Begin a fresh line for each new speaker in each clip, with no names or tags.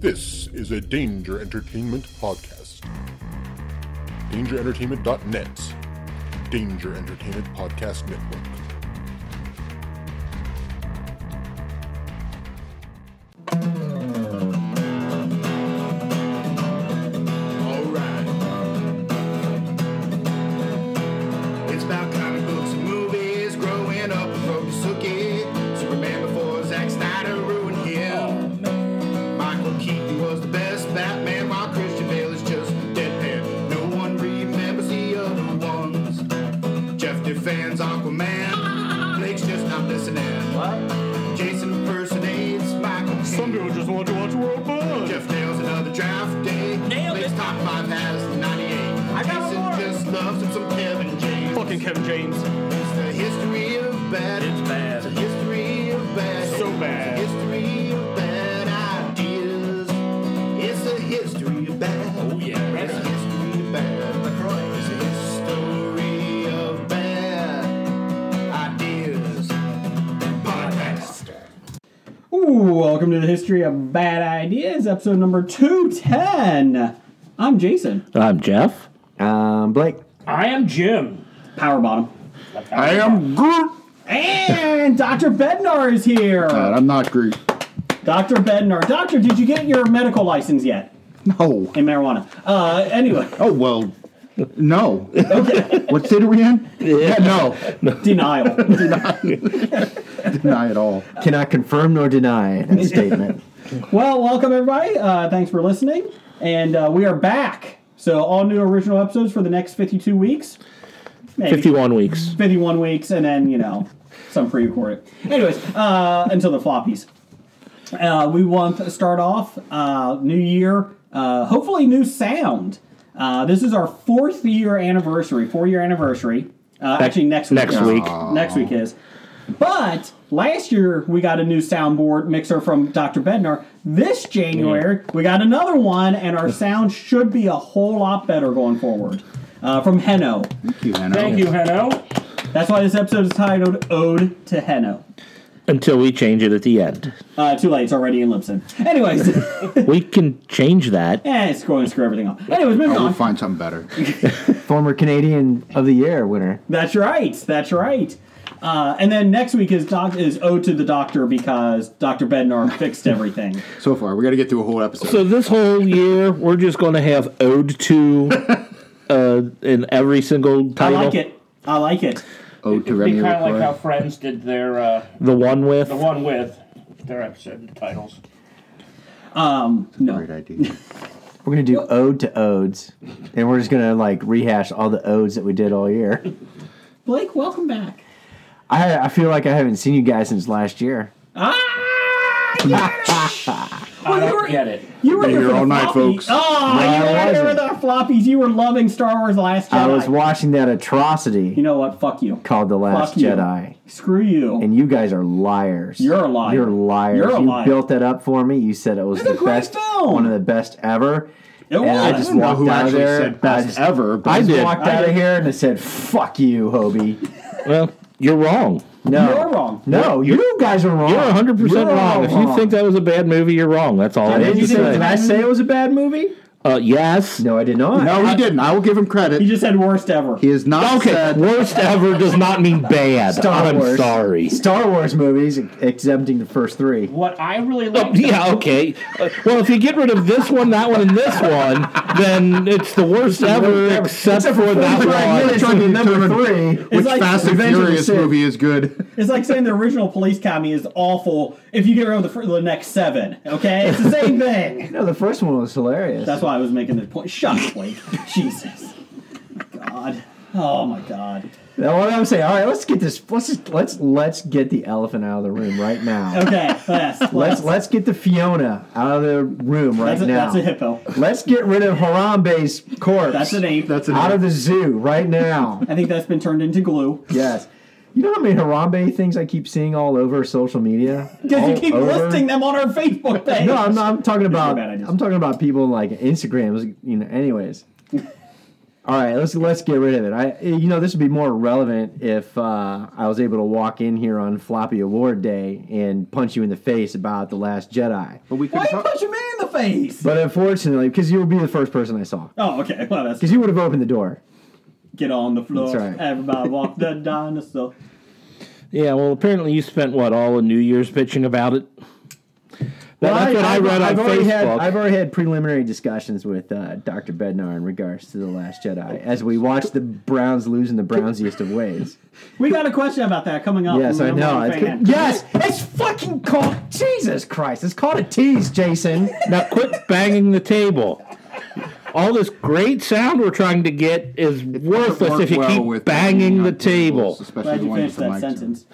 This is a Danger Entertainment podcast. DangerEntertainment.net. Danger Entertainment Podcast Network.
Alright. It's about comic books and movies, growing up before we took it. Superman before Zack Snyder ruined him. Michael Keaton was the best Batman, while Christian Bale is just deadpan. No one remembers the other ones. Jeff defends Aquaman. Blake's just not listening. Jason impersonates Michael. Some people just want to watch World Buzz. Jeff nails another draft day.
Nailed it.
Blake's top five has 98.
I got
Jason
one more.
just loves him some Kevin James.
Fucking Kevin James.
It's the history of bad.
It's bad.
It's the history of bad.
So bad.
It's the history of bad ideas. It's the history of bad.
Oh, yeah.
It's the history of bad. It's the history of bad ideas. Podcast.
Ooh, welcome to the History of Bad Ideas, episode number 210. I'm Jason,
I'm Jeff.
Um, Blake.
I am Jim.
Power Bottom.
I am Groot.
And Dr. Bednar is here.
I'm not Groot.
Dr. Bednar. Doctor, did you get your medical license yet
No.
in marijuana? Uh, anyway,
Oh well. No. What city are we in? Yeah. no.
denial.
Deny it all.
Cannot confirm nor deny that statement.
well, welcome everybody. Uh, thanks for listening. And uh, we are back. So, all new original episodes for the next 52 weeks. Maybe.
51 weeks.
51 weeks and then you know some pre-recorded anyways uh, until the floppies uh, we want to start off uh, new year uh, hopefully new sound uh, this is our fourth year anniversary four year anniversary uh, actually next week
next week.
next week is but last year we got a new soundboard mixer from Dr. Bednar. This January we got another one, and our sound should be a whole lot better going forward. Uh, from Heno,
Thank you, Heno.
that's why this episode is titled Ode to Heno.
Until we change it at the end.
Uh, too late, it's already in Lipson. Anyways, eh,
We can change that.
it's going to screw everything up. Anyways, moving
Oh,
We'll
on.
find something better.
Former Canadian of the Year winner.
That's right, that's right. Uh, and then next week is doc- is Ode to the Doctor because Dr. Bednar fixed everything.
So far, we got to get through a whole episode.
So this whole year, we're just going to have ode to uh, in every single
I
title.
like it. I like it.
Ode to
It'd be
Remy
kind of like how
LaCroix.
Friends did their uh,
The one with.
the one with their episode titles.
Great idea.
We're gonna do ode to odes, and we're just gonna like rehash all the odes that we did all year.
Blake, welcome back.
I I feel like I haven't seen you guys since last year.
Ah! yes! Well,
I
you
don't
were-
get it.
You were
Been
here
here
for
all
the
night,
floppies.
folks.
Oh,
No,
you
I
were here with
wasn't.
our floppies. You were loving Star Wars Last Jedi.
I was watching that atrocity
you know what? Fuck you.
called The Last
Fuck you.
Jedi,
Screw you.
and you guys are liars.
You're a liar.
You're liars.
You're a
you
liar.
built that up for me. You said it was
It's a
the
great
best,
film.
one of the best ever.
It
And I
was.
just
I don't know
walked
who
out of
actually
there.
said best
I just,
ever, but
I just
did.
walked out of here and I said, "Fuck you, Hobie."
Well, you're wrong.
No,
You're wrong.
No, you guys are wrong.
You're 100%
You're all
wrong. If you think that was a bad movie, you're wrong. That's all I have
did,
to
you say,
say.
did I say it was a bad movie?
Uh, yes.
No, I did not.
No, he didn't. I will give him
He
credit.
just said worst ever.
He is not
Okay,
said.
worst ever does not mean bad.
Star
I'm
Wars.
sorry.
Star Wars movies, exempting the first three.
What I really
Oh,
liked,
yeah, okay. Uh, well, if you get rid of this one, that one, and this one, then it's the worst ever, except
Except
for
I
that
really
one.
tried to number
determine-
three.
Which
like
Fast and
Revenge of the
Furious
Sith.
movie is good?
It's like saying the original Police Academy is awful if you get rid of the, fir- the next seven. Okay, it's the same thing.
No, the first one was hilarious.
That's why I was making the point. Shut up, Blake. Jesus. God. Oh my God.
Now, what I'm saying. All right, let's get this. Let's just, let's let's get the elephant out of the room right now.
Okay. Yes.
Let's let's get the Fiona out of the room right
That's a,
now.
that's a hippo.
Let's get rid of Harambe's corpse.
That's an ape.
That's an
out of the zoo right now.
I think that's been turned into glue.
Yes. You know how many Harambe things I keep seeing all over social media?
Because you
All
keep
over?
listing them on our Facebook page.
No, I'm not. I'm talking about.
bad ideas.
I'm talking about people like Instagrams. You know. Anyways, All right, let's let's get rid of it. I you know this would be more relevant if uh, I was able to walk in here on Floppy Award Day and punch you in the face about the Last Jedi.
But we could
Why you
talk.
punch a man in the face?
But unfortunately, because you would be the first person I saw,
oh, okay. Well, that's
because you would have opened the door.
get on the floor.
That's right.
Everybody walk the dinosaur.
Yeah, well, apparently you spent what all of New Year's bitching about it. That- that's what I, read
I've
on
already
Facebook.
Had, I've already had preliminary discussions with uh, Dr. Bednar in regards to The Last Jedi as we watched the Browns lose in the Brownsiest of ways.
We got a question about that coming up.
Yes,
from
I
the
know.
number
It's
one fan.
good. Yes, it's fucking called. Jesus Christ, it's called a tease, Jason.
now quit banging the table. All this great sound we're trying to get is worthless
Work
if you
well
keep
with
banging the
on tables,
table.
Especially
Glad
the
you
one
finished
with the
that
mic
sentence.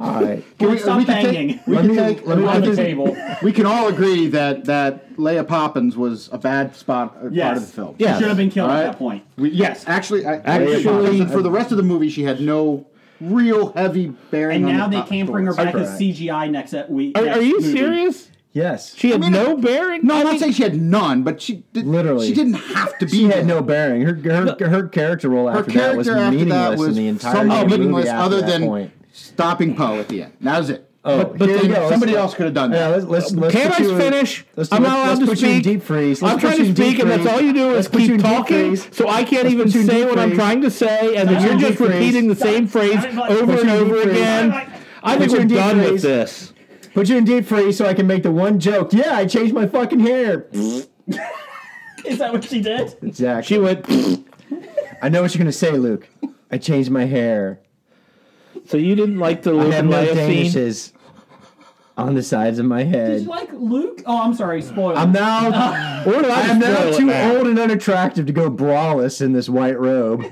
All right.
Can
Well, stop
can
banging.
take- we
Let
can
me-
take-
let me-
we
On
can
the
take-
table.
We can all agree that that Leia Poppins was a bad spot a
Yes.
part of the film.
Yeah.
Should have been killed
All
at
right.
that point.
We, yes, actually, I,
Actually-
Leia Poppins, and for the rest of the movie, she had no real heavy bearing.
And
on
now
the
they
plot
can't bring her
forward.
back as CGI next e- week.
Are,
next
are you
movie.
serious?
Yes.
She had
Mm-hmm. mean,
no bearing.
No, I'm not saying she had none, but she did,
Literally.
she didn't have to be.
She had
there.
no bearing. Her her, her character role
Her
after that was
character after
meaningless
that was
in the entire
somewhat
movie.
meaningless,
after
other
that
than
point.
stopping Poe at the end. That was it.
Oh,
but,
here you go. Let's-
somebody else could have done
Yeah,
that.
let's, let's, let's
Can
put
I
you in-
finish?
let's-
I'm
let's-
not allowed
let's
to
put you in
speak.
deep freeze. Let's
I'm
put
trying
you
to
in deep
speak, and that's
freeze.
all you do
Let's
is
put you in
keep
deep
talking.
freeze.
So I can't even
put you in
say
deep
what I'm
freeze.
trying to say, and then
Put you
you're
in
just
deep
repeating the
freeze.
same phrase
Put you in
over and
deep
over
freeze.
again. I think
Put you
we're
in deep
done with
freeze.
this.
Put you in deep freeze so I can make the one joke. Yeah, I changed my fucking hair.
Is that what she did?
Exactly.
She went.
I know what you're gonna say, Luke. I changed my hair.
So you didn't like the
I
Luke
have
and
no
Leia scene?
danishes on the sides of my
Did you
head.
like Luke? Oh, I'm sorry. Spoiler.
I'm now.
Or did I
I'm
just
now
throw it
too
back?
old and unattractive to go braless in this white robe.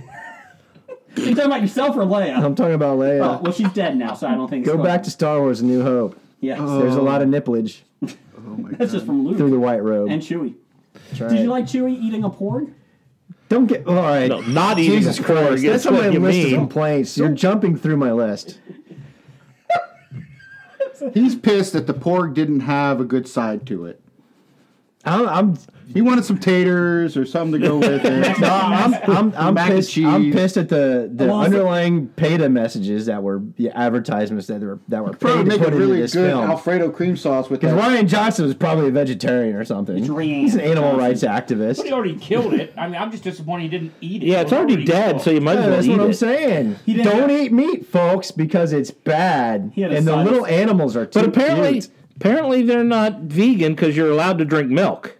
you talking about yourself or Leia?
I'm talking about
Oh,
Leia.
well, she's dead now, so I don't think.
Go back to Star Wars: A New Hope.
Yes,
There's a lot of nipplage
that's just from Luke
through the white robe.
Oh. and Chewie.
That's right.
Did you like Chewie eating a porg?
Don't get all right.
No, not eating
Jesus
a porg,
Christ,
it's
that's on
what
my
you
list
mean.
of complaints. You're jumping through my list.
He's pissed that the porg didn't have a good side to it.
I'm, I'm,
He wanted some taters or something to go with it.
Uh,
no, I'm, I'm, I'm
Mac and
pissed. I'm
cheese.
pissed at the, the
Well, it's-
underlying PETA messages that were the advertisements that were that were
Probably
paid to
make
put
a
into
really good
this film.
Alfredo cream sauce with
Because
that.
Ryan Johnson was probably a vegetarian or something.
Ryan
He's an animal
Johnson.
rights activist.
But he already killed it. I mean, I'm just disappointed he didn't eat it.
Yeah, it's already dead, so you might
Yeah,
as
that's
well
what
eat
I'm
it.
saying.
didn't
Don't
have-
eat meat, folks, because it's bad.
He had a
And the
sinus.
little animals are too
But apparently,
cute.
apparently they're not vegan because you're allowed to drink milk.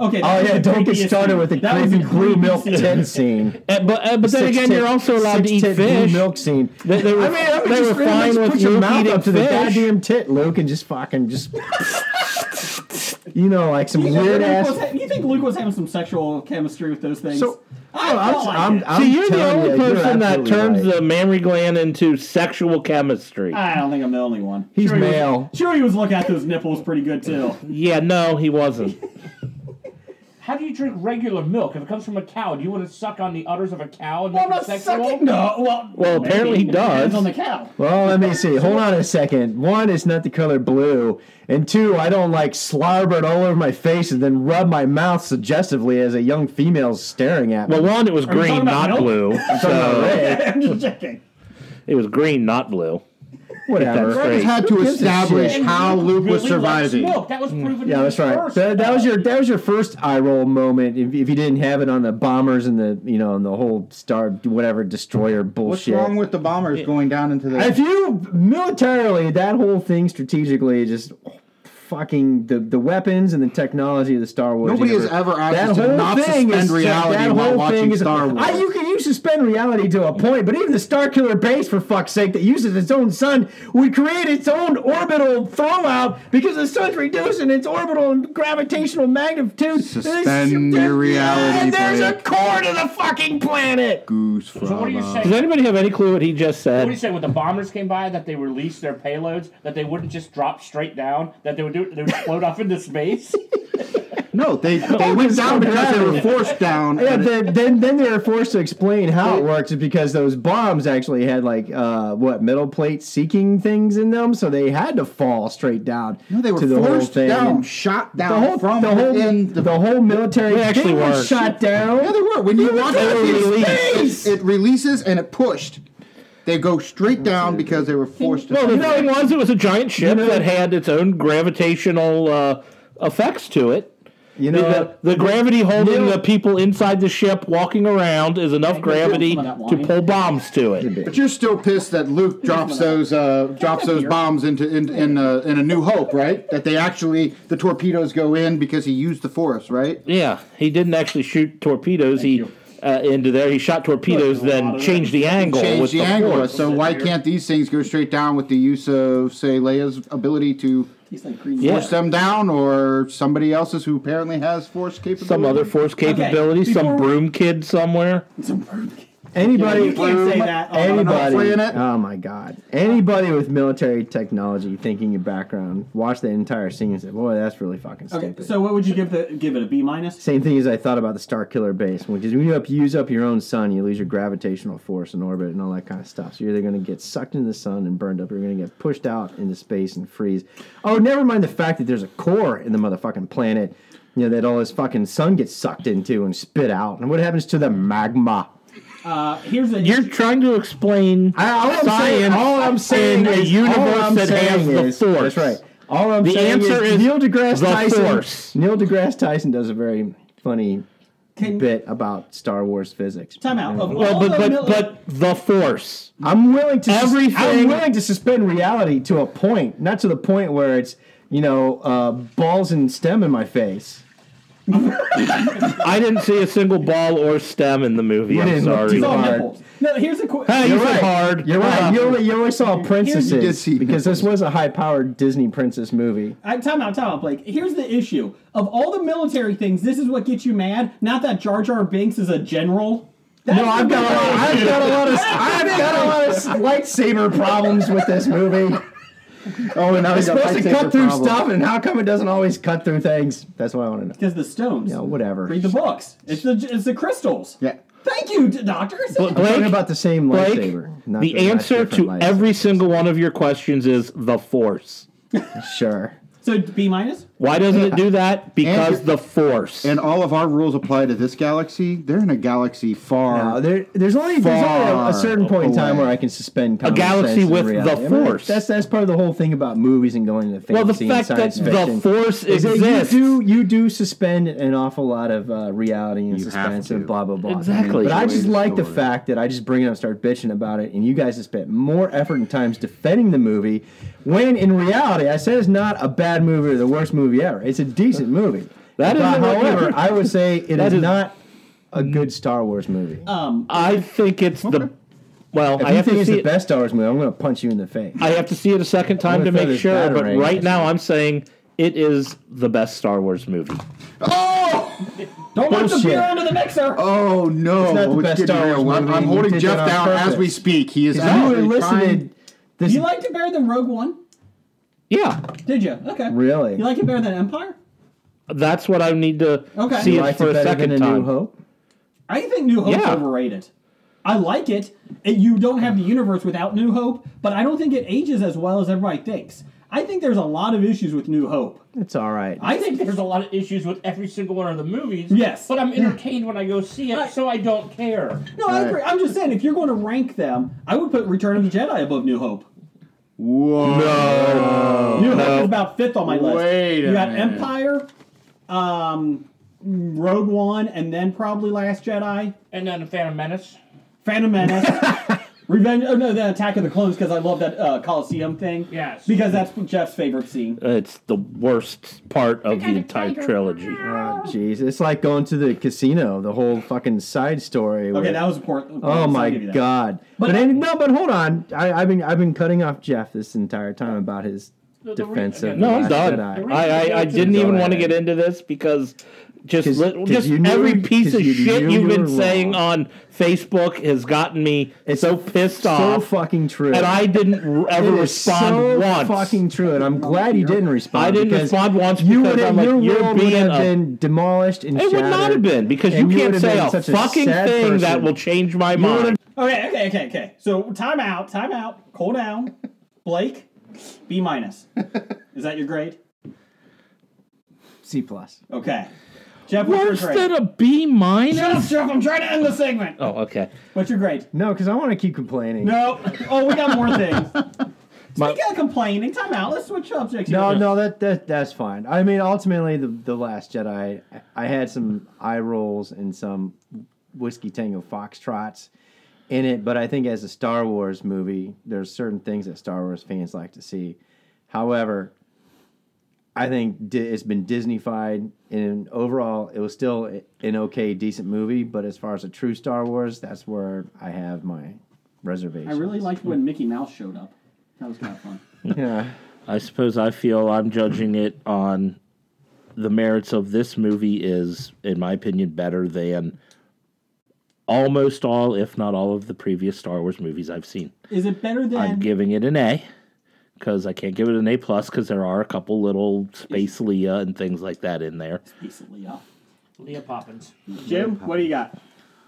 Okay.
Oh
that was
yeah,
the
don't get
creepiest
started
scene.
with the
That was
creepy blue
creepy
milk
scene.
tent scene.
Uh, but uh, but then
Six
again,
tit-
you're also allowed to
six
eat
tit blue
fish.
milk scene.
They, they were,
I mean, I would
they
just
were
really
fine
just
with
put your
Luke
mouth
eating
up to the
fish.
goddamn tit, Luke, and just fucking just, you know, like some
You think
weird
Luke
ass.
was ha- You think Luke was having some sexual chemistry with those things?
So-
I felt
I'm-
like
I'm-
it.
I'm
See, you're the
telling
only
you, you're
person that
absolutely
turns
right.
the mammary gland into sexual chemistry.
I don't think I'm the only one.
He's
sure he was-
male.
sure, he was looking at those nipples pretty good too.
yeah, no, he wasn't.
How do you drink regular milk? If it comes from a cow, do you want to suck on the udders of a cow and make
Well, I'm not
it sexual?
sucking. No. Well,
Well, apparently he
maybe. Depends
does.
on the cow.
Well, let me see. Hold on a second. One, it's not the color blue, and two, I don't like slobber it all over my face and then rub my mouth suggestively as a young female's staring at me.
Well, one, it was
you
green,
talking about
not
milk?
blue.
Talking about
So
red,
I'm just checking.
it was green, not blue. that's
whatever.
Just
straight.
had to
Who gives a
establish
shit?
how Luke was
Really likes
surviving.
milk. That was proven.
Yeah, that's right.
first.
That, that was your that was your first eye roll moment. If, if you didn't have it on the bombers and the you know and the whole star whatever destroyer
What's
bullshit.
wrong with the bombers going down into the?
if you militarily that whole thing strategically just fucking the, the weapons and the technology of the Star Wars.
Nobody has
universe.
ever asked us to
whole
not
thing
suspend
is-
reality
that
while
whole
watching
thing is-
Star Wars.
I, you can you suspend reality to a point, but even the Star Killer base, for fuck's sake, that uses its own sun would create its own orbital throwout because the sun's reduced in its orbital and gravitational magnitude.
Suspend your reality,
And there's a
Blake.
core to the fucking planet.
goose
So what are you
Does
saying?
anybody have any clue what he just
What do you
said?
say when the bombers came by that they released their payloads that they wouldn't just drop straight down that they would do they would float off into space?
No, they, they went down because they were forced down.
Yeah,
and it-
then, then then they were forced to explain how it works is because those bombs actually had like uh, what metal plate seeking things in them, so they had to fall straight down.
no, they were
to the whole
forced
thing.
down, shot
The
down
whole
from
the whole
within
the, whole military
They actually
thing
were.
was shot down.
Yeah, they were. When you watch
were released.
it, it releases and it pushed. They go straight down because they were forced to.
Well, the thing was, it was a giant ship
know-
that had its own gravitational uh, effects to it.
You know
the, the gravity holding the people inside the ship walking around is enough gravity
come on,
to
Lonnie.
pull bombs to it.
but you're still pissed that Luke drops those uh, drops those bombs into in in, uh, in a New Hope, right? That they actually the torpedoes go in because he used the force, right?
Yeah, he didn't actually shoot torpedoes. he uh, into there. He shot torpedoes, then changed the angle.
Change
with
the angle.
force.
So why can't these things go straight down with the use of say Leia's ability to
He's like green.
Yeah.
force them down, or somebody else's who apparently has force capability?
Some other force capability. some
before-
broom kid somewhere.
anybody
You can't say that. on-
anybody.
playing it.
Oh my god! Anybody with military technology thinking your background, watch the entire scene and say, "Boy, that's really fucking
Okay,
stupid."
so what would you give the give it a B minus?
Same thing as I thought about the Star Killer base, which is when you up, use up your own sun, you lose your gravitational force in orbit and all that kind of stuff. So you're either going to get sucked into the sun and burned up, or you're going to get pushed out into space and freeze. Oh, never mind the fact that there's a core in the motherfucking planet, you know, that all this fucking sun gets sucked into and spit out. And what happens to the magma?
Uh, here's a
You're trying to explain
I, all I'm saying,
Science
all I'm saying
in a
is,
universe
all I'm
that has
saying
the
is-
force.
That's right. All I'm
The
saying
answer
is,
is
Neil deGrasse
the
Tyson.
force.
Neil deGrasse Tyson does a very funny
Can-
bit about Star Wars physics.
time out. Of
Well,
all
but
the
but
mil-
but the force.
I'm willing to sus-
Everything-
I'm willing to suspend reality to a point, not to the point where it's you know uh, balls and stem in my face.
I didn't see a single ball or stem in the movie.
You
I'm
didn't look
sorry.
too
it's all
hard.
nipples. No, here's a quick.
Hey, you said hard.
You're right. You only, you only saw
You did
princesses
see
because this was a high-powered Disney princess movie.
I, time out, time out, Blake. Here's the issue. Of all the military things, this is what gets you mad. Not that Jar Jar Binks is a general. That's
No, I've got a lot. I've got a lot of. I've got a lot of lightsaber problems with this movie.
Oh, and now
It's supposed to cut through stuff, and how come it doesn't always cut through things? That's what I want to know.
because the stones.
No, whatever.
Read the books. It's the it's the crystals.
Yeah.
Thank you, d- Doctor.
But
I'm
Blake,
talking about the same
Blake,
lightsaber. not
the
not
answer to
different lightsaber.
every single one of your questions is the force.
Sure.
So B minus.
Why doesn't it do that? Because
And-
the force.
And all of our rules apply to this galaxy. They're in a galaxy
Uh,
far.
No, Uh, there, there's only, there's only a, a certain point in time
away.
where I can suspend common
galaxy
sense and
with the
reality. I mean,
Force.
That's that's part of the whole thing about movies and going to fantasy
well, the
and
fact that
science fiction.
the force
is that
exists.
you do you do suspend an awful lot of uh, reality and suspense
to.
and blah blah blah.
Exactly.
But I just
Enjoy the
like the
story.
fact that I just bring it up, and start bitching about it, and you guys have spent more effort and times defending the movie, when in reality, I said it's not a bad movie or the worst movie ever. It's a decent movie.
That is
But
a-
however, I would say it is,
is- Mm.
not a good Star Wars movie.
I think it's the. Well,
if
I
you
have
think
to
it's
see
the
it.
best Star Wars movie, I'm going to punch you in the face.
I have to see it a second time
I'm
to
gonna throw
make
this
sure. But
batarang
right
at
now,
you.
I'm saying it is the best Star Wars movie.
Oh!
Don't let the
Bullshit.
beer into the mixer.
Oh no!
It's not the best
getting
Star Wars
real. I'm-
movie.
I'm
You
holding
did
Jeff
that on
down as
purpose.
we speak. He is
If you
actually
were
trying.
listening, this
you liked it better than Rogue One,
Yeah,
did you? Okay.
Really?
You like it better than Empire?
that's what I need to
Okay.
see
You
it
liked
for
it
a
better
second
than A New
time.
Hope.
I think New Hope's
Yeah.
overrated. I like it. It- You don't have the universe without New Hope, but I don't think it ages as well as everybody thinks. I think there's a lot of issues with New Hope.
It's all right.
I
I think
think
there's a lot of issues with every single one of the movies.
Yes.
But I'm entertained when I go see it, so I don't care.
no, I agree. I'm just saying if you're going to rank them, I would put Return of the Jedi above New Hope.
Whoa!
New Hope is about fifth on my list.
Wait a
you got
minute.
Empire, um, Rogue One, and then probably Last Jedi,
And then Phantom Menace.
Phantom Menace, Revenge. Oh no, the Attack of the Clones because I love that uh, Coliseum thing.
Yes.
because that's Jeff's favorite scene.
It's the worst part of the entire trilogy.
Oh, jeez. It's like going to the casino, the whole fucking side story.
Okay,
with-
that was important.
Oh my god! But,
But-
any- no, but hold on. I, I've been I've been cutting off Jeff this entire time about his
The- the re-
defense of
again,
The
No, I'm
Last
done.
Jedi.
I, I, I didn't even want to get into this because just
'Cause-
li-
'cause
just
you knew-
every piece
'cause
of
you
shit
knew
you've
you
been
were
saying
wrong.
on Facebook has gotten me so pissed
so
off,
fucking true.
and I didn't r- ever
It is
respond
so
once.
fucking true, and I'm glad you didn't respond.
I didn't
because
respond once
You
because
would
I'm
have,
like,
your
you're
world would
being
have
a-
been demolished and
it would not
shattered,
have been because you
and would
can't
have
say
been
a
such
fucking
sad
thing that
person.
will change my mind.
Okay, okay, okay, okay. So time out, time out, cool down. Blake, B minus. Is that your grade?
C plus.
Okay. Jeff, what's
Worse
your grade?
than a B minus.
Shut up, Jeff, I'm trying to end the segment.
Oh, okay.
What's your grade?
No, because I want to keep complaining.
No. Oh, we got more things.
My-
Speaking of complaining, time out. Let's switch subjects.
No,
here.
no, that, that that's fine. I mean, ultimately, the the Last Jedi, I- I had some eye rolls and some whiskey tango foxtrots in it, but I think as a Star Wars movie, there's certain things that Star Wars fans like to see. However, I think di- it's been Disneyfied, and overall, it was still a- an okay, decent movie. But as far as a true Star Wars, that's where I have my reservations.
I really liked when Mickey Mouse showed up. That was kind of fun.
yeah.
I suppose I feel I'm judging it on the merits of this movie is, in my opinion, better than almost all, if not all, of the previous Star Wars movies I've seen.
Is it better
I'm
than?
giving it an A because I can't give it an A plus because there are a couple little space Leah and things like that in there.
Decently up.
Leah Poppins.
Jim, what do you got?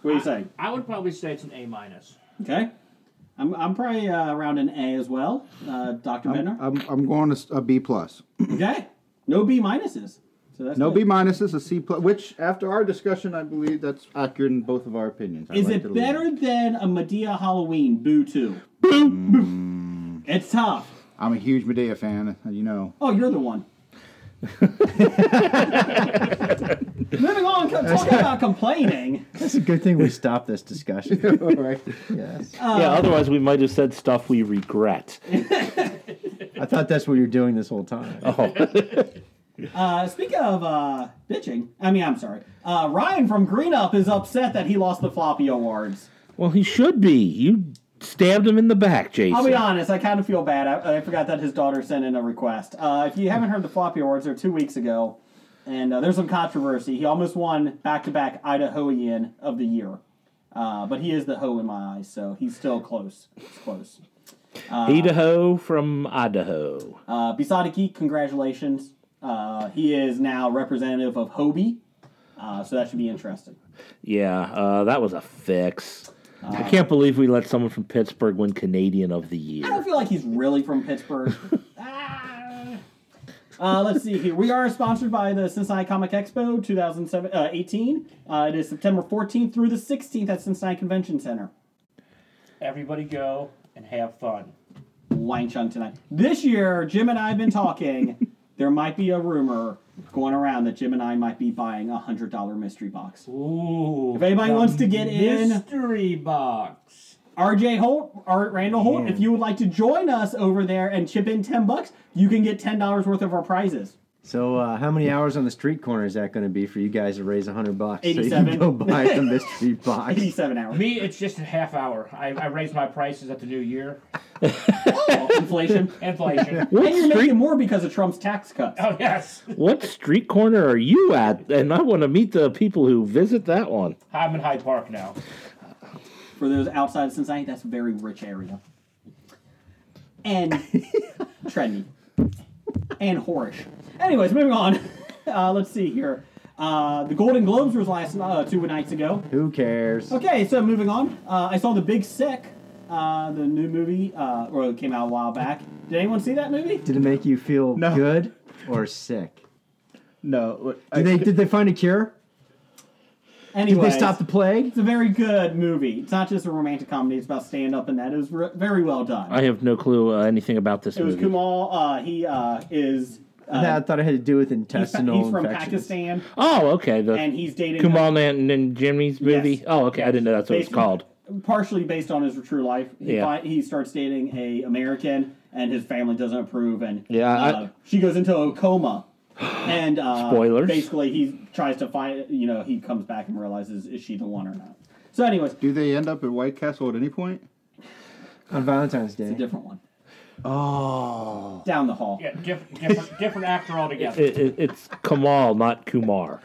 What do you say?
I would probably say it's an A minus.
Okay. I'm, I'm probably uh, around an A as well, uh, Doctor Bender.
I'm, I'm going to s- a B plus.
Okay. No B minuses. So that's
No
good.
B minuses, a C plus. Which after our discussion, I believe that's accurate in both of our opinions. I
Is
liked a
it
little bit.
better than a Medea Halloween Boo Two? Boo. Boo. It's tough.
I'm a huge Medea fan, you know.
Oh, you're the one. Moving on, co- talking about complaining.
That's a good thing we stopped this discussion.
All right.
Yes.
yeah, otherwise we might have said stuff we regret.
I thought that's what you're doing this whole time.
Oh.
Oh.
Uh, speaking of uh, bitching, I mean, I'm sorry. Uh, Ryan from Green Up is upset that he lost the floppy awards.
well, he should be. You stabbed him in the back, Jason.
I'll be honest, I kind of feel bad. I, I forgot that his daughter sent in a request. Uh, if you haven't heard the Floppy Awards, they're two weeks ago, and uh, there's some controversy. He almost won back to back Idahoian of the year, uh, but he is the hoe in my eyes, so he's still close. It's close.
Idaho from Idaho.
Uh, Besotted Geek, congratulations. Uh, he is now representative of Hobie, uh, so that should be interesting.
Yeah, uh, that was a fix. I can't believe we let someone from Pittsburgh win Canadian of the
I don't
Year.
feel like he's really from Pittsburgh. Ah. uh, let's see here. We are sponsored by the Cincinnati Comic Expo 2018. Uh, 18. uh, it is September 14th through the 16th at Cincinnati Convention Center.
Everybody go and have fun.
Wine chunk tonight. This year, Jim and I have been talking. there might be a rumor going around that Jim and I might be buying a hundred dollar mystery box.
Ooh.
If anybody
the
wants to
Um,
get in-
mystery box.
RJ Holt, Art Randall Holt,
Mm-hmm.
if you would like to join us over there and chip in ten bucks, you can get ten dollars worth of our prizes.
So, uh, how many hours on the street corner is that going to be for you guys to raise a hundred bucks? So
87.
you can go buy the mystery box.
Eighty-seven hours.
Me, it's just a half hour. I, I raised my prices at the new year.
Oh, inflation.
Inflation.
What
And you're
street,
making more because of Trump's tax cuts.
oh, yes.
what street corner are you at? And I want to meet the people who visit that one.
I'm in Hyde Park now.
For those outside of Cincinnati, that's a very rich area. And trendy. And whorish. Anyways, moving on. Uh, let's see here. Uh, the Golden Globes was last uh, two nights ago.
Who cares?
Okay, so moving on. Uh, I saw The Big Sick, uh, the new movie, uh, or it came out a while back. Did anyone see that movie?
Did it make you feel
No.
good or sick?
No. I,
Did they did they find a cure? Did
Anyway,
they stop the plague?
It's a very good movie. It's not just a romantic comedy. It's about stand up, and that is re- very well done.
I have no clue uh, anything about this
It was
movie.
Kumal. Uh, he uh, is. Uh,
Nah, I thought it had to do with
he's,
intestinal
he's from
infections.
Pakistan,
Oh, okay. The
and he's dating
Kumal and, and Jimmy's movie.
Yes.
Oh, okay. I didn't know that's what it's
Based-
called.
partially based on his true life. He,
Yeah.
fi- he starts dating a American, and his family doesn't approve, and
Yeah, I-
uh, she goes into a coma. And uh,
Spoilers.
Basically, he tries to find. You know, he comes back and realizes is she the one or not. So, anyways,
do they end up at White Castle at any point?
on Valentine's Day.
it's a different one. Oh, down the hall.
Yeah, diff, different, different actor altogether.
It, it, it's Kamal, not Kumar.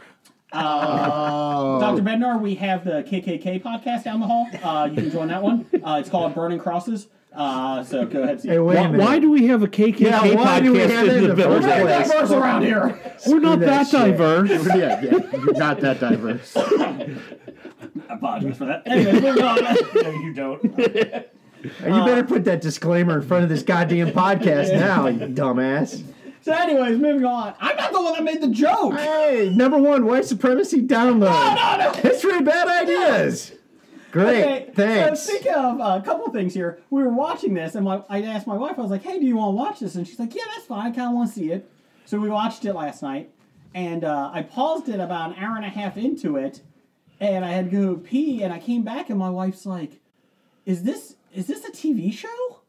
Dr.
Oh.
Bednar, we have the KKK podcast down the hall. Uh, you can join that one. Uh, it's called Burning Crosses. Uh, so go ahead.
Hey,
See.
wait a
Why,
minute.
why do we have a KKK
Yeah, why
podcast
do we have it
in the
in the first
building?
We're
place?
diverse around here.
We're not
that
that,
shit.
diverse.
yeah, yeah, you're not that diverse.
I apologize for that. Anyways, moving on.
No, you don't.
You better put that disclaimer in front of this goddamn podcast now, you dumbass.
So, anyways, moving on. I'm not the one that made the joke.
Hey, number one, white supremacy download. History of bad ideas. Great,
Okay,
thanks.
So speaking of uh, a couple things here, we were watching this, and my, I asked my wife, I was like, "Hey, do you want to watch this?" And she's like, "Yeah, that's fine. I kind of want to see it." So we watched it last night, and uh, I paused it about an hour and a half into it, and I had to go pee, and I came back, and my wife's like, "Is this is this a TV show?"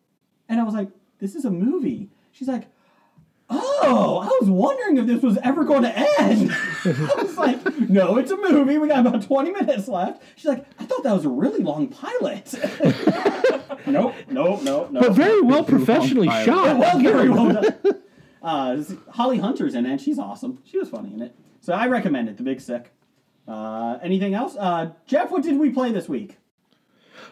And I was like, "This is a movie." She's like. Oh, I was wondering if this was ever going to end. I was like, no, it's a movie. We got about 20 minutes left. She's like, I thought that was a really long pilot. nope, nope, nope,
But
nope.
very well professionally shot.
Well, Gary, well done. Uh, Holly Hunter's in it. She's awesome. She was funny in it. So I recommend it, The Big Sick. Uh, anything else? Uh, Jeff, what did we play this week?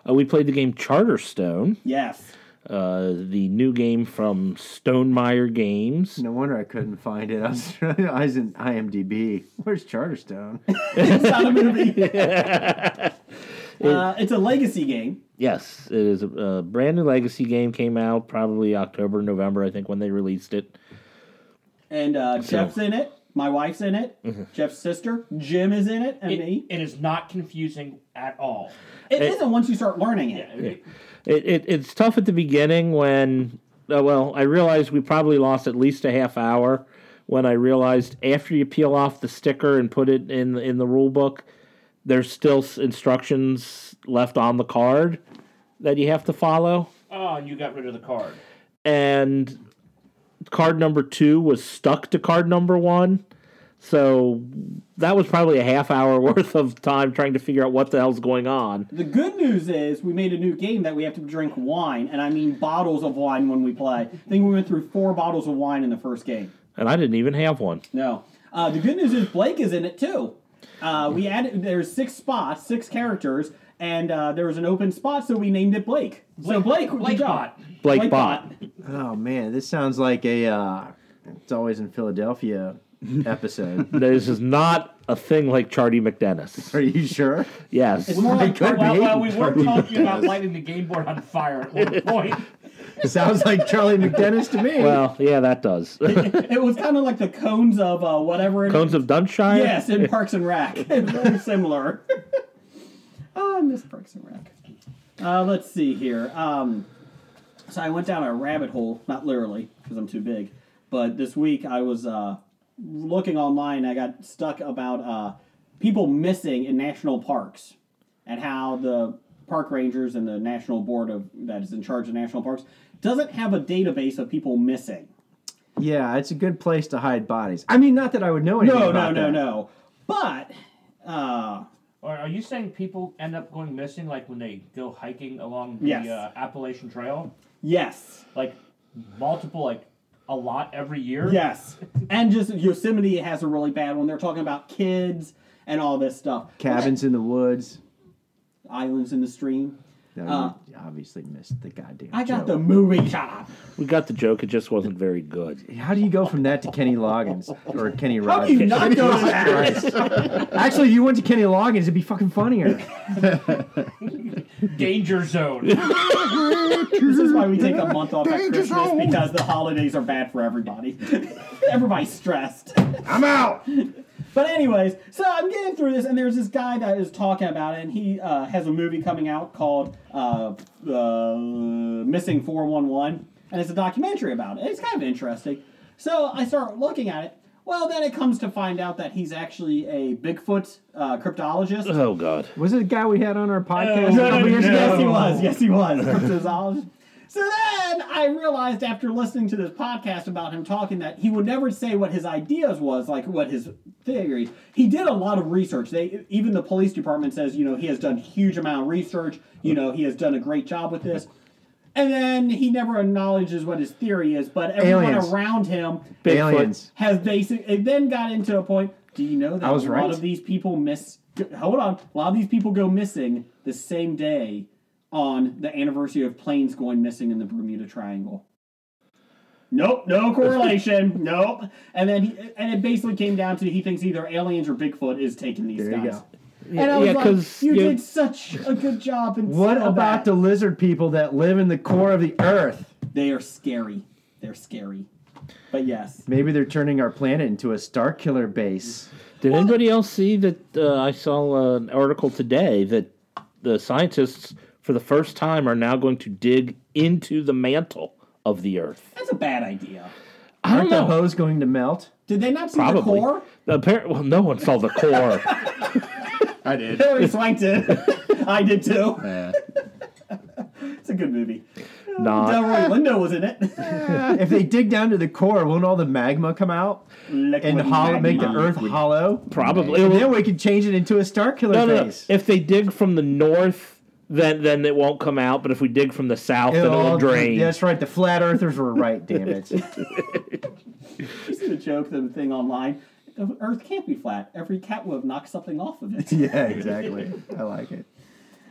Uh, we played the game Charterstone,
Yes.
uh, the new game from Stonemeyer Games.
no wonder I couldn't find it. I was, I was in IMDb. Where's Charterstone?
It's not a movie. uh, it's a legacy game.
Yes, it is a, a brand new legacy game. Came out probably October, November, I think, when they released it.
And uh, Jeff's in it. My wife's in it.
Mm-hmm.
Jeff's sister. Jim is in it. And me.
It, it is not confusing at all.
it isn't once you start learning it.
It, it it's tough at the beginning when uh, well, I realized we probably lost at least a half hour when I realized after you peel off the sticker and put it in the, in the rule book, there's still s- instructions left on the card that you have to follow.
Oh, and you got rid of the card.
and card number two was stuck to card number one. So that was probably a half hour worth of time trying to figure out what the hell's going on.
The good news is we made a new game that we have to drink wine, and I mean bottles of wine when we play. I think we went through four bottles of wine in the first game.
And I didn't even have one.
No. Uh, the good news is Blake is in it too. Uh, we added there's six spots, six characters, and uh, there was an open spot, so we named it Blake. so Blake,
Blake
good job.
Bot.
Blake, Bot.
oh man, this sounds like a uh, it's always in Philadelphia episode.
This is not a thing like Charlie
Are
McDennis.
you sure?
Yes.
It's more like
could
Well,
be.
well, we were talking about lighting the game board on fire at one point.
sounds like Charlie McDennis to me.
Well, yeah, that does.
it was kind of like the cones of uh, whatever it is.
Cones of Dunshire?
Yes, in Parks and Rec. It's very similar. oh, I miss Parks and Rec. Uh, let's see here. Um, so I went down a rabbit hole, not literally, because I'm too big. But this week I was uh, looking online. I got stuck about uh, people missing in national parks and how the park rangers and the national board of that is in charge of national parks doesn't have a database of people missing.
Yeah, it's a good place to hide bodies. I mean, not that I would know anything
No, no,
about
no,
that.
no. But uh,
Or are you saying people end up going missing, like when they go hiking along the
Yes.
uh, Appalachian Trail,
yes.
like multiple, like a lot every year?
Yes. And just Yosemite has a really bad one. They're talking about kids and all this stuff.
Cabins in the woods.
Islands in the stream.
No,
Uh,
you obviously missed the goddamn.
I got the
joke.
movie job.
We got the joke. It just wasn't very good.
How do you go from that to Kenny Loggins or Kenny Rogers?
How do you not know that?
Actually, if you went to Kenny Loggins, it'd be fucking funnier.
Danger zone.
This is why we take a month off at
Danger
Christmas
zone.
because the holidays are bad for everybody. Everybody's stressed.
I'm out.
But anyways, so I'm getting through this, and there's this guy that is talking about it, and he uh, has a movie coming out called uh, uh, Missing 411, and it's a documentary about it. It's kind of interesting. So I start looking at it. Well, then it comes to find out that he's actually a Bigfoot uh, cryptologist.
Oh, God.
Was it a guy we had on our podcast
No,
a couple
no,
years
no.
Yes,
ago?
he was. Yes, he was. Cryptozoologist. So then I realized after listening to this podcast about him talking that he would never say what his ideas was, like what his theories. He did a lot of research. They even the police department says, you know, he has done huge amount of research. You know, he has done a great job with this. And then he never acknowledges what his theory is, but everyone
Aliens.
around him
Aliens.
has basic. It then got into a point. Do you know that
I was
a
right.
lot of these people miss? g- Hold on, a lot of these people go missing the same day on the anniversary of planes going missing in the Bermuda Triangle. Nope, no correlation. nope. And then he, and it basically came down to he thinks either aliens or Bigfoot is taking these
you
guys.
go.
And I was
yeah,
like,
'cause
you,
you-
did such a good job. In
What
some of that.
about the lizard people that live in the core of the earth?
They are scary. They're scary. But yes,
Maybe they're turning our planet into a star killer base.
Did anybody else see that? Uh, I saw an article today that the scientists, for the first time, are now going to dig into the mantle of the Earth.
that's a bad idea.
I don't
Aren't the
know.
hose going to melt?
Did they not see
Probably.
the core?
Appar- well, no one saw the core.
I did.
Hillary Swank did. I did too.
Yeah.
It's a good movie.
Not.
Delroy Lindo was in it.
if they dig down to the core, won't all the magma come out and hollow, make the earth hollow?
Probably.
And then we can change it into a star killer
no, no, no.
base.
If they dig from the north, then then it won't come out. But if we dig from the south, then it
all-
will drain.
That's right. The flat earthers were right. Damn it.
You see the joke, the thing online. The Earth can't be flat. Every cat will have knocked something off of it.
yeah, exactly. I like it.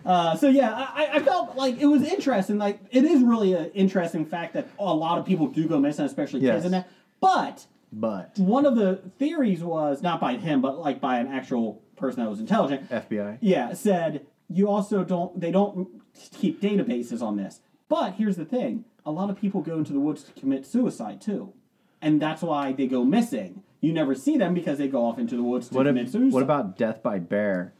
Uh, so yeah, I, I- I felt like it was interesting. Like it is really an interesting fact that a lot of people do go missing, especially kids
Yes.
and that. But
But
one of the theories was not by him, but like by an actual person that was intelligent.
FBI.
yeah, said you also don't. They don't keep databases on this. But here's the thing: a lot of people go into the woods to commit suicide too, and that's why they go missing. You never see them because they go off into the woods to
What,
commit
if,
suicide.
what about death by bear?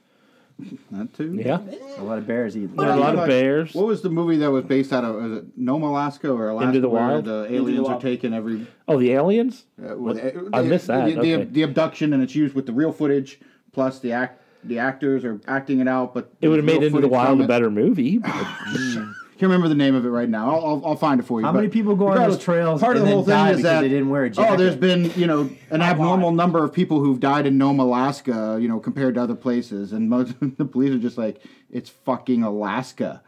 Not too.
yeah,
A lot of bears eat.
there are a lot of
Like,
bears.
What was the movie that was based out of? Was it Nome, Alaska, or Alaska?
Into the
where
Wild?
The
the
aliens are
Wild.
taking every.
Oh, the aliens.
Uh, with- uh,
I
the-
missed that,
The, the,
okay.
the abduction, and it's used with the real footage plus the act. The actors are acting it out, but
It would have made
real
Into the
footage from
Wild a
it.
better movie. but-
Can't remember the name of it right now. I'll, I'll, I'll find it for you.
How
but
many people go on those
regardless,
trails
Part of
and then
the whole thing
die
is
because
that
they didn't wear a jacket?
Oh, there's been you know an abnormal number of people who've died in Nome, Alaska. You know, compared to other places, and most the police are just like, it's fucking Alaska.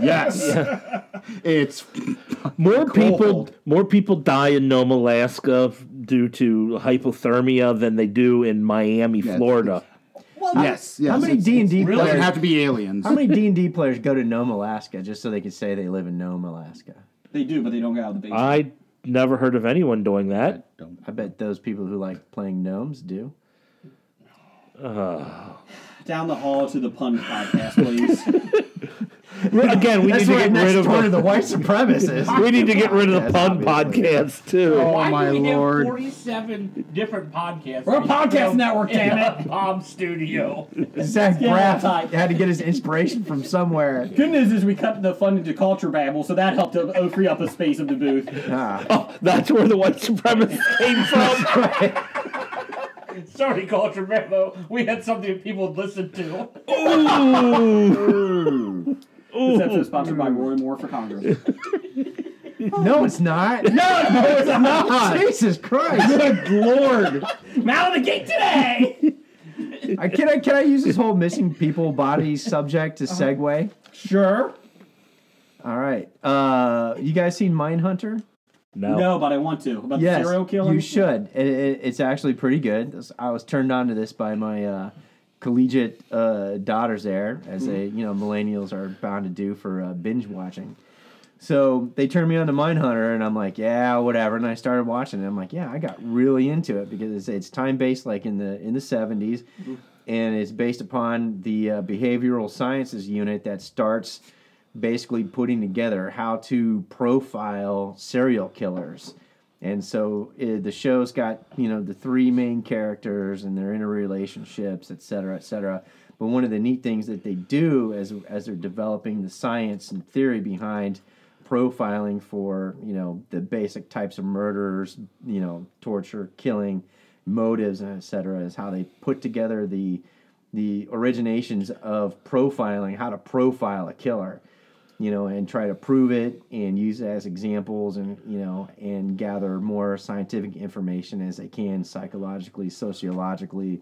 yes, it's
More people,
Cold.
more people die in Nome, Alaska, f- due to hypothermia than they do in Miami,
it's-
Florida.
Well,
yes, yes.
How many
it's-
D and D
It doesn't
players?
have to be aliens.
How many D and D players go to Nome, Alaska, just so they can say they live in Nome, Alaska?
They do, but they don't go out of the basement.
Uh,
I never heard of anyone doing that.
I bet those people who like playing gnomes do.
Down the hall to the pun podcast, please.
Again, we need to get rid of
to the
the,
white supremacists.
we need to get rid of the
Yes,
pun
obviously.
podcast too.
Oh
Why
my
do we
lord!
have 47 different podcasts?
We're a podcast network,
in
damn
a Bomb studio.
Zach
Yeah,
Braff
tight.
had to get his inspiration from somewhere.
Good news is we cut the fun into culture babble, so that helped to oh, free up a space of the booth.
Ah.
That's where the white supremacists came from.
Sorry, Culture Memo. We had something that people would listen to.
This episode is sponsored by Roy Moore for Congress.
No, it's not. No, it's not. Jesus Christ!
Good lord!
Out of the gate today!
I, can I can I use this whole missing people bodies subject to segue?
sure.
All right. Uh, you guys seen Mindhunter?
No,
No, but I want to. About the
Yes,
serial killing?
you should. It, it, it's actually pretty good. This- I was turned on to this by my uh, collegiate uh, daughters there, as they,
Mm-hmm.
you know, millennials are bound to do for uh, binge watching. So they turned me on to Mindhunter, and I'm like, yeah, whatever. And I started watching it. I'm like, yeah, I got really into it because it's, it's time based, like in the in the 70s,
Mm-hmm.
and it's based upon the uh, behavioral sciences unit that starts basically putting together how to profile serial killers. And so uh the show's got you know the three main characters and their interrelationships, et cetera, et cetera. But one of the neat things that they do as as they're developing the science and theory behind profiling for you know the basic types of murders, you know torture, killing, motives, and et cetera, is how they put together the the originations of profiling, how to profile a killer you know, and try to prove it and use it as examples and, you know, and gather more scientific information as they can psychologically, sociologically,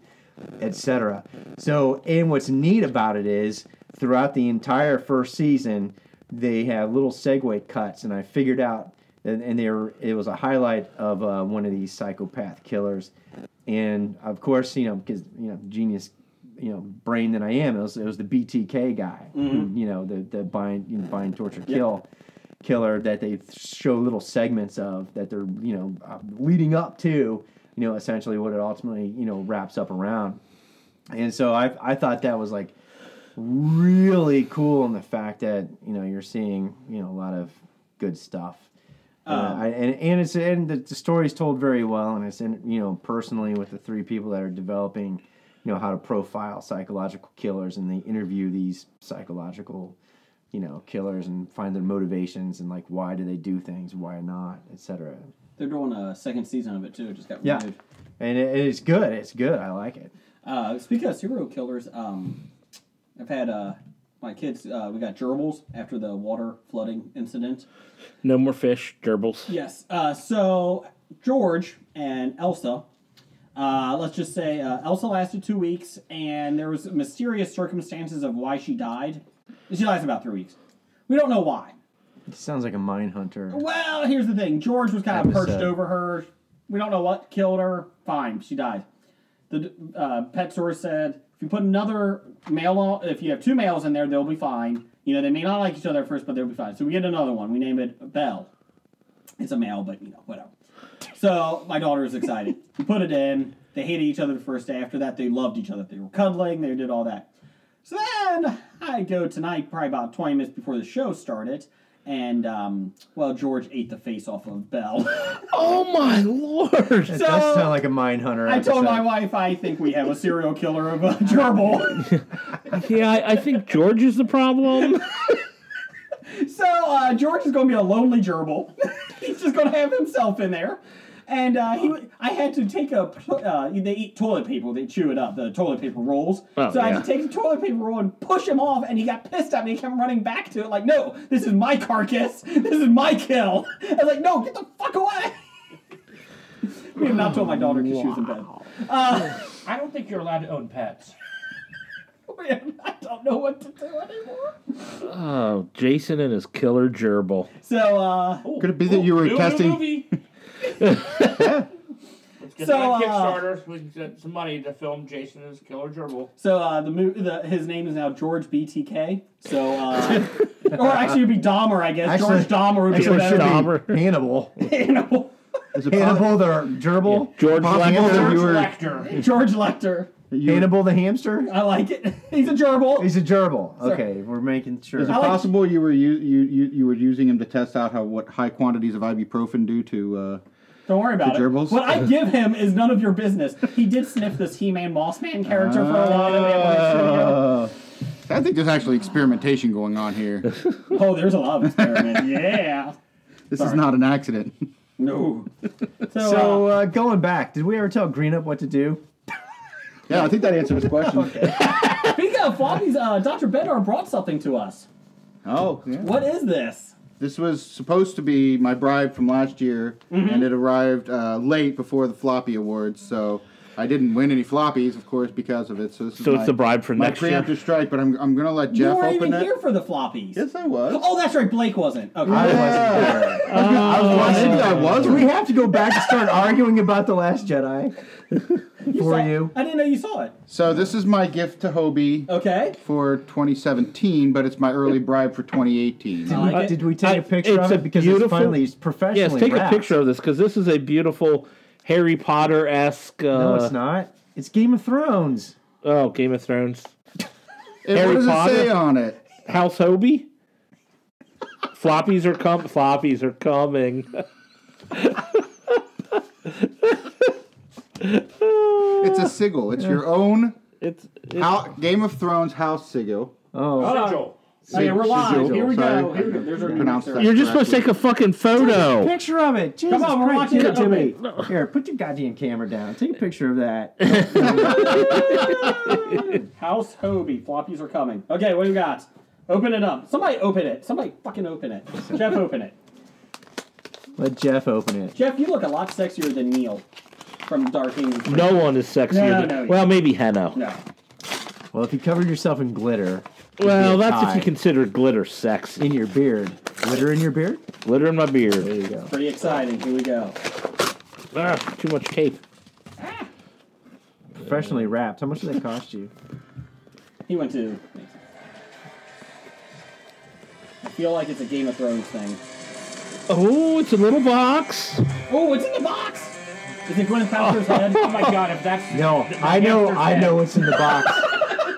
etc. So, and what's neat about it is throughout the entire first season, they have little segue cuts, and I figured out and, and they were, it was a highlight of uh, one of these psychopath killers, and of course, you know, because you know, genius, you know, brain that I am, it was, it was the BTK guy, you know, the the bind, you know, bind, torture, kill. Killer that they show little segments of that they're you know uh, leading up to you know essentially what it ultimately you know wraps up around and so I, I thought that was like really cool in the fact that you know you're seeing you know a lot of good stuff. Uh, I, and and it's and the, the story's told very well, and it's in you know personally with the three people that are developing, you know how to profile psychological killers, and they interview these psychological, you know, killers and find their motivations and like why do they do things, why not, etc.
They're doing a second season of it too. It just got
Yeah,
renewed.
and it, it's good. It's good. I like it.
Uh, speaking of serial killers, um, I've had uh, my kids. Uh, we got gerbils after the water flooding incident.
No more fish, gerbils.
Yes. Uh, so George and Elsa. Uh, let's just say uh, Elsa lasted two weeks, and there was mysterious circumstances of why she died. She lasted about three weeks. We don't know why.
It sounds like a mine hunter.
Well, here's the thing. George was kind of
Episode.
perched over her. We don't know what killed her. Fine, she died. The uh, pet source said, if you put another male, on, if you have two males in there, they'll be fine. You know, they may not like each other at first, but they'll be fine. So we get another one. We name it Belle. It's a male, but you know, whatever. So my daughter was excited. we put it in. They hated each other the first day. After that, they loved each other. They were cuddling. They did all that. So then I go tonight, probably about 20 minutes before the show started, and um, well, George ate the face off of Belle.
Oh my lord!
It
So-
does sound like a mine hunter.
I told my
episode.
wife I think we have a serial killer of a gerbil.
Yeah, I, I think George is the problem.
so uh, George is going to be a lonely gerbil. He's just going to have himself in there. And uh, he, I had to take a. pl- Uh, they eat toilet paper. They chew it up. The toilet paper rolls.
Oh,
so I had to
yeah.
take the toilet paper roll and push him off, and he got pissed at me. He kept running back to it, like, "No, this is my carcass. This is my kill." I was like, "No, get the fuck away." we have not told my daughter because she was in bed.
I don't think you're allowed to own pets.
We have- I don't know what to do anymore.
Oh, Jason and his killer gerbil.
So, uh,
Could it be that you were
New- new
testing?
movie. Let's get
So,
that
uh,
Kickstarter. so we can get uh, some money to film Jason as Killer Gerbil.
So uh, the, mo- the his name is now George BTK. So uh, or actually it'd be Dahmer, I guess.
Actually-
George Dahmer would
actually,
be a
it should
better
Dahmer.
Hannibal.
animal.
Is it
Hannibal
possible
the gerbil.
George
possible
Langer.
that
George
you were?
Lecter.
George Lecter.
Hannibal the hamster.
I like it. He's a gerbil.
He's a gerbil. Okay, we're making sure.
Is it
I like-
possible you were you, you you you were using him to test out how what high quantities of ibuprofen do to? Uh,
Don't worry about it.
The gerbils?
What I give him is none of your business. He did sniff this He-Man Moss Man character for a while. that we had in the studio.
Uh, I think there's actually experimentation going on here. This
Oh, there's a lot of experiment. yeah.
is not an accident.
No. So,
So
uh,
uh, going back, did we ever tell Greenup what to do?
yeah, I think that answered his question.
speaking of floppies, uh, Dr. Bednar brought something to us.
Oh, yeah.
What is this?
This was supposed to be my bribe from last year, and it arrived uh, late before the floppy awards, so I didn't win any floppies, of course, because of it. So, this is
So
my-
it's the bribe for
my
next year.
preemptive strike, but I'm, I'm gonna let Jeff
you weren't
open
even
it.
here for the floppies.
Yes, I was.
Oh, that's right. Blake wasn't. Okay.
I wasn't there. I was watching. Maybe I was.
Do we
Oh.
have to go back and start arguing about the Last Jedi for
saw-
you?
I didn't know you saw it.
So this is my gift to Hobie
Okay.
for 2017, but did my early bribe for 2018.
I like it.
Did we take
I-
a picture
it's
of
a
it because
beautiful-
it's finally professionally
Yes, take
wrapped.
a picture of this because this is a beautiful Harry Potter esque. Uh,
No, it's not. It's Game of Thrones.
Oh, Game of Thrones.
And
Harry
what does
Potter?
it say on it?
House Hobie. floppies are com. Floppies are coming.
It's a sigil. It's your own
It's, it's
Hou- Game of Thrones house sigil.
Oh,
Sigil.
Oh, yeah, we're live.
Sigil,
Here we go.
sorry.
Here we go. There's our
Pronounce that
you're just supposed to take a fucking photo.
picture of it. Jesus
on, we're
Christ,
watching
give it
it.
to me.
Okay.
Here, put your goddamn camera down. Take a picture of that.
House Hobie. Floppies are coming. Okay, what do you got? Open it up. Somebody open it. Somebody fucking open it. Jeff, open it.
Let Jeff open it.
Jeff, you look a lot sexier than Neil from Dark Angel.
No one is sexier.
No,
than,
no,
well, maybe Heno.
No.
Well, if you covered yourself in glitter
Well, that's if
tie.
you consider glitter sex.
in your beard, Glitter in your beard?
Glitter in my
There
beard.
you go.
Pretty exciting. Here we go.
Ah, too much tape.
Professionally wrapped. How much did that cost you?
He went to. I feel like it's a Game of Thrones thing.
Oh, it's a little box.
Oh, it's in the box. Is it Gwyneth Paltrow's head?
Oh my god, if that's
No,
th-
I know,
hamster's
I
head.
know what's in the box.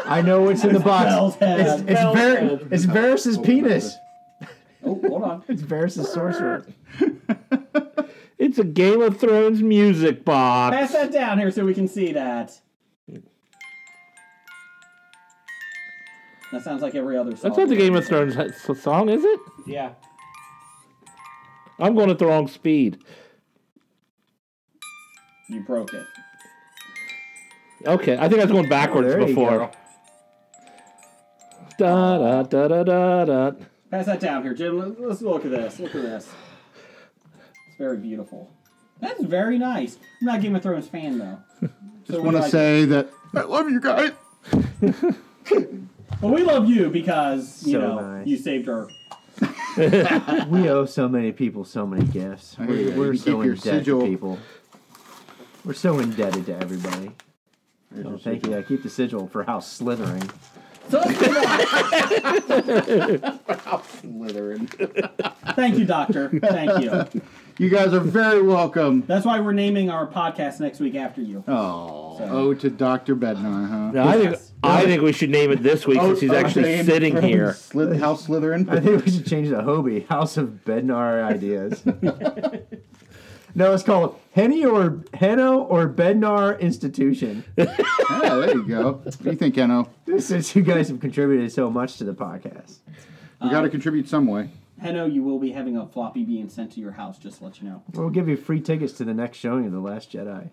I know what's in the box.
Bell's head.
It's it's,
Bell's
Ver-
head.
it's Varys's penis.
Oh, hold on.
It's Varys's sorcerer.
It's a Game of Thrones music box.
Pass that down here so we can see that. That sounds like every other song.
That's not the Game of Thrones he- song, is it?
Yeah.
I'm going at the wrong speed.
You broke it.
Okay, I think I was going backwards
There you
before. Da da da da da da.
Pass that down here, Jim. Let- Let's look at this. Look at this. It's very beautiful. That's very nice. I'm not a Game of Thrones fan though. Just
I want to say that I love you guys.
well, we love you because you
So
know
nice.
you saved our.
We owe so many people so many gifts.
I
We're,
hear you.
we're
You keep
so
your
in debt
sigil.
to people. We're so indebted to everybody. So thank you. I keep the sigil for House Slithering.
So thank you, Doctor. Thank you.
You guys are very welcome.
That's why we're naming our podcast next week after you.
Oh, oh to Dr. Bednar, huh?
Now, I think I think we should name it this week since he's
Oh,
actually
Jane
sitting
from
here.
Slith- House
I
Slytherin.
think we should change it to Hobie, House of Bednar Ideas. no, it's called Henny or Heno or Bednar Institution.
yeah, Oh, there you go. What do you think, Eno?
Since you guys have contributed so much to the podcast.
You got to contribute some way.
Heno, you will be having a floppy being sent to your house. Just to let you know.
We'll give you free tickets to the next showing of The Last Jedi.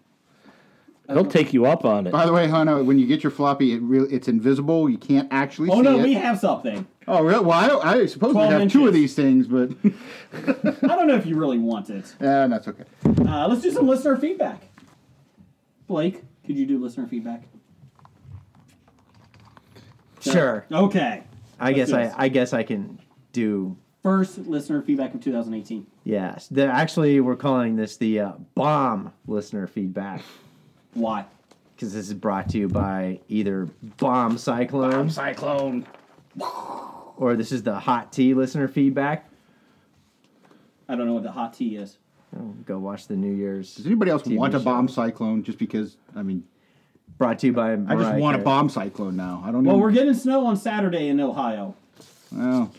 He'll take you up on it.
By the way, Hano, when you get your floppy, it real it's invisible. You can't actually
Oh
see
no,
it.
we have something.
oh, really? Well, I, don't, I suppose we
12
have two of
inches.
these things, but eh,
I don't know if you really want it.
that's okay.
Uh, let's do some listener feedback. Blake, could you do listener feedback?
Sure.
Okay.
I guess
do
I,
this.
I guess I can do
First listener feedback of 2018.
Yes, they're actually we're calling this the uh, bomb listener feedback
Why?
because this is brought to you by either bomb cyclone,
Cyclone.
or this is the hot tea listener feedback.
I don't know what the hot tea is.
Oh, go watch the New Year's.
Does anybody else
TV
want a
show.
bomb cyclone? Just because, I mean,
Brought to you by.
I just
Mariah
want a
Carey.
bomb cyclone now. I don't.
Well,
even,
we're getting snow on Saturday in Ohio.
well,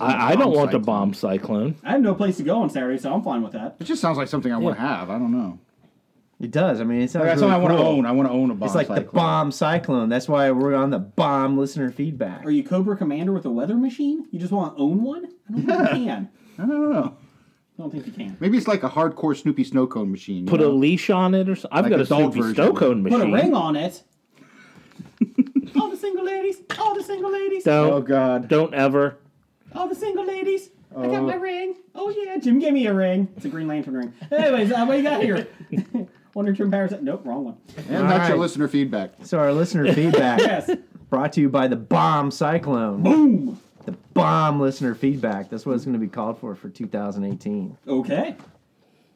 I, I don't want the
cyclone.
bomb cyclone.
I have no place to go on Saturday, so I'm fine with that.
It just sounds like something I want to have. I don't know.
It does. I mean, it sounds.
That's
really
something I want to
cool.
own. I want to own a bomb.
It's like the
cyclone.
bomb cyclone. That's why we're on the bomb listener feedback.
Are you Cobra Commander with a weather machine? You just want to own one? I don't think you can.
I don't know.
I don't think you can.
Maybe it's like a hardcore Snoopy snow cone machine. you
Put a
know?
leash on it or something. I've
Like
got a
adult
Snoopy
version.
Stone machine.
Put a ring on it. all the single ladies. All the single ladies.
Don't,
Oh God.
don't ever.
All the single ladies. I got my ring. Oh yeah, Jim gave me a ring. It's a Green Lantern ring. Anyways, uh, what do you got here? Wonder Jim Powers. Nope, wrong one.
And that's
right.
your listener feedback.
So our listener feedback
Yes.
brought to you by the bomb cyclone.
Boom.
The bomb listener feedback. That's what it's going to be called for for 2018.
Okay.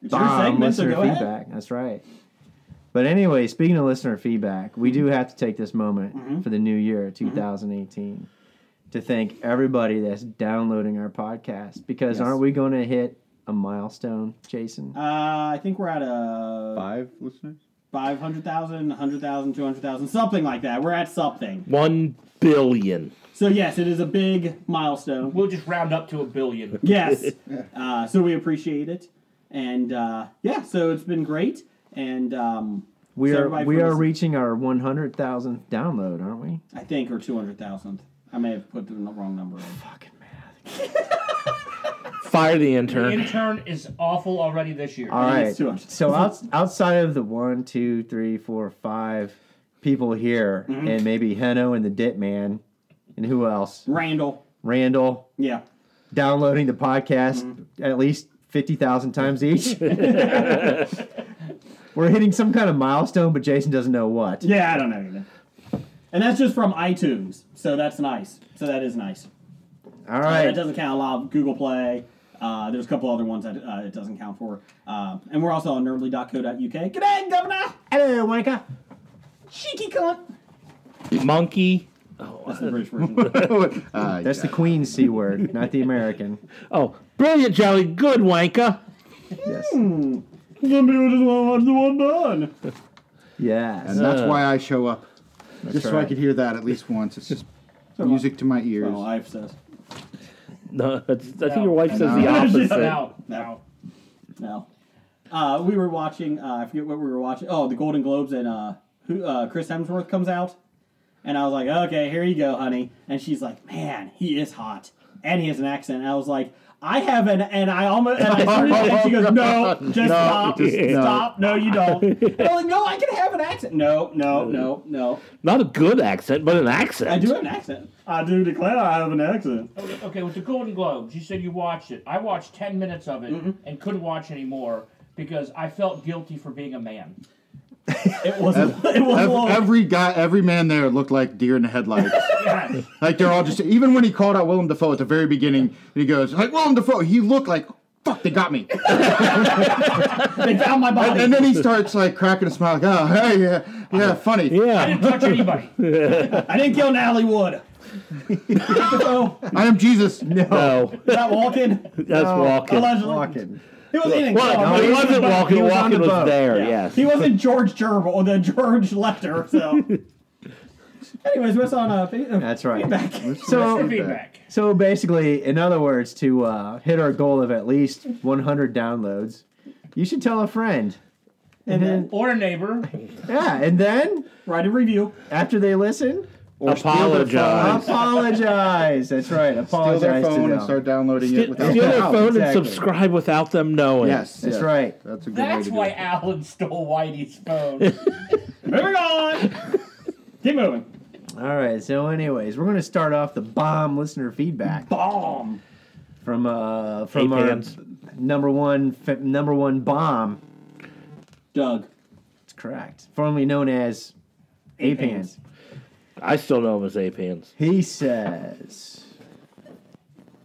It's your
Bomb
segment, so
listener
go ahead.
feedback. That's right. But anyway, speaking of listener feedback, we do have to take this moment
Mm-hmm.
for the new year, 2018, to thank everybody that's downloading our podcast because
Yes.
aren't we going to hit a milestone, Jason?
Uh, I think we're at a
Five listeners.
500,000, 100,000, 200,000, something like that. We're at something.
One billion.
So, yes, it is a big milestone.
We'll just round up to a billion.
Yes. uh, so, we appreciate it. And uh, yeah, so it's been great. And um,
we
so
are
everybody
we
for
are
listening.
reaching our 100,000th download, aren't we?
I think, or 200,000. I may have put the wrong number in.
Fucking math.
Fire the
The
intern.
intern is awful already this year.
All
think
right.
it's 200,000.
So outs outside of the one, two, three, four, five people here,
Mm-hmm.
and maybe Heno and the Dip Man, and who else?
Randall.
Randall
Yeah.
downloading the podcast
Mm-hmm.
at least 50,000 times each. We're hitting some kind of milestone, but Jason doesn't know what.
Yeah, I don't know either. And that's just from iTunes. So, that's nice. So, that is nice.
All
Uh,
right.
That doesn't count a lot of Google Play. Uh, there's a couple other ones that uh, it doesn't count for. Uh, and we're also on nerdly.co.uk. G'day, Governor!
Hello, wanker.
Cheeky cunt!
Monkey.
That's the British version.
Uh,
That's the Queen C word, not the American.
Oh, brilliant, Jolly. Good, wanker.
Yes.
Some people just want to watch the one done.
Yes.
and
Uh,
that's why I show up. Just so I
right.
could hear that at least once. It's just music to my ears.
My wife says.
No, that's, I think your wife says the
No.
opposite.
Now, now.
No. Uh, we were watching. Uh, I forget what we were watching. Oh, the Golden Globes and uh, who, uh, Chris Hemsworth comes out, and I was like, "Okay, here you go, honey." And she's like, "Man, he is hot, and he has an accent." And I was like, "I have an," and I almost and I started, and she goes, "No, just stop,
just
stop, no, you don't." And I'm like, "No, I can have an accent. No, no, no, no,
Not a good accent, but an accent.
I do have an accent. I do declare I have an accent."
Okay, okay, with the Golden Globes, you said you watched it. I watched 10 minutes of it and couldn't watch anymore because I felt guilty for being a man.
It wasn't. It wasn't.
Ev-
long.
every guy, every man there looked like deer in the headlights.
Yes.
like they're all just. Even when he called out Willem Dafoe at the very beginning, and he goes like Willem Dafoe, he looked like. Fuck, they got me.
they found my body.
and then he starts like cracking a smile, like, oh, hey, yeah, yeah, funny.
I
Yeah.
didn't touch anybody.
I didn't kill Natalie Wood. so,
I am Jesus.
No,
is that walking?
that's walking.
Allegedly.
Walking.
He wasn't even
Well,
close.
no, he wasn't walking.
He was on
walking
the
was
boat.
there.
Yeah.
Yes.
He wasn't George Gerbil or the George Lefter, so. Anyways, what's on uh, fe- uh,
That's right.
feedback?
So,
Feedback.
so basically, in other words, to uh, hit our goal of at least 100 downloads, you should tell a friend.
And then
Or a neighbor.
Yeah, and then
write a review.
after they listen,
Apologize.
apologize. That's right.
Steal
Apologize
their
to
phone
them.
and start downloading it
Steal
without.
steal their
Oh,
phone and
exactly.
subscribe without them knowing.
Yes,
That's
yes.
right.
That's a good way
That's
to do
why
it.
Alan stole Whitey's phone.
Moving on. Keep moving.
All right. So, anyways, we're going to start off the bomb listener feedback
Bomb.
from uh from
Hey,
our
fans.
number one fa- number one bomb.
Doug.
It's correct. Formerly known as Apans.
I still know him as ape hands.
He says.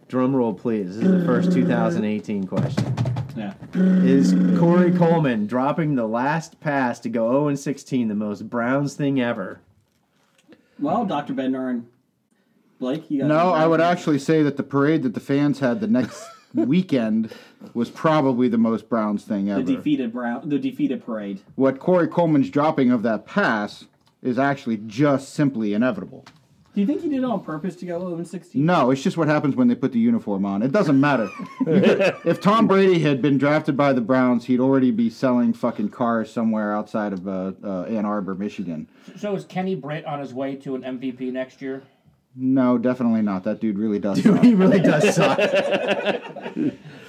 Drum roll, please. This is the first 2018 question.
Yeah.
Is Corey Coleman dropping the last pass to go 0 16 the most Browns thing ever?
Well, Dr. Bednar and Blake, you got
No, I would actually say that the parade that the fans had the next weekend was probably the most Browns thing
the
ever.
defeated Brown, the defeated parade.
What Corey Coleman's dropping of that pass is actually just simply inevitable.
Do you think he did it on purpose to go 0 16?
No, it's just what happens when they put the uniform on. It doesn't matter. if Tom Brady had been drafted by the Browns, he'd already be selling fucking cars somewhere outside of uh, uh, Ann Arbor, Michigan.
so is Kenny Britt on his way to an MVP next year?
No, definitely not. That dude really does. suck.
he really does suck.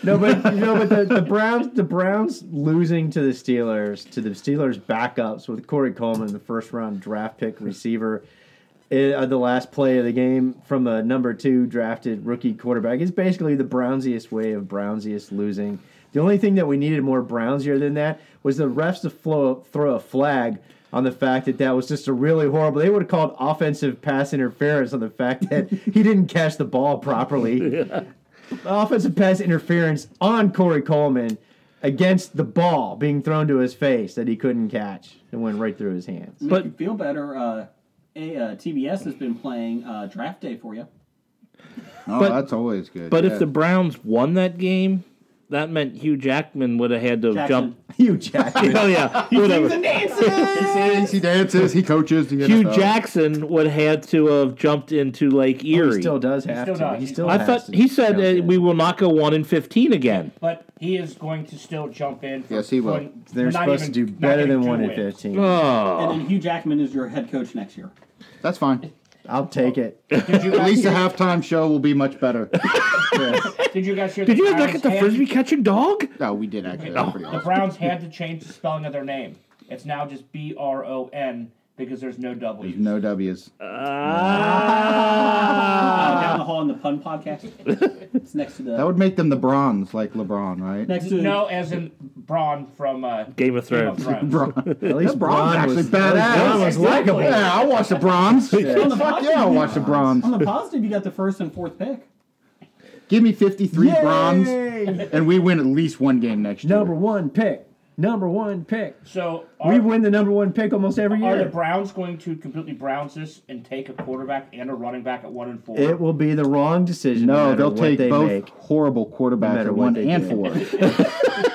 no, but no, but the, the Browns the Browns losing to the Steelers to the Steelers backups with Corey Coleman, the first round draft pick receiver, eh, uh, the last play of the game from a number two drafted rookie quarterback is basically the Brownsiest way of Brownsiest losing. The only thing that we needed more Brownsier than that was the refs to flow, throw a flag on the fact that that was just a really horrible. They would have called offensive pass interference on the fact that he didn't catch the ball properly. offensive pass interference on Corey Coleman against the ball being thrown to his face that he couldn't catch and went right through his hands.
Make you feel better. Uh, a, uh, TBS has been playing uh, draft day for you.
Oh,
But-
that's always good.
But
yeah.
if the Browns won that game, that meant Hugh Jackman would have had to
Jackson.
jump.
You Jackman.
Oh yeah, whatever.
he sings, he dances, he coaches. The
Hugh
NFL.
Jackson would have had to have jumped into Lake Erie.
Oh, He still does have
still
to.
does.
He still
I
has
thought
to
he said
jump
uh,
in.
we will not go one in fifteen again.
But he is going to still jump in. For,
Yes, he will.
for- for
They're
not
supposed
even-
to do
not
better
getting
than
two
one in
wins.
fifteen.
Oh,
And then Hugh Jackman is your head coach next year.
That's fine.
I'll take it.
Did you
At
guys
least the
hear,
halftime show will be much better.
did you guys hear
did
the
you look
Browns
at the
had-
frisbee catching dog?
no, we did actually. That's pretty
The
awesome.
Browns had to change the spelling of their name. It's now just B R O N because there's no W.
No W's.
Ah.
Uh, down the hall in the pun podcast. it's next to the
That would make them the bronze, like LeBron, right?
next to
No, as in Braun from uh,
Game of Thrones.
Bron-
At least
Bron's
Braun
actually
was,
badass.
Braun was likable.
Yeah, I'll watch the bronze. Fuck
On the
yeah, I'll watch the bronze.
On the positive, you got the first and fourth pick.
Give me 53
Yay!
bronze, and we win at least one game next year.
Number one pick. Number one pick.
So
We
are,
win the number one pick almost every
are the
year.
Browns going to completely Browns this and take a quarterback and a running back at one and four?
It will be the wrong decision.
No,
matter
they'll
what
take
they
both
Make.
horrible quarterbacks
matter
at
what
one
they
and
do.
four.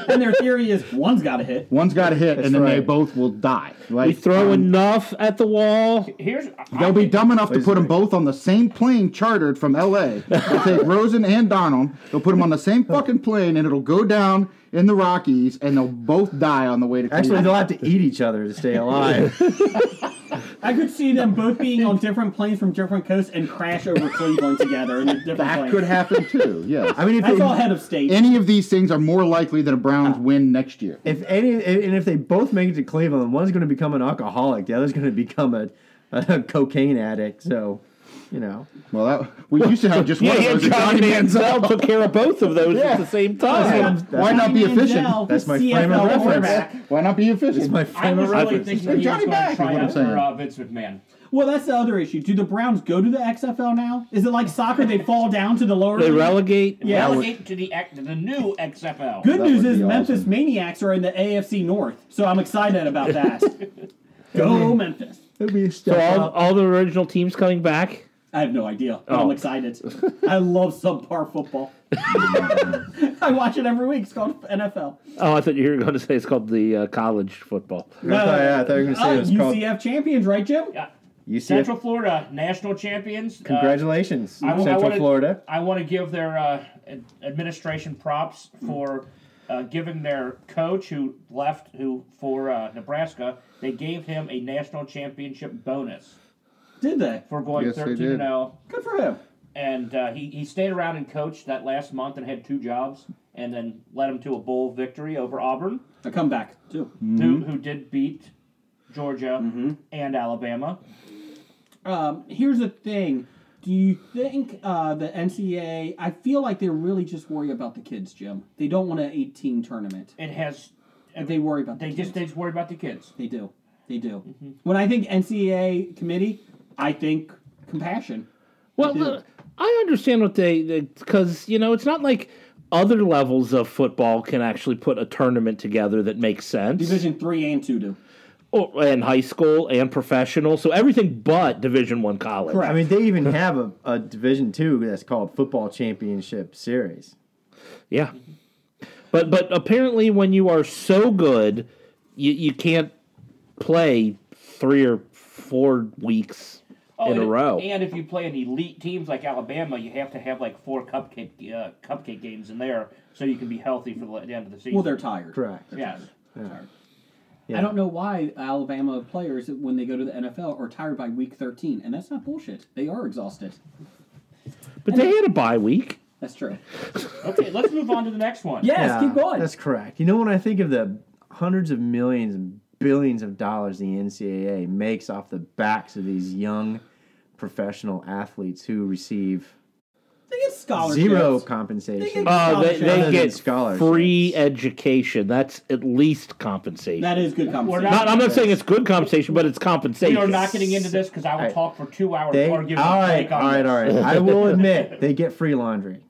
And their theory is one's got to hit.
One's got to hit, and then they
right.
both will die. Like,
We throw enough at the wall.
Here's I-
They'll be dumb enough to put them both on the same plane chartered from L.A. They'll take Rosen and Donald. They'll put them on the same fucking plane, and it'll go down in the Rockies, and they'll both die on the way to
Actually,
Cleveland.
they'll have to eat each other to stay alive.
I could see them both being on different planes from different coasts and crash over Cleveland together in a different
that
plane.
could happen too. Yes.
I mean, if
That's
they,
all head of state.
any of these things are more likely than a Browns win next year.
if any, and if they both make it to Cleveland, one's going to become an alcoholic, the other's going to become a, a cocaine addict. So, you know,
Well, that we used to have just one of those. Johnny
Manziel took care of both of those at the same time.
Why not be efficient?
That's my
CFL
frame of reference.
quarterback.
Why not be efficient?
it's my
I was
favorite.
really
reference.
thinking
Hey,
that he was
Johnny
going to
Mack is
try
what I'm
out for
saying.
uh, Vince McMahon.
Well, that's the other issue. Do the Browns go to the XFL now? Is it like soccer? They fall down to the lower.
They
league?
relegate.
Yeah.
Delegate to the act- to the new XFL.
Good
That
news
would
is
be
Memphis
awesome.
Maniacs are in the AFC North, so I'm excited about that. go Memphis!
It'd be a
So
step
all,
up.
all the original teams coming back.
I have no idea. but
Oh.
I'm excited. I love subpar football. I watch it every week. It's called NFL.
Oh, I thought you were going to say it's called the uh, college football.
I thought, yeah, I thought you were going to say
Uh,
it was
UCF champions, right, Jim?
Yeah.
called UCF.
Central Florida national champions. Uh,
Congratulations,
I wa- I
Central
wanna-
Florida.
I want to give their uh, ad- administration props for uh, giving their coach who left who for uh, Nebraska. They gave him a national championship bonus
Did they?
for going
Yes, they
thirteen and
did.
zero,
Good for him.
and uh, he he stayed around and coached that last month and had two jobs, and then led him to a bowl victory over Auburn,
A comeback too.
who who did beat Georgia and Alabama.
Um, here's the thing. Do you think uh, the NCAA? I feel like they really just worry about the kids, Jim. They don't want an 18 tournament.
It has.
They worry about.
They
the
just Mm-hmm.
kids.
they just worry about the kids.
they do. They do. When I think NCAA committee, I think compassion.
Well, uh, I understand what they because you know it's not like other levels of football can actually put a tournament together that makes sense.
Division three and two do.
or, and high school and professional, so everything but Division One college.
Correct.
I mean, they even have a, a Division Two that's called Football Championship Series.
Yeah, but but apparently when you are so good, you you can't play three or four weeks in
Oh, and
a
if-
row.
And if you play in elite teams like Alabama, you have to have like four cupcake uh, cupcake games in there so you can be healthy for the, the end of the season.
Well, they're tired.
Correct.
yeah.
I don't know why Alabama players, when they go to the NFL, are tired by week 13, and that's not bullshit. They are exhausted.
but they had a bye week.
That's true.
Okay, let's move on to the next one.
Yes,
Yeah,
keep going.
That's correct. You know, when I think of the hundreds of millions and billions of dollars the NCAA makes off the backs of these young professional athletes who receive
they get scholarships.
zero
They
compensation.
get
Uh, they,
scholarships.
they
Other than
get
scholarships.
free education. That's at least compensation.
that is good
We're
compensation.
not-
Not, I'm not saying it's good compensation, but it's compensation.
We are not getting into this because I will talk for two hours
They, all
arguing.
right, all right, all right. I will admit they get free laundry.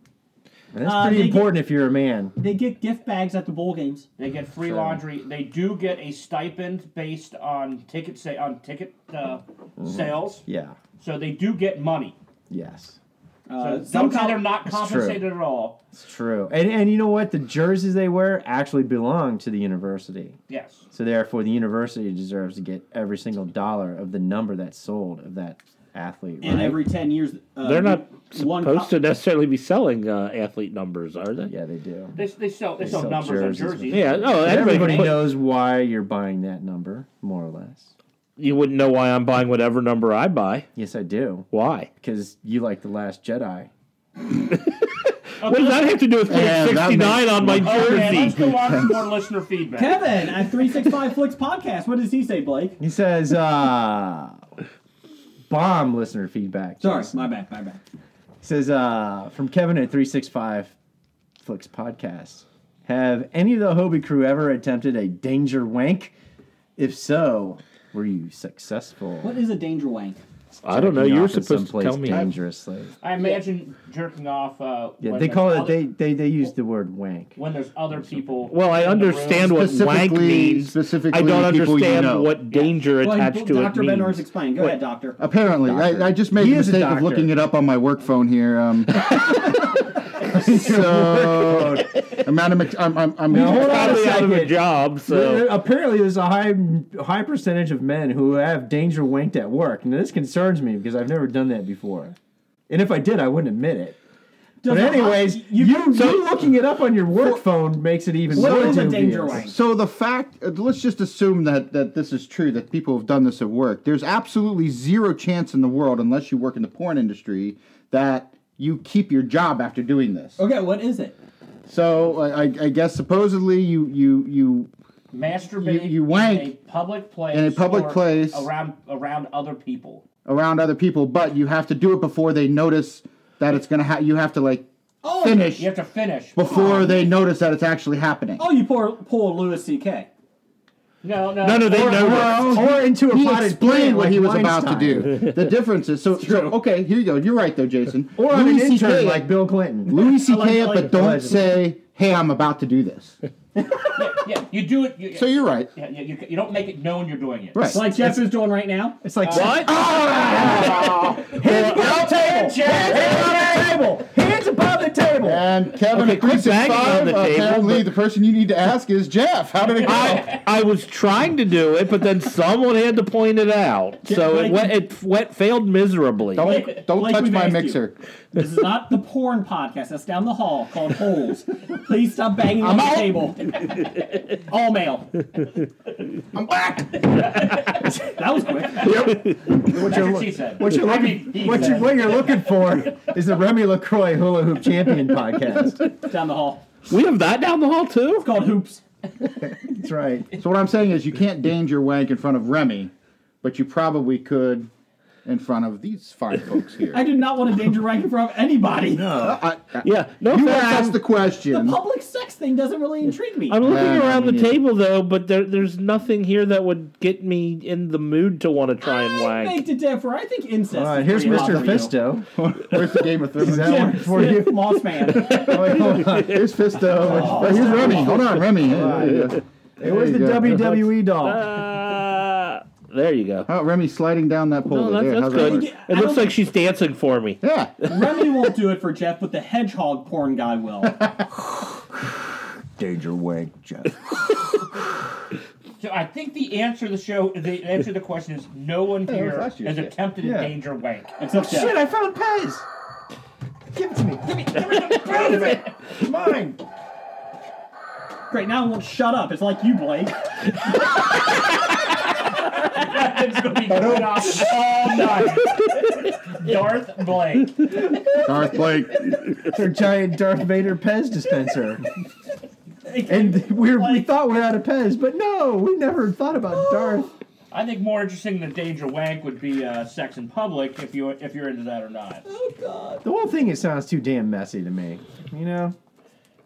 And that's
Uh,
pretty
they get-
important if you're a man.
They get gift bags at the bowl games.
They get free laundry. They do get a stipend based on ticket say on ticket uh,
Mm-hmm.
sales,
Yeah.
so they do get money.
Yes.
So
Uh,
some
some
do they're
college,
not
true.
compensated at all.
It's true. And and you know what? The jerseys they wear actually belong to the university.
Yes.
So therefore, the university deserves to get every single dollar of the number that's sold of that athlete. Right?
and every 10 years, uh,
They're not
one
supposed
co-
to necessarily be selling uh, athlete numbers, are they?
yeah, they do.
They, they sell they, sell,
sell
numbers on
jerseys with-
jerseys.
Yeah. Oh, everybody,
Everybody
put-
knows why you're buying that number, more or less.
You wouldn't know why I'm buying whatever number I buy.
Yes, I do,
Why?
because you like the Last Jedi.
What does that have to do with putting
Yeah, that
69
makes-
on my
Oh, Okay, let's
jersey?
go on to more listener feedback.
Kevin at 365 Flicks Podcast. What does he say, Blake?
He says, uh, "Bomb listener feedback."
Sorry,
Jason.
my bad, my bad.
says uh, from Kevin at 365 Flicks Podcast. Have any of the Hobie crew ever attempted a danger wank? If so, were you successful?
What is a danger wank?
I don't know.
jerking
You were
off in
supposed to
someplace
tell me.
dangerously.
I imagine jerking off. Uh,
Yeah,
when
they
there's
call it.
other-
They they they use the word wank.
when there's other people.
Well, I
in the
understand
room.
what wank
Specifically-
means.
specifically
I don't
people you
understand
know.
what danger
Well,
attached to
Dr.
it means.
Bednar's explained. Go ahead, Doctor.
Apparently, I, I just made
He
the
is a
mistake of
doctor.
looking it up on my work phone here. Um, so, I'm out of. mc- I'm. I'm. I'm
hold on.
Probably out of a
Second.
job.
There- there-
So
apparently, there's a high high percentage of men who have danger wanked at work, and this concerns me because I've never done that before. And if I did, I wouldn't admit it. But anyways, you you, looking it up on your work phone makes it even
What
more
is a danger
dubious.
wank?
So the fact, uh, let's just assume that that this is true that people have done this at work. There's absolutely zero chance in the world, unless you work in the porn industry, that you keep your job after doing this.
Okay, what is it?
So I, I, I guess supposedly you you you
masturbate
You- you wank
in a public place
in a public
or
place.
around around other people.
around other people, but you have to do it before they notice that it's gonna. Ha- you have to like finish
You have to finish.
before they notice that it's actually happening.
Oh, you poor, poor Louis C.K.
No, no,
no, no, they
Or-
know. that.
Or into a
he
potted
explained
plant
what
like
he was about
Weinstein.
to do. The difference is so, so. Okay, here you go. You're right though, Jason.
Or I'm an
Louis CK
intern like Bill Clinton.
Louis
I
C.K. up,
like
but
the
don't
pleasure.
say, "Hey, I'm about to do this."
Yeah, you do it. You,
So you're right.
yeah, yeah, you, you don't make it known you're doing it.
Right.
Like Jeff is doing right now.
It's like Ah!
What?
hands above the table, hands above the table.
And Kevin,
Okay,
at
quit banging on
365,
the table,
apparently
but-
uh, the person you need to ask is Jeff. How did it go?
I, I was trying to do it, but then someone had to point it out. So it
like-
went, it went, failed miserably.
Don't don't
Blake,
touch
we've
my
asked
mixer.
This is not the porn podcast that's down the hall called Holes. Please stop banging on the table. All male.
I'm back.
That was quick.
That's what she said.
What you're
I
looking,
mean, he
what, you,
said.
what you're looking for is the Remy LaCroix Hula Hoop Champion podcast.
Down the hall.
We have that down the hall too.
Called Hoops.
That's right.
So what I'm saying is, you can't danger wank in front of Remy, but you probably could in front of these fine folks here.
I do not want a danger rank in front of anybody.
I- I-
Yeah, no
Uh, you
offense,
asked the
The
question.
public sex thing doesn't really intrigue me.
I'm looking
Nah,
around the
me neither.
table though, but there, there's nothing here that would get me in the mood to want to try and
I
wank.
beg to differ. I think incest.
All right,
is
Uh, here's
pretty hot
Mr.
for you.
Fisto.
Where's the Game of Thrones?
Is that one for
Yeah,
you?
Moss man.
Wait, hold on.
Here's Fisto.
Oh,
here's uh, Remy. Hold on, Remy.
Hey, where's
you
the
go.
WWE doll?
Uh, there you go.
Oh, Remy's sliding down that pole.
No, that's,
there.
that's
How's
good. It
That
looks like she's dancing for me.
work? Yeah.
Remy won't do it for Jeff, but the hedgehog porn guy will.
Danger Wank Jeff.
So I think the answer to the show, the answer to the question is no one here
that's your
has
shit.
attempted a
Yeah.
danger wank.
Except Jeff.
Shit, I found Pez. Give it to me. Give me. Give me the out of it. It's Mine.
Great, now I won't shut up. It's like you, Blake.
It's going to be going off all night. Darth Blake.
Darth Blake.
It's our giant Darth Vader Pez dispenser. And we we thought we are out of Pez, but no, we never thought about Darth.
I think more interesting than danger wank would be uh, sex in public if you if you're into that or not.
The whole thing it sounds too damn messy to me. You know?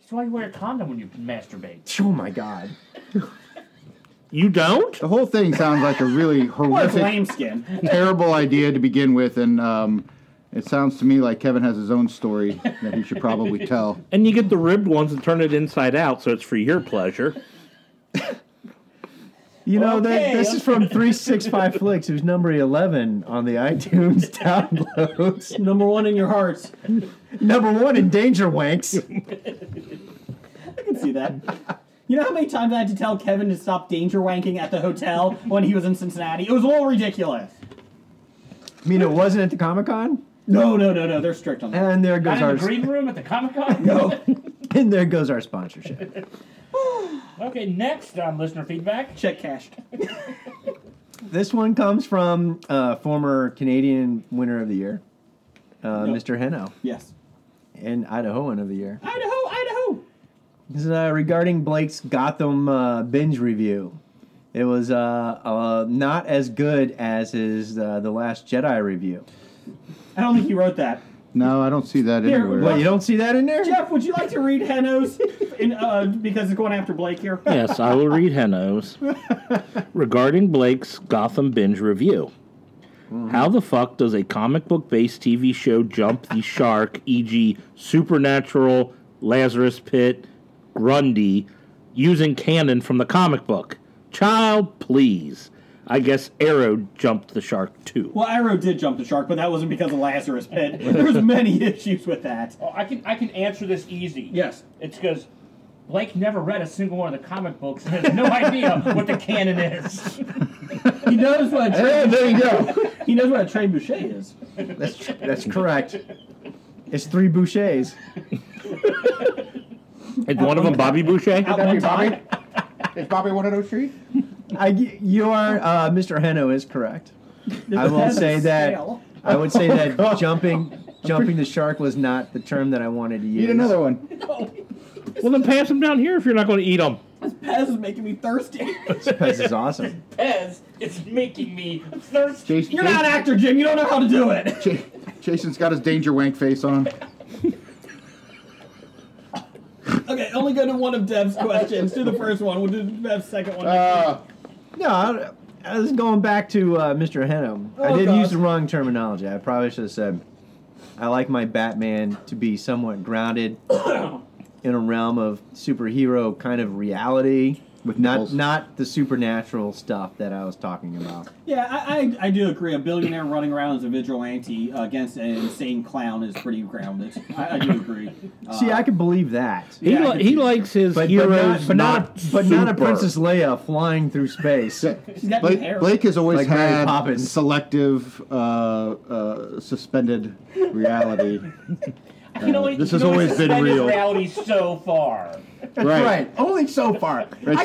That's why you wear a condom when you masturbate.
Oh my god.
You don't?
The whole thing sounds like a really
That's
horrific,
lambskin.
terrible idea to begin with, and um, it sounds to me like Kevin has his own story that he should probably tell.
And you get the ribbed ones and turn it inside out, so it's for your pleasure.
You know,
Okay.
that, this is from 365 Flicks, who's number 11 on the iTunes downloads.
Number one in your hearts.
number one in Danger Wanks.
I can see that. You know how many times I had to tell Kevin to stop danger wanking at the hotel when he was in Cincinnati? It was a little ridiculous.
I mean, it wasn't at the Comic Con?
No, no, no, no. They're strict on that.
And there goes
Not
our
in the green room at the Comic Con? No.
and there goes our sponsorship.
Okay, next on listener feedback.
Check cashed.
This one comes from uh, former Canadian winner of the year, uh,
Yep.
Mr. Heno,
Yes.
and Idahoan of the year.
Idaho, Idaho.
This is uh, regarding Blake's Gotham uh, binge review. It was uh, uh, not as good as his uh, the Last Jedi review.
I don't think he wrote that.
No, I don't see that
Here,
anywhere.
What you don't see that in there?
Jeff, would you like to read Heno's in, uh, because it's going after Blake here?
yes, I will read Heno's. Regarding Blake's Gotham Binge review. How the fuck does a comic book based TV show jump the shark, e.g., Supernatural, Lazarus Pit, Grundy, using canon from the comic book? Child, please. I guess Arrow jumped the shark too.
Well, Arrow did jump the shark, but that wasn't because of Lazarus Pit. there was many issues with that.
Oh, I can I can answer this easy.
Yes.
It's because Blake never read a single one of the comic books and has no idea what the canon is.
He knows what a
Yeah,
trade,
there you go.
he knows what a trade boucher is.
That's tr- that's correct. It's three bouchets.
Is one of them Bobby
At
Boucher?
one
That'd be
time,
Bobby. Is Bobby one of those three?
I, you are uh, Mr. Heno is correct. I will
That's
say that
stale.
I would say
Oh,
that jumping jumping the shark was not the term that I wanted to use.
Need another one.
Well, then pass them down here if you're not going to eat them.
Pez is making me thirsty.
This is awesome.
Pez is making me thirsty.
Jason,
You're not an actor, Jim. You don't know how to do it.
Jason's got his danger wank face on.
Okay, only go to one of Dev's questions. Do the first one. We'll do Dev's second one.
Uh,
No, I, I was going back to uh, Mr. Heno. I
Oh,
did
God.
use the wrong terminology. I probably should have said I like my Batman to be somewhat grounded in a realm of superhero kind of reality,
With
not
nipples.
not the supernatural stuff that I was talking about.
yeah, I, I, I do agree. A billionaire running around as a vigilante against an insane clown is pretty grounded. I, I do agree. Uh,
See, I could believe that.
He,
Yeah, I
li-
can
he
see.
likes his
But, but
heroes,
not, but not, a- but not a
super.
Princess Leia flying through space.
she's got new hair.
Blake, Blake has always
Like Mary
had
Poppins.
selective, uh, uh, suspended reality.
You know, what?
this
You
has
know what?
always been
Suspended
real.
reality so far.
That's
Right.
Only so far.
Right,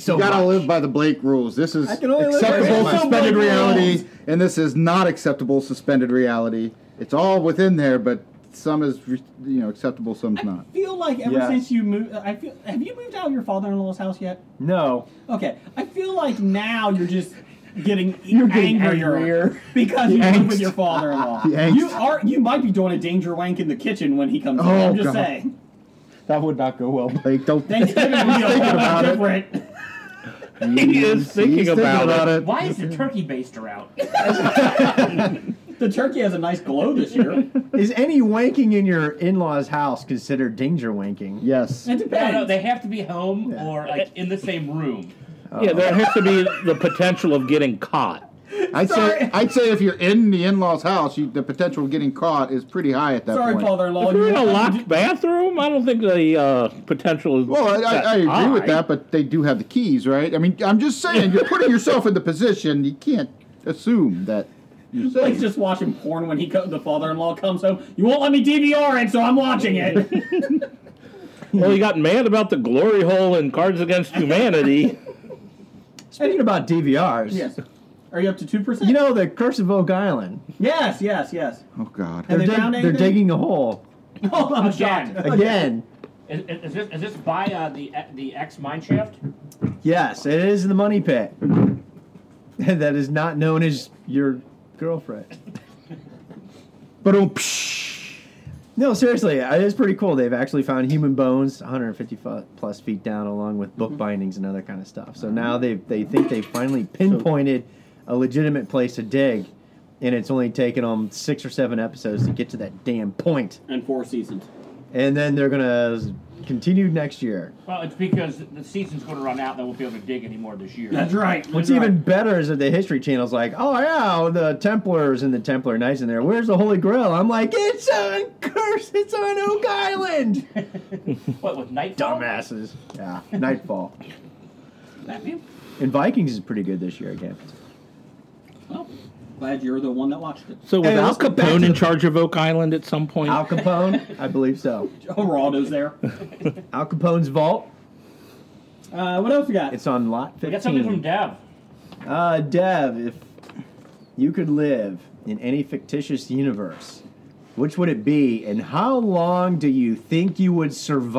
so You gotta live by the Blake rules. This is
I can only live by
acceptable
Blake
suspended
rules.
reality, and this is not acceptable suspended reality. It's all within there, but some is re- you know acceptable, some's not.
I feel like ever
Yes.
since you moved, I feel. Have you moved out of your father-in-law's house yet?
No.
Okay, I feel like now you're just getting
getting
angrier,
angrier.
because you live with
angst.
your father-in-law.
The angst.
You are you might be doing a danger wank in the kitchen when he comes. in.
Oh,
I'm just
God.
saying.
That would not go well.
Blake, don't.
Thanksgiving will be a whole lot different.
He is thinking
He's
about, it.
Why is the turkey baster out?
The turkey has a nice glow this year.
Is any wanking in your in-laws' house considered danger wanking?
Yes.
It
No,
depends.
no, they have to be home or like in the same room.
Yeah, there has to be the potential of getting caught.
I'd
Sorry.
say I'd say if you're in the in-laws' house, you, the potential of getting caught is pretty high at that
Sorry,
point.
father-in-law.
If you're in a
you-
locked bathroom, I don't think the uh, potential is.
Well, I, I, I agree
high.
with that, but they do have the keys, right? I mean, I'm just saying, you're putting yourself in the position you can't assume that you're safe.
Blake's just watching porn when he co- the father-in-law comes home. You won't let me DVR it, so I'm watching it.
Well, he got mad about the glory hole in Cards Against Humanity.
Speaking about DVRs,
yes. Are you up to two percent?
you know the Curse of Oak Island.
Yes, yes, yes.
oh God.
They're,
they
dig-
found
they're
anything?
digging a hole
Oh, I'm shocked.
Again,
again.
is, is- is this is this by uh, the the X mine shaft?
Yes, it is the money pit. that is not known as your girlfriend.
But oh, psh.
No, seriously, it is pretty cool. They've actually found human bones 150 fu- plus feet down, along with book bindings and other kind of stuff. So now they they think they finally pinpointed a legitimate place to dig, and it's only taken them six or seven episodes to get to that damn point.
And four seasons.
And then they're gonna s- continue next year.
Well, it's because the season's going to run out. They won't be able to dig anymore this year.
That's right.
What's
that's right.
even better is that the History Channel's like, oh yeah, the Templars and the Templar Knights in there. Where's the Holy Grail? I'm like, it's on Curse, it's on Oak Island.
What with nightfall?
Dumbasses. Yeah, Nightfall.
That man.
And Vikings is pretty good this year again.
Well, glad you're the one that watched it.
So was
Hey,
Al
let's go back to
Capone in
the-
charge of Oak Island at some point?
Al Capone, I believe so.
Oh, Geraldo's there.
Al Capone's Vault.
Uh, what else we got?
It's on lot
We got something from
fifteen.
Dev.
Uh, Dev, if you could live in any fictitious universe, which would it be, and how long do you think you would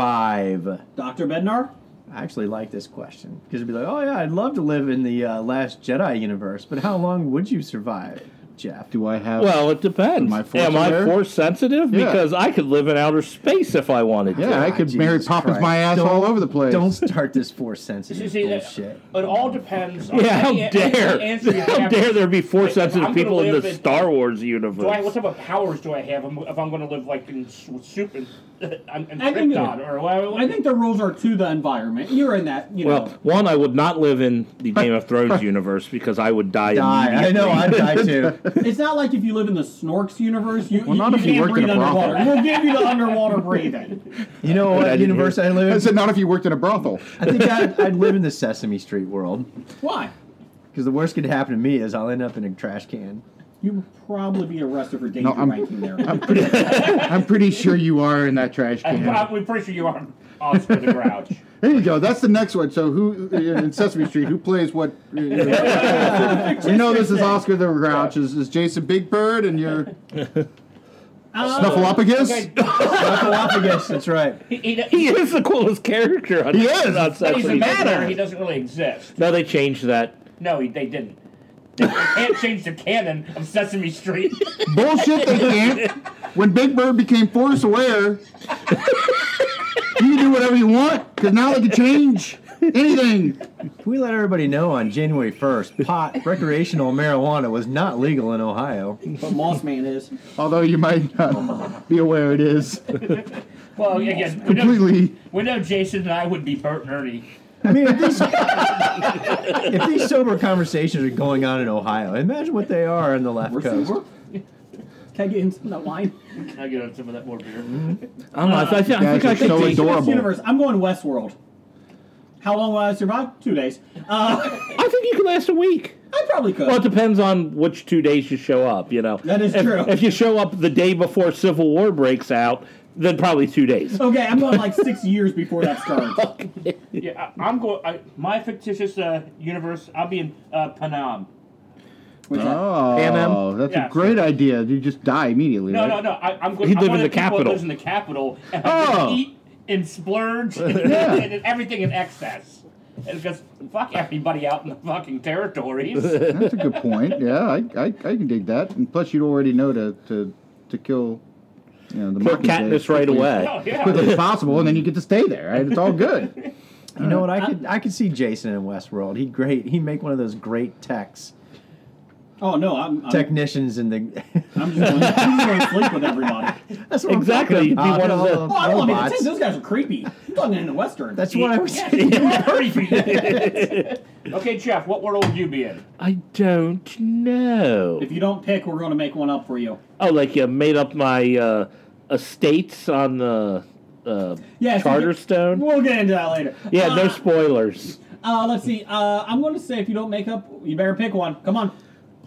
survive?
Dr. Bednar?
I actually like this question because it'd be like, oh yeah, I'd love to live in the uh, Last Jedi universe, but how long would you survive? Jeff.
Do I have?
Well, it depends.
Am I
Am
force
I
aware?
force sensitive?
Yeah.
Because I could live in outer space if I wanted to.
yeah, I could
Ah, Jesus
Mary Poppins
Christ.
my ass
Don't-
all over the place.
Don't start this force
You
sensitive
see, that-
bullshit.
it all depends. On
Yeah, how
any- any
dare,
answer you
how
have.
dare there be force
Wait, if
sensitive
I'm gonna
people in
live
the Star Wars
Do I, what
universe?
type of powers do I have if I'm- if I'm going to live like in s- with soup and, and, and
I think-
Krypton or whatever?
I think the rules are to the environment. You're in that, you
Well,
know.
one, I would not live in the Game of Thrones universe because I would die.
Die. I
immediately.
know. I'd die too.
It's not like if you live in the Snorks universe, you,
Well, not
you,
if you
can't
worked in
breathe
a brothel.
underwater. We'll give you the underwater breathing.
You know
I
what
didn't
universe I
I
live?
said not if you worked in a brothel.
I think I'd, I'd live in the Sesame Street world
Why?
because the worst could happen to me is I'll end up in a trash can.
You would probably be arrested for danger
I'm-
ranking there.
I'm pretty sure you are in that trash
I,
can.
am pretty sure you are Oscar the Grouch.
There you go. That's the next one. So who uh, in Sesame Street? Who plays what? uh, You know this is Oscar the Grouch. Is, is Jason Big Bird and your Snuffleupagus?
Okay,
Snuffleupagus, that's right.
he, he,
He is the coolest character. On
He
on
is.
but he's a
Sesame
matter.
Street.
He doesn't really exist.
No, they changed that.
No, he, they didn't. They can't change the canon of Sesame Street.
Bullshit. They can't. When Big Bird became force aware, you can do whatever you want because now they can change anything.
Can we let everybody know on January 1st, pot recreational marijuana was not legal in Ohio.
but Moss Man is.
Although you might not be aware it is
Well, again, we know,
completely.
we know Jason and I would be Bert and Ernie.
I mean, if these, if these sober conversations are going on in Ohio, imagine what they are on the left
We're
coast.
sober. Can I get in some of that wine?
Can I get on some of that more beer?
I don't know. I, th- I think, I
guys
think I
are
could
so
be.
adorable.
This universe. I'm going Westworld. How long will I survive? Two days. Uh,
I think you could last a week.
I probably could.
Well, it depends on which two days you show up. You know,
That is
if,
true.
If you show up the day before Civil War breaks out, then probably two days.
Okay, I'm going like six years before that starts.
Yeah, I, I'm going. I, my fictitious uh, universe. I'll be in uh, Panam.
Which I,
Pan Am?
Oh, that's
Yeah.
a great idea. You just die immediately.
No,
right?
no, no. I, I'm going.
He'd
I'm
live
one
in
of
the
people that
capital.
Lives in the capital. And I'm gonna
Oh.
eat and splurge and,
Yeah.
and everything in excess. And because fuck everybody out in the fucking territories.
That's a good point. Yeah, I, I, I can dig that. And plus, you'd already know to to, to kill, you know, the
Kill
Mockingjay as
Katniss right
quickly-
away.
oh
as
yeah.
quickly as possible, and then you get to stay there. Right? It's all good.
You know what? I could I could see Jason in Westworld. He great. He'd make one of those great techs
oh no, I'm I'm,
technicians in the.
I'm just going to sleep with everybody.
that's what I'm
Exactly,
talking
you'd be
about,
one of
all
the-
Oh, I don't want to
robots.
Those guys are creepy. I'm talking in the western.
That's what I was.
okay, Jeff. What world would you be in?
I don't know.
if you don't pick, we're going to make one up for you.
Oh, like you made up my uh, estates on the uh,
Yeah, so
Charter
you-
Stone.
We'll get into that later.
Yeah, no
Uh,
spoilers.
Uh, let's see. Uh, I'm going to say if you don't make up, you better pick one. Come on,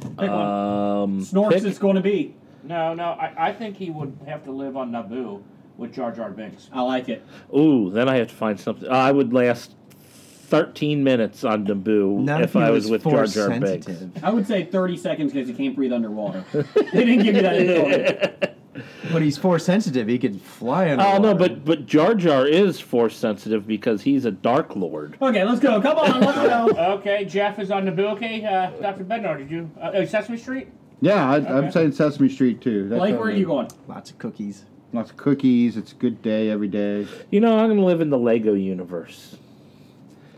pick one.
Um,
Snorks
pick-
it's going to be.
No, no. I, I think he would have to live on Naboo with Jar Jar Binks.
I like it.
Ooh, then I have to find something. I would last 13 minutes on Naboo
Not
if
he
I was with Jar
force
Jar Binks.
sensitive.
I would say 30 seconds because you can't breathe underwater. they didn't give you that authority.
But he's force sensitive. He could fly under.
Oh no, but but Jar Jar is force sensitive because he's a Dark Lord.
Okay, let's go. Come on, let's go.
Okay, Jeff is on Naboo. Okay, uh, Dr. Bednar, did you? Uh, oh, Sesame Street?
Yeah, I,
Okay.
I'm saying Sesame Street too. That's
Blake,
all
where are
good.
you going?
lots of cookies.
Lots of cookies. It's a good day every day.
You know, I'm gonna live in the Lego universe.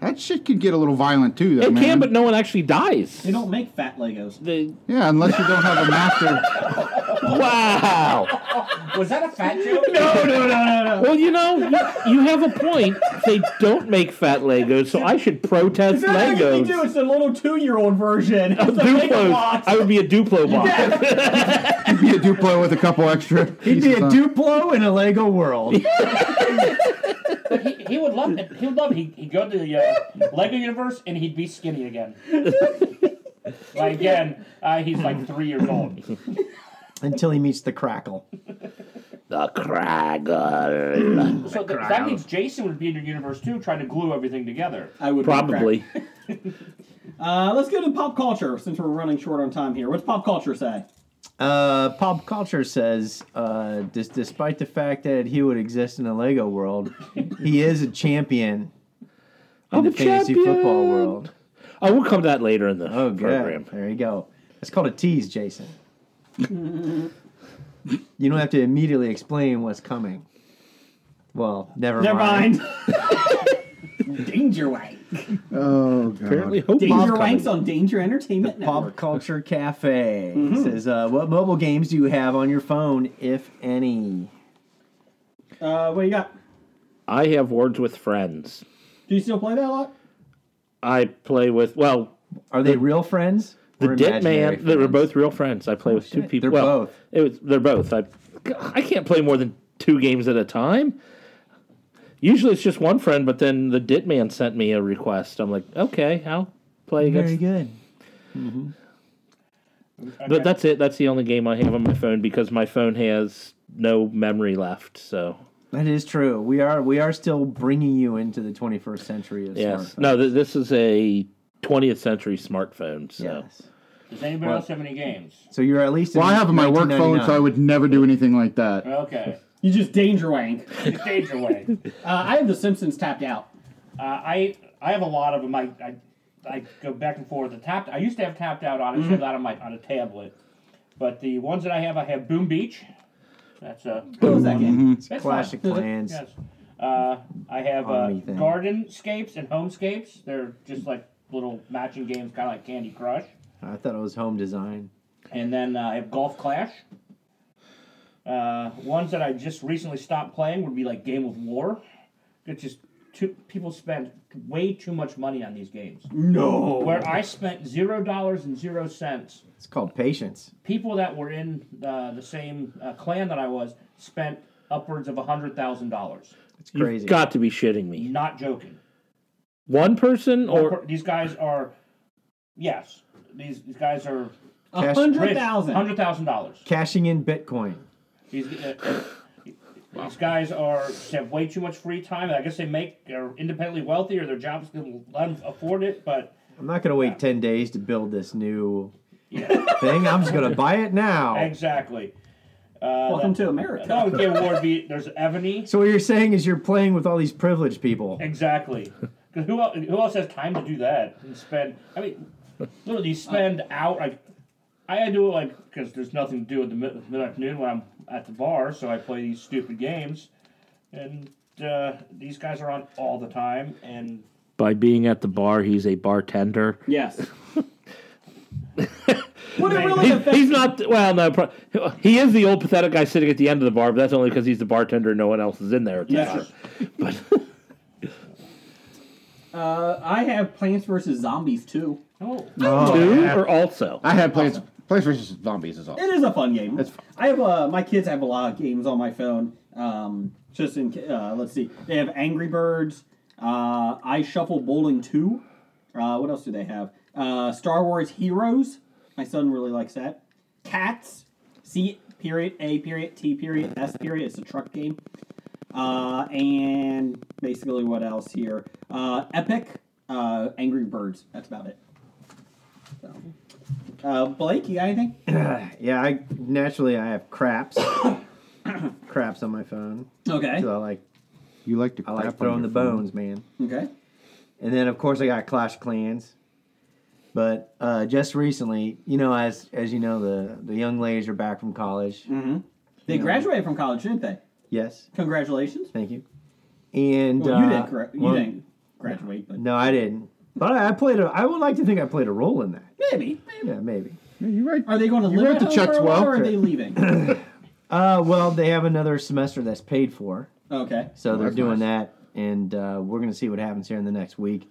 That shit could get a little violent too, though.
It
man.
can, but no one actually dies.
They don't make fat Legos.
They-
yeah, unless you don't have a master.
wow.
Was that a fat joke?
No, no, no, no, no.
Well, you know, you, you have a point. They don't make fat Legos, so I should protest
It's not like
Legos.
you do. It's a little two-year-old version. It's a
Duplos.
Megalobox.
I would be a Duplo box.
He'd be a Duplo with a couple extra.
He'd be
pieces
a
on-
Duplo in a Lego world.
But he, he would love it. He would love it. He, he'd go to the uh, Lego universe and he'd be skinny again. like again, uh, he's like three years old.
until he meets the crackle.
The Kraggle.
So th- that means Jason would be in your universe too, trying to glue everything together.
I would be
Probably.
correct. Uh, let's go to pop culture since we're running short on time here. What's pop culture say?
Uh, pop culture says, uh, dis- despite the fact that he would exist in a Lego world, he is a champion in
I'm
the
a
fantasy
champion.
football world.
Oh, we'll come to that later in the
Oh, good.
program.
There you go. It's called a tease, Jason. you don't have to immediately explain what's coming. Well, never,
Never
mind.
mind. Danger Wank.
Oh god.
Apparently, hope
Danger Wank's on Danger Entertainment
Pop
Network.
Culture Cafe
Mm-hmm.
says, uh, "What mobile games do you have on your phone, if any?"
Uh, what do you got?
I have words with friends.
Do you still play that a lot?
I play with well,
Are they real friends?
the
or
Dip
imaginary
Man. They were
friends?
both real friends. I play with two people.
They're
well,
both.
It was, they're both. I I can't play more than two games at a time. Usually it's just one friend, but then the Dit Man sent me a request. I'm like, okay, I'll play against
Very good.
Okay.
But that's it. That's the only game I have on my phone because my phone has no memory left. So
That is true. We are we are still bringing you into the 21st century of
yes,
smartphones.
no. Th- this is a 20th century smartphone. So
Yes.
Does anybody else have any games?
So you're at least.
Well, I have my work phone, so I would never do anything like that.
Okay.
You just Danger Wank.
It's danger way.
Uh, I have The Simpsons tapped out.
Uh, I I have a lot of them. I, I, I go back and forth. The tapped. I used to have tapped out on it,
Mm-hmm.
so out on my on a tablet. But the ones that I have, I have Boom Beach. That's a
What was that game?
that's
Clash of
fine.
Clans.
Yes. Uh, I have uh,
Army thing.
Gardenscapes and Homescapes. They're just like little matching games, kind of like Candy Crush.
I thought it was home design.
And then uh, I have Golf Clash. Uh, ones that I just recently stopped playing would be like Game of War. It's just too, people spend way too much money on these games. No. Where I spent zero dollars and zero cents.
It's called patience.
People that were in uh, the same uh, clan that I was spent upwards of a hundred thousand dollars.
It's
you've
crazy.
got to be shitting me.
Not joking.
One person or
these guys are, yes, these these guys are
A
Cash-
hundred thousand.
hundred thousand dollars.
Cashing in Bitcoin.
These, uh, these guys are have way too much free time. I guess they make they're independently wealthy, or their jobs can let them afford it. But
I'm not gonna wait ten days to build this new
yeah,
thing. I'm just gonna buy it now.
exactly.
Welcome to America.
That would get award be there's Ebony.
So what you're saying is you're playing with all these privileged people.
Exactly. Because who else, who else has time to do that and spend? I mean, literally you spend out like. I had to do it like because there's nothing to do at the mid- mid afternoon when I'm at the bar, so I play these stupid games, and uh, these guys are on all the time, and
by being at the bar, he's a bartender.
Yes. Would it really
He's,
affect?
he's not. Well, no, pro- he is the old pathetic guy sitting at the end of the bar, but that's only because he's the bartender. and No one else is in there. At the
Yes. Uh, I have Plants vs Zombies too.
Oh,
bar. Two or also.
I had Plants Plants vs Zombies is all.
It is a fun game.
It's fun.
I have uh, my kids have a lot of games on my phone. Um, just in ca- uh, let's see, they have Angry Birds. Uh, I Shuffle Bowling Two. Uh, what else do they have? Uh, Star Wars Heroes. My son really likes that. Cats. C period A period T period S period. It's a truck game. Uh, and basically, what else here? Uh, Epic. Uh, Angry Birds. That's about it. So. Uh, Blake, you got anything?
Yeah, I naturally I have craps. craps on my phone.
Okay.
So I like
You like to
I
crap
like
on
throwing the
your phone.
bones, man.
Okay.
And then of course I got Clash of Clans. But uh, just recently, you know, as as you know, the the young ladies are back from college.
Mm. They graduated from college, didn't they?
Yes,
Congratulations.
thank you. And
Well,
uh,
you didn't. Gra- you
well,
didn't graduate, but
No, I didn't. But I, I played. A, I would like to think I played a role in that.
maybe. maybe.
Yeah, maybe.
You're right.
Are they going to live
went
at home
to
for a
Chuck's
while, or are
welfare.
they leaving?
Uh, well, they have another semester that's paid for,
okay.
so they're
that's
doing that, and uh, we're gonna see what happens here in the next week.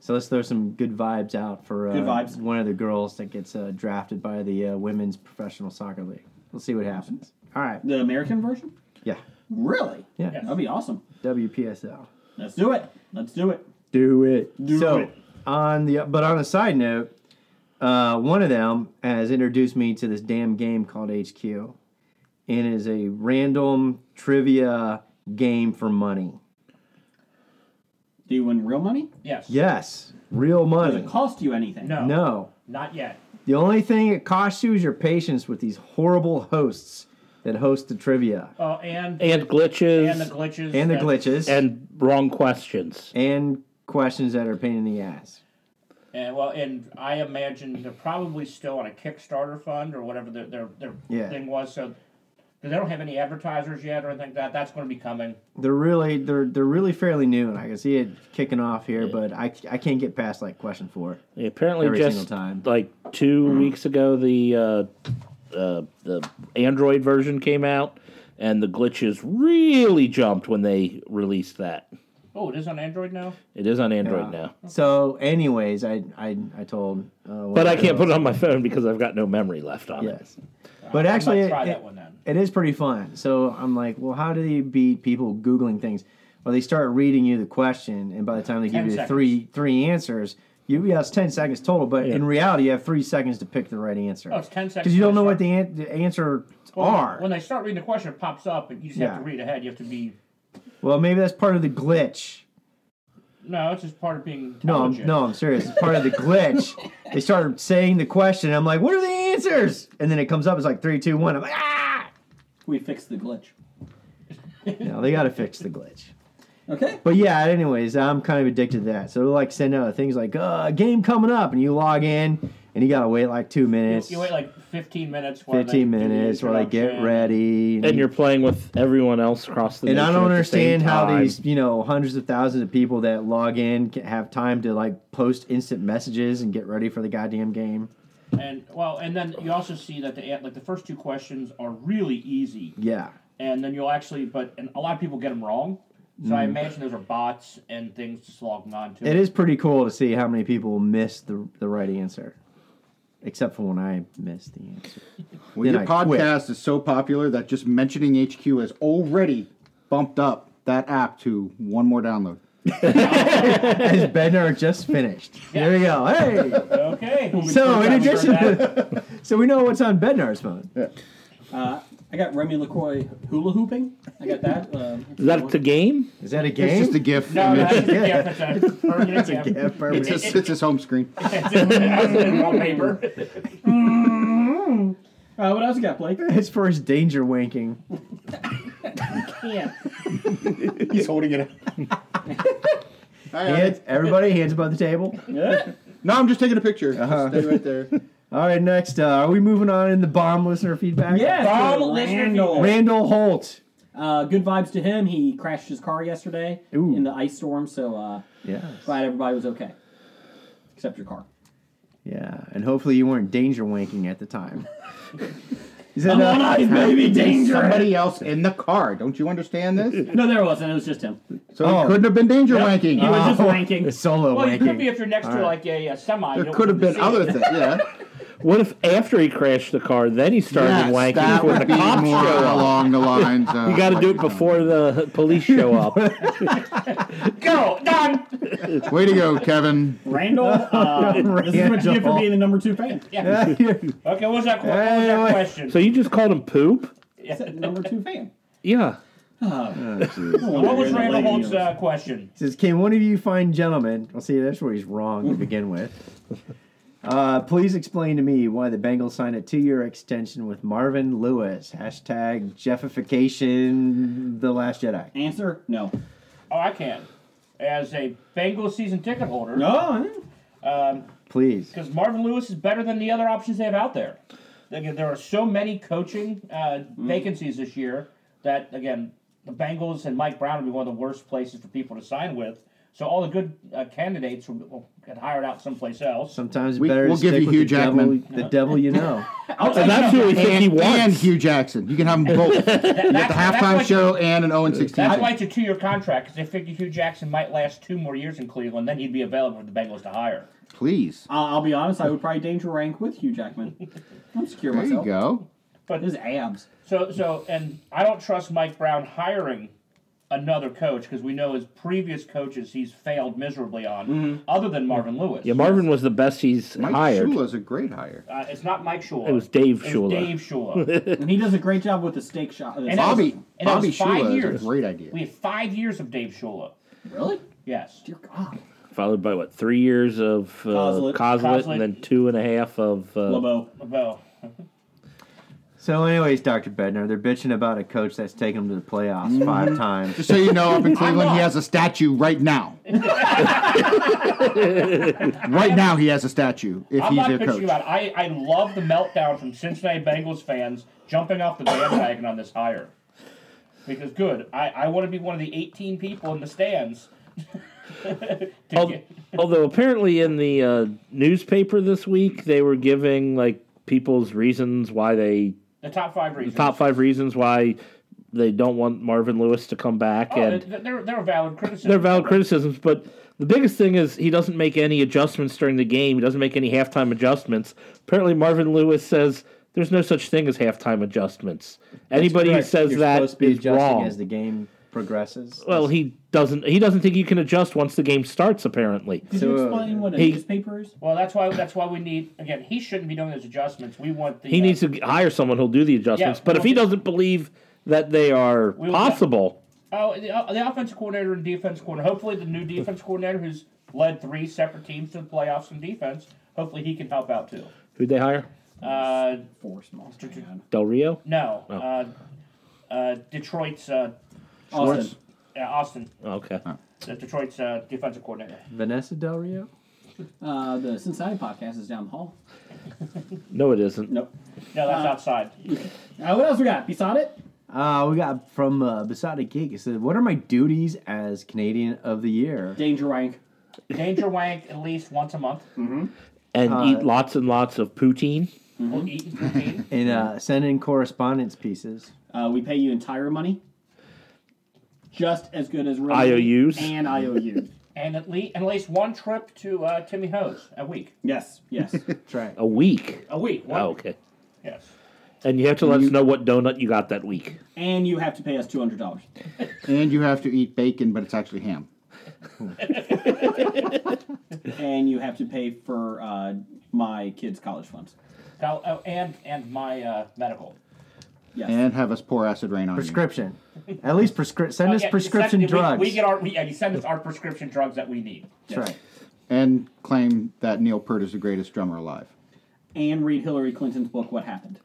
So let's throw some good vibes out for uh,
Good vibes.
one of the girls that gets uh, drafted by the uh, women's professional soccer league. We'll see what happens. All right.
The American version?
Yeah.
Really?
Yeah.
That'd be awesome.
WPSL.
Let's do it. Let's do it.
Do it.
Do
so,
it.
on the but on a side note, uh, one of them has introduced me to this damn game called HQ, and it is a random trivia game for money.
Do you win real money?
yes,
Yes, real
Does
money.
it cost you anything?
no,
No,
not yet.
the only thing it costs you is your patience with these horrible hosts that host the trivia
Oh, and
and glitches
and the glitches
and the
that-
glitches
and wrong questions.
and questions that are a pain in the ass.
And well, and I imagine they're probably still on a Kickstarter fund or whatever their their, their
Yeah.
thing was. So 'cause they don't have any advertisers yet or anything like that. That's going to be coming.
They're really they're they're really fairly new, and I can see it kicking off here, but I, I can't get past like question four.
Yeah, apparently,
Every
just
single time.
like two weeks ago, the uh, uh, the Android version came out, and the glitches really jumped when they released that.
Oh, it is on Android now.
It is on Android now,
So, anyways, I I, I told, uh,
but I can't put it on my phone because I've got no memory left on it.
Yes, but actually,
I might try
it-
that one then.
it is pretty fun. So I'm like, well, how do they beat people googling things? Well, they start reading you the question, and by the time they give
10
you
seconds.
three three answers, you yeah, it's ten seconds total. But in reality, you have three seconds to pick the right answer.
Oh, it's 10
because you don't
seconds.
know what the, an- the answers
Well,
are.
When they start reading the question, it pops up, and you just have to
Yeah.
read ahead. You have to be
well, maybe that's part of the glitch.
no, it's just part of being
No,
intelligent.
I'm, no, I'm serious. It's part of the glitch. they started saying the question. and I'm like, what are the answers? And then it comes up. It's like three, two, one. I'm like, ah!
We fixed the glitch.
No, they got to fix the glitch.
Okay.
But yeah, anyways, I'm kind of addicted to that. So they're like sending out things like, uh, game coming up, and you log in, and you gotta wait like two minutes,
You wait like 15 minutes. While
fifteen
they do the
minutes while they get
introduction.
ready.
And you're playing with everyone else across the.
and I
nation
don't
at the same
understand how
time.
these, you know, hundreds of thousands of people that log in can have time to like post instant messages and get ready for the goddamn game.
And well, and then you also see that the an- like the first two questions are really easy,
Yeah.
and then you'll actually but and a lot of people get them wrong. So I imagine those are bots and things just logging on to
It is pretty cool to see how many people miss the, the right answer, except for when I missed the answer.
Well, your
Then I quit.
podcast is so popular that just mentioning HQ has already bumped up that app to one more download.
As Bednar just finished. There we go. Hey.
Okay. well, we-
So
we
in
heard
addition,
that.
to, so we know what's on Bednar's phone.
I got Remy LaCroix hula hooping. I got that. Uh,
Is that the game?
Is that a
It's
game?
just a GIF.
no,
image.
that's just a gif. It's a permanent gif.
Yeah, perfect.
It's, his- it's his home screen.
It's in- it's in wallpaper.
uh, what else you got, Blake?
It's for his danger winking.
Yeah.
He's holding it up.
Hands, everybody, hands above the table.
No, I'm just taking a picture. Just stay right there.
All right, next, uh, are we moving on in the bomb listener feedback?
Yeah.
Bomb
Randall.
listener
Randall Holt.
Uh, good vibes to him. He crashed his car yesterday
Ooh.
in the ice storm, so uh,
Yeah.
glad everybody was okay. Except your car.
Yeah, and hopefully you weren't danger winking at the time. uh, Is
I'm on ice, baby, danger.
Somebody else in the car. Don't you understand this?
No, there wasn't. It was just him. He
So
Oh.
it couldn't have been danger Uh-huh. wanking.
was just
Oh.
wanking.
It's solo
Well, you could be
winking.
if you're next to like a, a semi.
There could have been other things. Yeah.
What if after he crashed the car, then he started
Yes,
wanking
that
for the
would be
cops
more
show up?
along the lines. Of
You got to
what
do it
you're talking
before the police show up.
Go done.
about. Way to go, Kevin.
Randall, uh, this is what you get for being the number two fan.
Yeah. okay. What was that, que- what was that
Anyway.
question?
so you just called him poop?
He's the number two fan.
Yeah.
Oh,
what was Randall Holt's uh, question?
He says, Can one of you fine gentlemen? I'll see, that's where he's wrong to begin with. Uh, please explain to me why the Bengals signed a two year extension with Marvin Lewis. Hashtag Jeffification The Last Jedi.
Answer? No.
Oh, I can. As a Bengals season ticket holder,
No.
Please.
because Marvin Lewis is better than the other options they have out there. Again, there are so many coaching uh,
Hmm.
vacancies this year that again, the Bengals and Mike Brown would be one of the worst places for people to sign with. So all the good uh, candidates will, will get hired out someplace else.
Sometimes
We-
better
we'll
to
give
stick
you
with
Hugh
the devil,
Jackman.
the devil you know.
So that's who we think he
And, and
wants.
Hugh Jackson. You can have them both. you
That-
got the halftime
why-
show and an 0 and 16.
That's why it's a two-year contract because they figured Hugh Jackson might last two more years in Cleveland, then he'd be available for the Bengals to hire.
Please.
I'll, I'll be honest. I would probably danger rank with Hugh Jackman. I'm secure
There you
myself.
go.
But
His abs.
So, so, and I don't trust Mike Brown hiring another coach because we know his previous coaches he's failed miserably on, other than Marvin Lewis.
Mm-hmm. Yeah, Marvin was the best he's
Mike
hired.
Shula's a great hire.
uh, it's not Mike Shula.
It was Dave
It
Shula.
was Dave Shula.
And he does a great job with the steak shot.
And that
Bobby,
was- and that
Bobby
was five
Shula
years.
is a great idea.
we had five years of Dave Shula.
really?
Yes.
Dear God.
Followed by what? Three years of uh,
Coslet.
Coslet, and then two and a half of uh,
Lobo.
Well,
So, anyways, Dr. Bednar, they're bitching about a coach that's taken them to the
Mm-hmm.
playoffs five times.
Just so you know, up in Cleveland, he has a statue right now. right now, he has a statue if
I'm
he's
not
their
pitching
coach.
you out. I, I love the meltdown from Cincinnati Bengals fans jumping off the bandwagon on this hire. Because good, I, I want to be one of the 18 people in the stands. to
Al-
get-
Although apparently in the uh, newspaper this week they were giving like people's reasons why they
the top five reasons.
top five reasons why they don't want Marvin Lewis to come back
Oh,
and
th- they're, they're valid criticism.
they're valid criticisms, but the biggest thing is he doesn't make any adjustments during the game. He doesn't make any halftime adjustments. Apparently, Marvin Lewis says there's no such thing as halftime adjustments. Anybody who
Correct.
says
You're
that
supposed to be
is
adjusting
wrong.
as the game progresses.
well, he doesn't. He doesn't think you can adjust once the game starts. Apparently,
Did
So,
you
uh,
explain what a
he-
newspaper is?
Well, that's why that's why we need again. He shouldn't be doing those adjustments. We want the
he
uh,
needs to g- hire someone who'll do the adjustments.
Yeah,
but if he
well,
doesn't believe that they are
We will-
possible,
Oh, the, uh, the offensive coordinator and defense coordinator. Hopefully, the new defense coordinator who's led three separate teams to the playoffs in defense. Hopefully, he can help out too.
who'd they hire?
Uh,
Force monster. man.
Del Rio.
no,
Oh.
uh, uh, Detroit's uh,
Austin.
uh, Austin.
Okay.
The Detroit's uh, defensive coordinator.
Vanessa Del Rio?
Uh, the Cincinnati podcast is down the hall.
No, it isn't.
Nope.
No, that's outside.
Uh, what else we got? Beside it?
Uh, we got from uh, Besada Geek. It said, What are my duties as Canadian of the Year?
Danger rank.
Danger wank at least once a month.
And
Uh,
eat lots and lots of poutine.
We'll eat and routine.
And uh, send in correspondence pieces.
Uh, we pay you entire money. Just as good as real
IOUs.
and IOUs.
and at least at least one trip to uh, Timmy Hose a week.
yes, yes.
That's right.
A week.
A week. One,
Oh, okay.
Yes.
And you have to let us know what donut you got that week.
and you have to pay us two hundred dollars.
And you have to eat bacon, but it's actually ham.
And you have to pay for uh, my kids' college funds.
Now, oh, and and my uh, medical.
Yes.
And have us pour acid rain on you.
Prescription. At least prescri- send
Oh,
us
yeah,
prescription
send- we-
drugs.
We, get our we, yeah, you send us our prescription drugs that we need.
That's right.
And claim that Neil Peart is the greatest drummer alive.
and read Hillary Clinton's book, What Happened.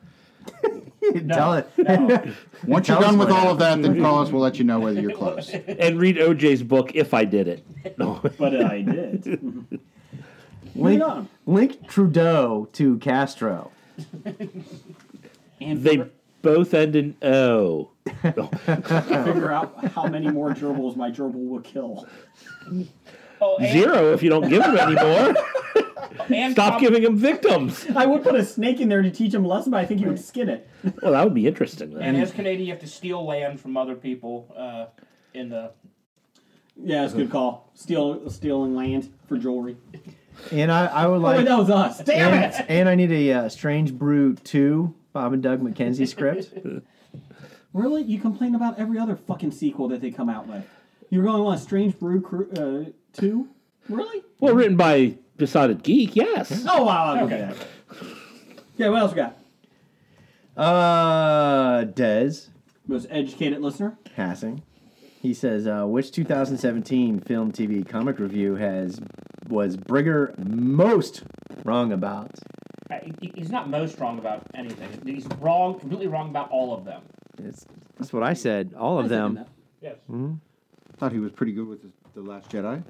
Tell it.
No.
Once
Tell
you're
us
done with
what
all of that, then call us. We'll let you know whether you're close.
And read OJ's book, If I Did It. No.
But I did. Mhm. Moving
Link,
on.
link Trudeau to Castro.
And
They
figure,
both end in O.
figure out how many more gerbils my gerbil will kill.
Oh, and,
Zero if you don't give them any more.
and
Stop
com-
giving them victims.
I would put a snake in there to teach him a lesson, but I think he would skin it.
Well, that would be interesting.
And
Then.
as Canadian, you have to steal land from other people uh, in the.
Yeah, that's a good call. Steal, stealing land for jewelry.
And I, I would
Oh, wait,
like.
that was us. Damn it!
and, and I need a uh, Strange Brew 2 Bob and Doug McKenzie script.
Really? You complain about every other fucking sequel that they come out with. You're going on Strange Brew Crew, uh, 2? Really?
Well, written by Besotted Geek, yes.
Oh, wow. I'll
Okay.
okay. That. Yeah, what else we got?
Uh, Dez
Most educated listener?
Hassing. He says, uh, which 2017 film, TV, comic review has was Brigger most wrong about?
uh, he- He's not most wrong about anything. He's wrong, completely wrong about all of them.
It's, that's what I said. All of them.
Yes.
Mm-hmm.
Thought he was pretty good with his, the Last Jedi.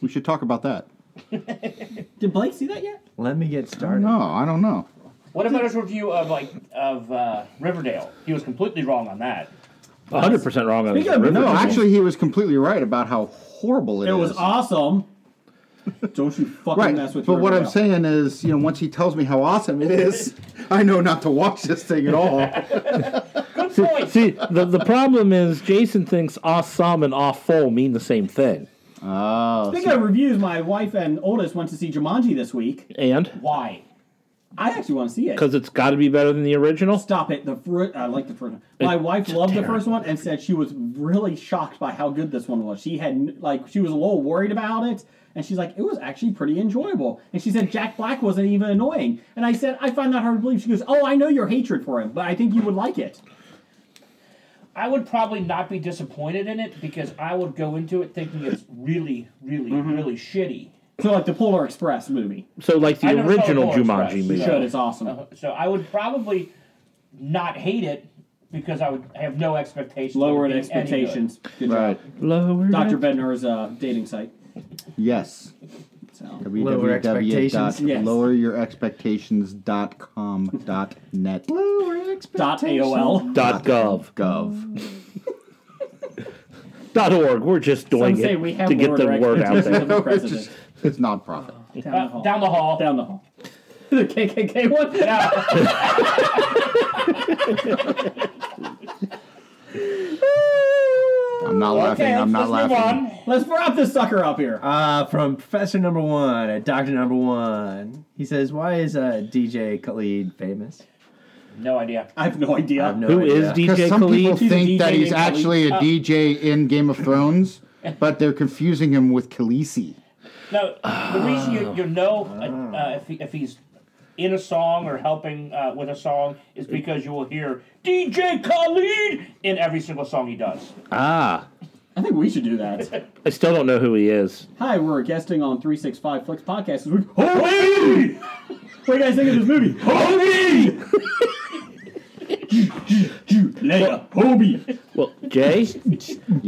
We should talk about that.
Did Blake see that yet?
Let me get started.
No, I don't know.
What about his review of like of uh, Riverdale? He was completely wrong on that.
100% wrong on
Speaking of
River
No,
Jewel.
actually, he was completely right about how horrible it is.
It was awesome. Don't you fucking
Right,
mess with
but
your
what I'm
girl.
saying is, you know, once he tells me how awesome it is, I know not to watch this thing at all.
Good point.
See, the, the problem is Jason thinks awesome and awful mean the same thing.
Oh,
Speaking of reviews, my wife and oldest went to see Jumanji this week.
And?
Why?
I actually want to see it.
Because it's got to be better than the original?
Stop it. The fir- I like the first one. My wife loved the first one and said she was really shocked by how good this one was. She had n- like she was a little worried about it, and she's like, it was actually pretty enjoyable. And she said Jack Black wasn't even annoying. And I said, I find that hard to believe. She goes, Oh, I know your hatred for him, but I think you would like it.
I would probably not be disappointed in it because I would go into it thinking it's really, really,
Mm-hmm.
really shitty.
So like the Polar Express movie.
So, like
I
the
never saw the
original
Polar
Jumanji
Express.
Uh-huh.
movie.
Should it's awesome.
So I would probably not hate it because I would have no expectations. of it
Lowered
being any good.
expectations. Good job.
Right.
Lower
Dr. Bednar's uh, dating site.
Yes.
So.
Lower expectations.
Yes.
www.loweryourexpectations.com.net.
Dot AOL.
Dot gov.
Gov.
Dot org. We're just doing
Some say
it
we have
to get
lowered
the
our
word out there.
expectations. The
it's,
president.
just, it's nonprofit.
Down the hall.
Down the hall.
Down the hall. the KKK one? Yeah.
I'm not laughing. I'm not
let's
laughing.
Move on.
Let's wrap this sucker up here.
Uh, from Professor Number One at Doctor Number One. He says, "Why is uh, DJ Khalid famous?"
No idea.
I have no idea.
I have no
Who is
idea.
DJ
Because some people
Khalid?
think
DJ
that he's
in Khaleesi.
actually a DJ in Game of Thrones, but they're confusing him with Khaleesi.
No, the reason you, you know uh, uh, if, he, if he's in a song or helping uh, with a song is because you will hear DJ Khalid in every single song he does.
Ah,
I think we should do that.
I still don't know who he is.
Hi, we're guesting on 365 Flicks Podcast. This week. Holy! what do you guys think of this movie? Holy! Leia, Hobie.
Well, Jay,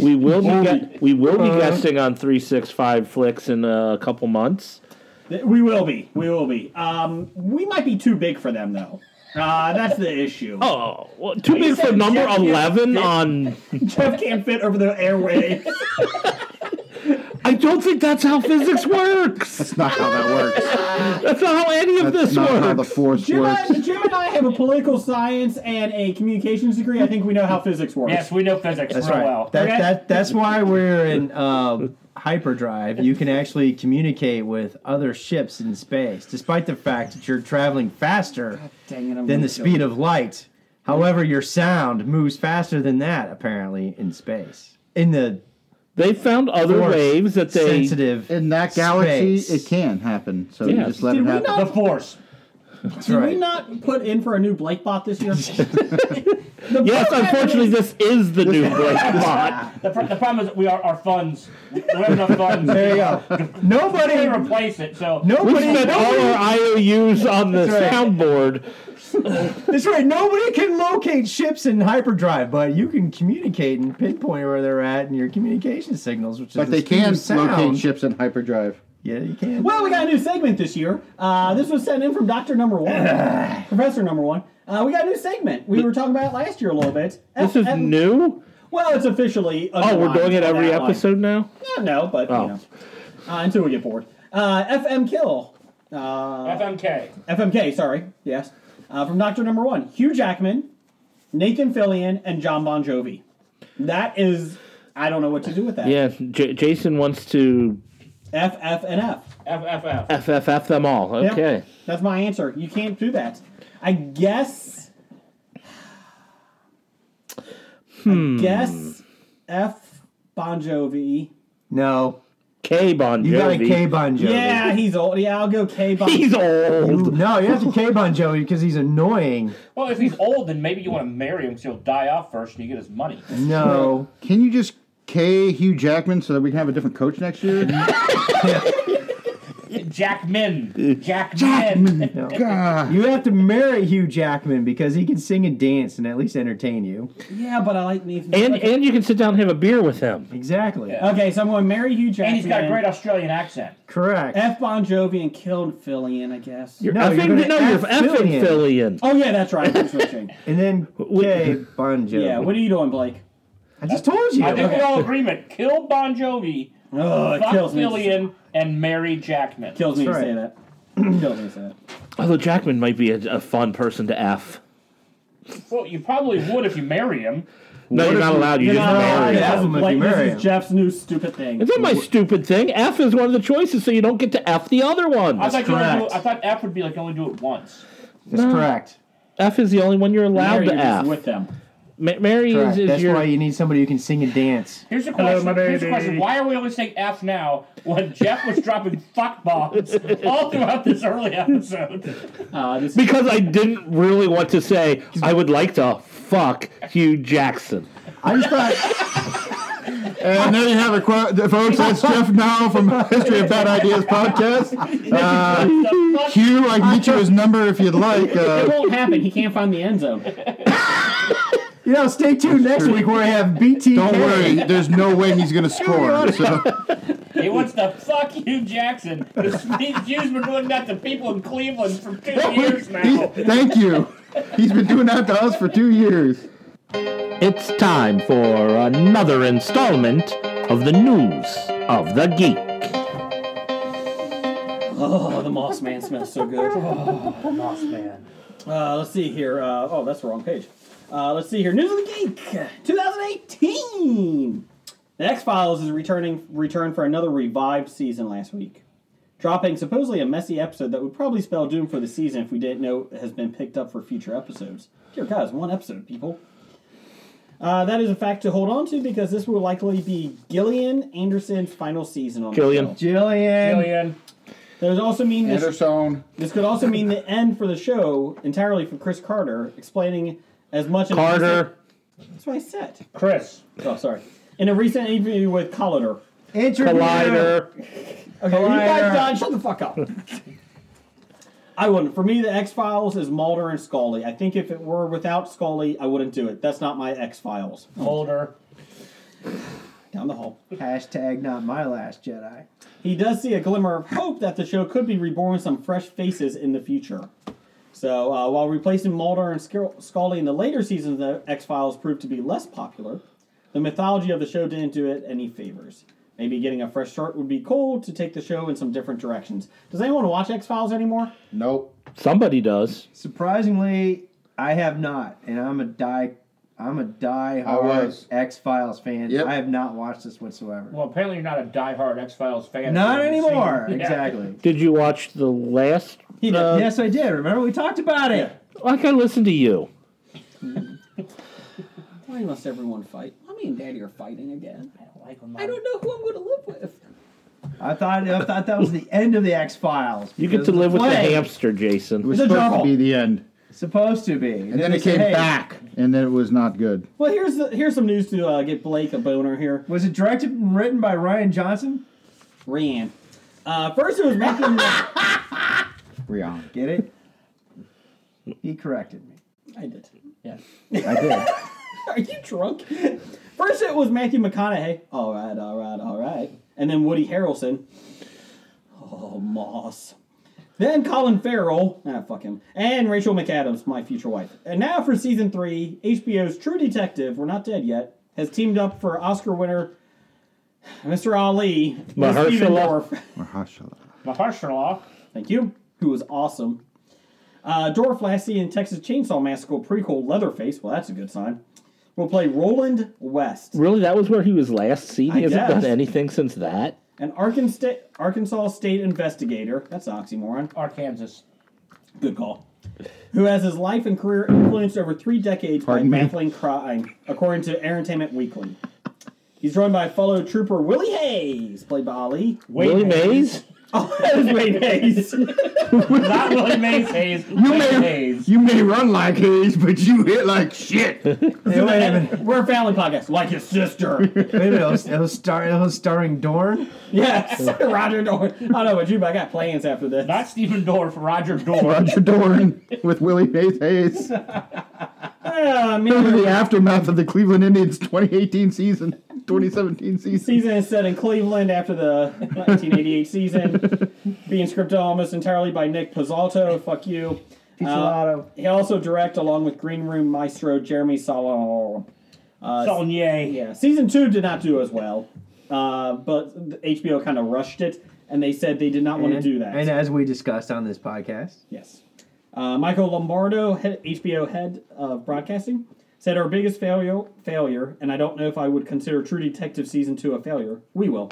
we will be gu- we will be guesting on three six five flicks in a couple months.
We will be. We will be. Um, we might be too big for them, though. Uh, that's the issue.
Oh, well, too big for
said
number
Jeff-
eleven on.
Jeff can't fit over the airway.
I don't think that's how physics works.
That's not how that works.
That's not how any of
That's
this
not how the
works.
force
Jim,
works.
and- Jim and I have a political science and a communications degree. I think we know how physics works.
Yes, we know physics
That's
real
right.
well.
That,
Oh, Okay.
that, that's why we're in uh, hyperdrive. You can actually communicate with other ships in space, despite the fact that you're traveling faster
Dang it, I'm
than
gonna
the
kill
speed
you.
of light. However, your sound moves faster than that, apparently, in space. In the
They found other
force
waves that they
sensitive
In that galaxy,
space.
it can happen. So
Yeah.
you just let
Did
it
we
happen.
not-
the Force.
That's
Did we
right.
not put in for a new Blake bot this year? The
Yes,
problem
unfortunately,
is-
this is the new Blake bot.
The, pr- the problem is we are our funds. We don't have enough funds.
There you go.
to
Nobody,
replace it. So
We
nobody,
spent all our IOUs on the
That's right.
soundboard.
That's right. Nobody can locate ships in hyperdrive, but you can communicate and pinpoint where they're at in your communication signals, which is
But
the
they
speed
can
of sound.
locate ships in hyperdrive.
Yeah, you can.
Well, we got a new segment this year. Uh, this was sent in from Doctor Number One, Professor Number One. Uh, we got a new segment. We were talking about it last year a little bit.
This is
F-
new.
Well, it's officially.
Oh, we're doing it
underlined on
every
that line.
episode now.
Yeah, no, but
Oh.
you know, uh, until we get bored. Uh, FM Kill. Uh,
FMK.
FMK, sorry, yes. Uh, from Doctor Number One, Hugh Jackman, Nathan Fillion, and John Bon Jovi. That is, I don't know what to do with that.
Yeah, J- Jason wants to
F, F, and F.
FFF.
FFF them all.
Yep.
Okay.
That's my answer. You can't do that. I guess.
Hmm.
I guess F Bon Jovi.
No,
K Bon Jovi.
you got a K Bon Jovi.
Yeah, he's old. Yeah, I'll go K Bon.
He's old.
No, you have to K Bon Jovi because he's annoying.
Well, if he's old, then maybe you want to marry him because he'll die off first and you get his money.
No,
Can you just K Hugh Jackman so that we can have a different coach next year?
Jackman. Jackman.
God.
you have to marry Hugh Jackman because he can sing and dance and at least entertain you.
yeah, but I like Nathan.
And and you can sit down and have a beer with him.
Exactly.
Yeah.
okay, so I'm going to marry Hugh Jackman.
And he's got a great Australian accent.
Correct.
F Bon Jovi and killed Fillion, I guess.
You're
No, you're
effing,
gonna
no,
F
you're effing Fillion.
Oh yeah, that's right. I'm switching.
and then K Bon Jovi.
yeah, what are you doing, Blake?
I just told you.
I think we're all in agreement. Kill Bon Jovi,
Oh, it
fuck
kills me.
Fillion, and marry Jackman.
Kills me
That's
to say that. kills me to say that.
Although Jackman might be a, a fun person to F.
Well, you probably would if you marry him.
No, you're not allowed. You just
Nah,
marry
yeah,
him.
him.
that's
If
Blake,
you marry
this
him.
is Jeff's new stupid thing.
It's not my stupid thing. F is one of the choices, so you don't get to F the other one.
I thought, you only do,
correct.
I thought F would be like only do it once.
That's correct.
F is the only one you're allowed
Mary
to
is
F.
with them.
Ma- Mary
Correct.
is, is
That's
your.
why you need somebody who can sing and dance.
Here's a question. Here's a question. Why are we always saying F now when Jeff was dropping fuck bombs all throughout this early episode?
Uh, this
because I didn't really want to say I would like to fuck Hugh Jackson.
I just thought And there you have it, qu- folks. That's Jeff now from History of Bad Ideas podcast. Uh, Hugh, I can get you his number if you'd like.
It
Uh,
won't happen. He can't find the end zone.
You know, stay tuned next week where I have BTK.
don't worry, there's no way he's going to score. So.
He wants to fuck Hugh Jackson. These Jews been doing that to people in Cleveland for two years
He's-
now.
thank you. He's been doing that to us for two years.
It's time for another installment of the News of the Geek.
Oh, the Moss Man smells so good.
Moss man.
Uh, let's see here. Uh, oh, that's the wrong page. Uh, let's see here. News of the Geek, 2018. The X Files is returning returned for another revived season last week, dropping supposedly a messy episode that would probably spell doom for the season if we didn't know it has been picked up for future episodes. Dear guys, one episode, people. Uh, that is a fact to hold on to because this will likely be Gillian Anderson's final season on
Gillian.
the show.
Jillian.
Alien.
That would also mean this
Anderson.
this could also mean the end for the show entirely for Chris Carter, explaining as much. in a recent-
Carter.
that's what I said.
Chris.
Oh, sorry. In a recent interview with Collider.
Interview.
Collider.
Okay, are you guys
Collider.
done? Shut the fuck up. I wouldn't. For me, the X Files is Mulder and Scully. I think if it were without Scully, I wouldn't do it. That's not my X Files.
Mulder.
Down the hall.
Hashtag not my last Jedi.
He does see a glimmer of hope that the show could be reborn with some fresh faces in the future. So, uh, while replacing Mulder and Scu- Scully in the later seasons of X Files proved to be less popular, the mythology of the show didn't do it any favors. Maybe getting a fresh start would be cool to take the show in some different directions. Does anyone watch X Files anymore?
Nope.
Somebody does.
Surprisingly, I have not, and I'm a die. I'm a die-hard
was.
X Files fan.
Yep.
I have not watched this whatsoever.
Well, apparently you're not a diehard X Files fan.
not anymore.
Yeah.
Exactly.
Did you watch the last?
He did.
Uh,
yes, I did. Remember we talked about it.
Like I listened to you.
Why must everyone fight? Mommy and Daddy are fighting again.
Like when my-
I don't know who I'm going to live with.
I thought I thought that was the end of the X Files.
You get to live with the hamster, Jason.
It was
It's a
supposed to
drama.
be the end.
Supposed to be.
And then it came back, and then it was not good.
Well, here's the, here's some news to uh, get Blake a boner here.
Was it directed and written by Ryan Johnson?
Rian. Uh, first, it was making.
Rihanna.
Get it? he corrected me.
I did.
I did.
Are you drunk? First, it was Matthew McConaughey. All right, all right, all right. And then Woody Harrelson. Oh, Moss. Then Colin Farrell. Ah, fuck him. And Rachel McAdams, my future wife. And now for season three, HBO's True Detective, we're not dead yet, has teamed up for Oscar winner Mr. Ali. Miss
Mahershala.
Evendorf.
Mahershala.
Mahershala.
Thank you. Who was awesome. Uh, Dorf Lassie in Texas Chainsaw Massacre prequel Leatherface. Well, that's a good sign. Will play Roland West.
Really, that was where he was last seen. He
I
hasn't
guess.
done anything since that.
An Arkansas, Arkansas State investigator, that's an oxymoron,
Arkansas.
good call, who has his life and career influenced over three decades
Pardon
by
me?
battling crime, according to Entertainment Weekly. He's joined by fellow trooper Willie Hayes, played by Ali.
Willie Mays?
Oh, that was Wayne Hayes.
Not Willie Mays Hayes. You
may-
Hayes.
You may run like Hayes, but you hit like shit.
Hey, wait a minute.
We're a family podcast, like his sister.
Wait a minute. It was, it was, star, it was starring Dorn?
yes, Roger Dorn. I don't know about you, but I got plans after this.
Not Stephen Dorff, Roger Dorff.
Roger Dorn with Willie Mays Hayes.
Uh, me
Over the aftermath of the Cleveland Indians 2018 season, 2017 season.
season is set in Cleveland after the 1988 season, being scripted almost entirely by Nick Pizzalto. Fuck you. Uh,
Pizzolato.
He also direct along with Green Room maestro Jeremy Solon.
Uh,
Saulnier.
Yeah, season two did not do as well, uh, but the HBO kind of rushed it, and they said they did not want to
And-
do that.
And as we discussed on this podcast,
Yes. Uh, Michael Lombardo, head, HBO head of broadcasting, said our biggest failure, failure, and I don't know if I would consider True Detective season two a failure. We will.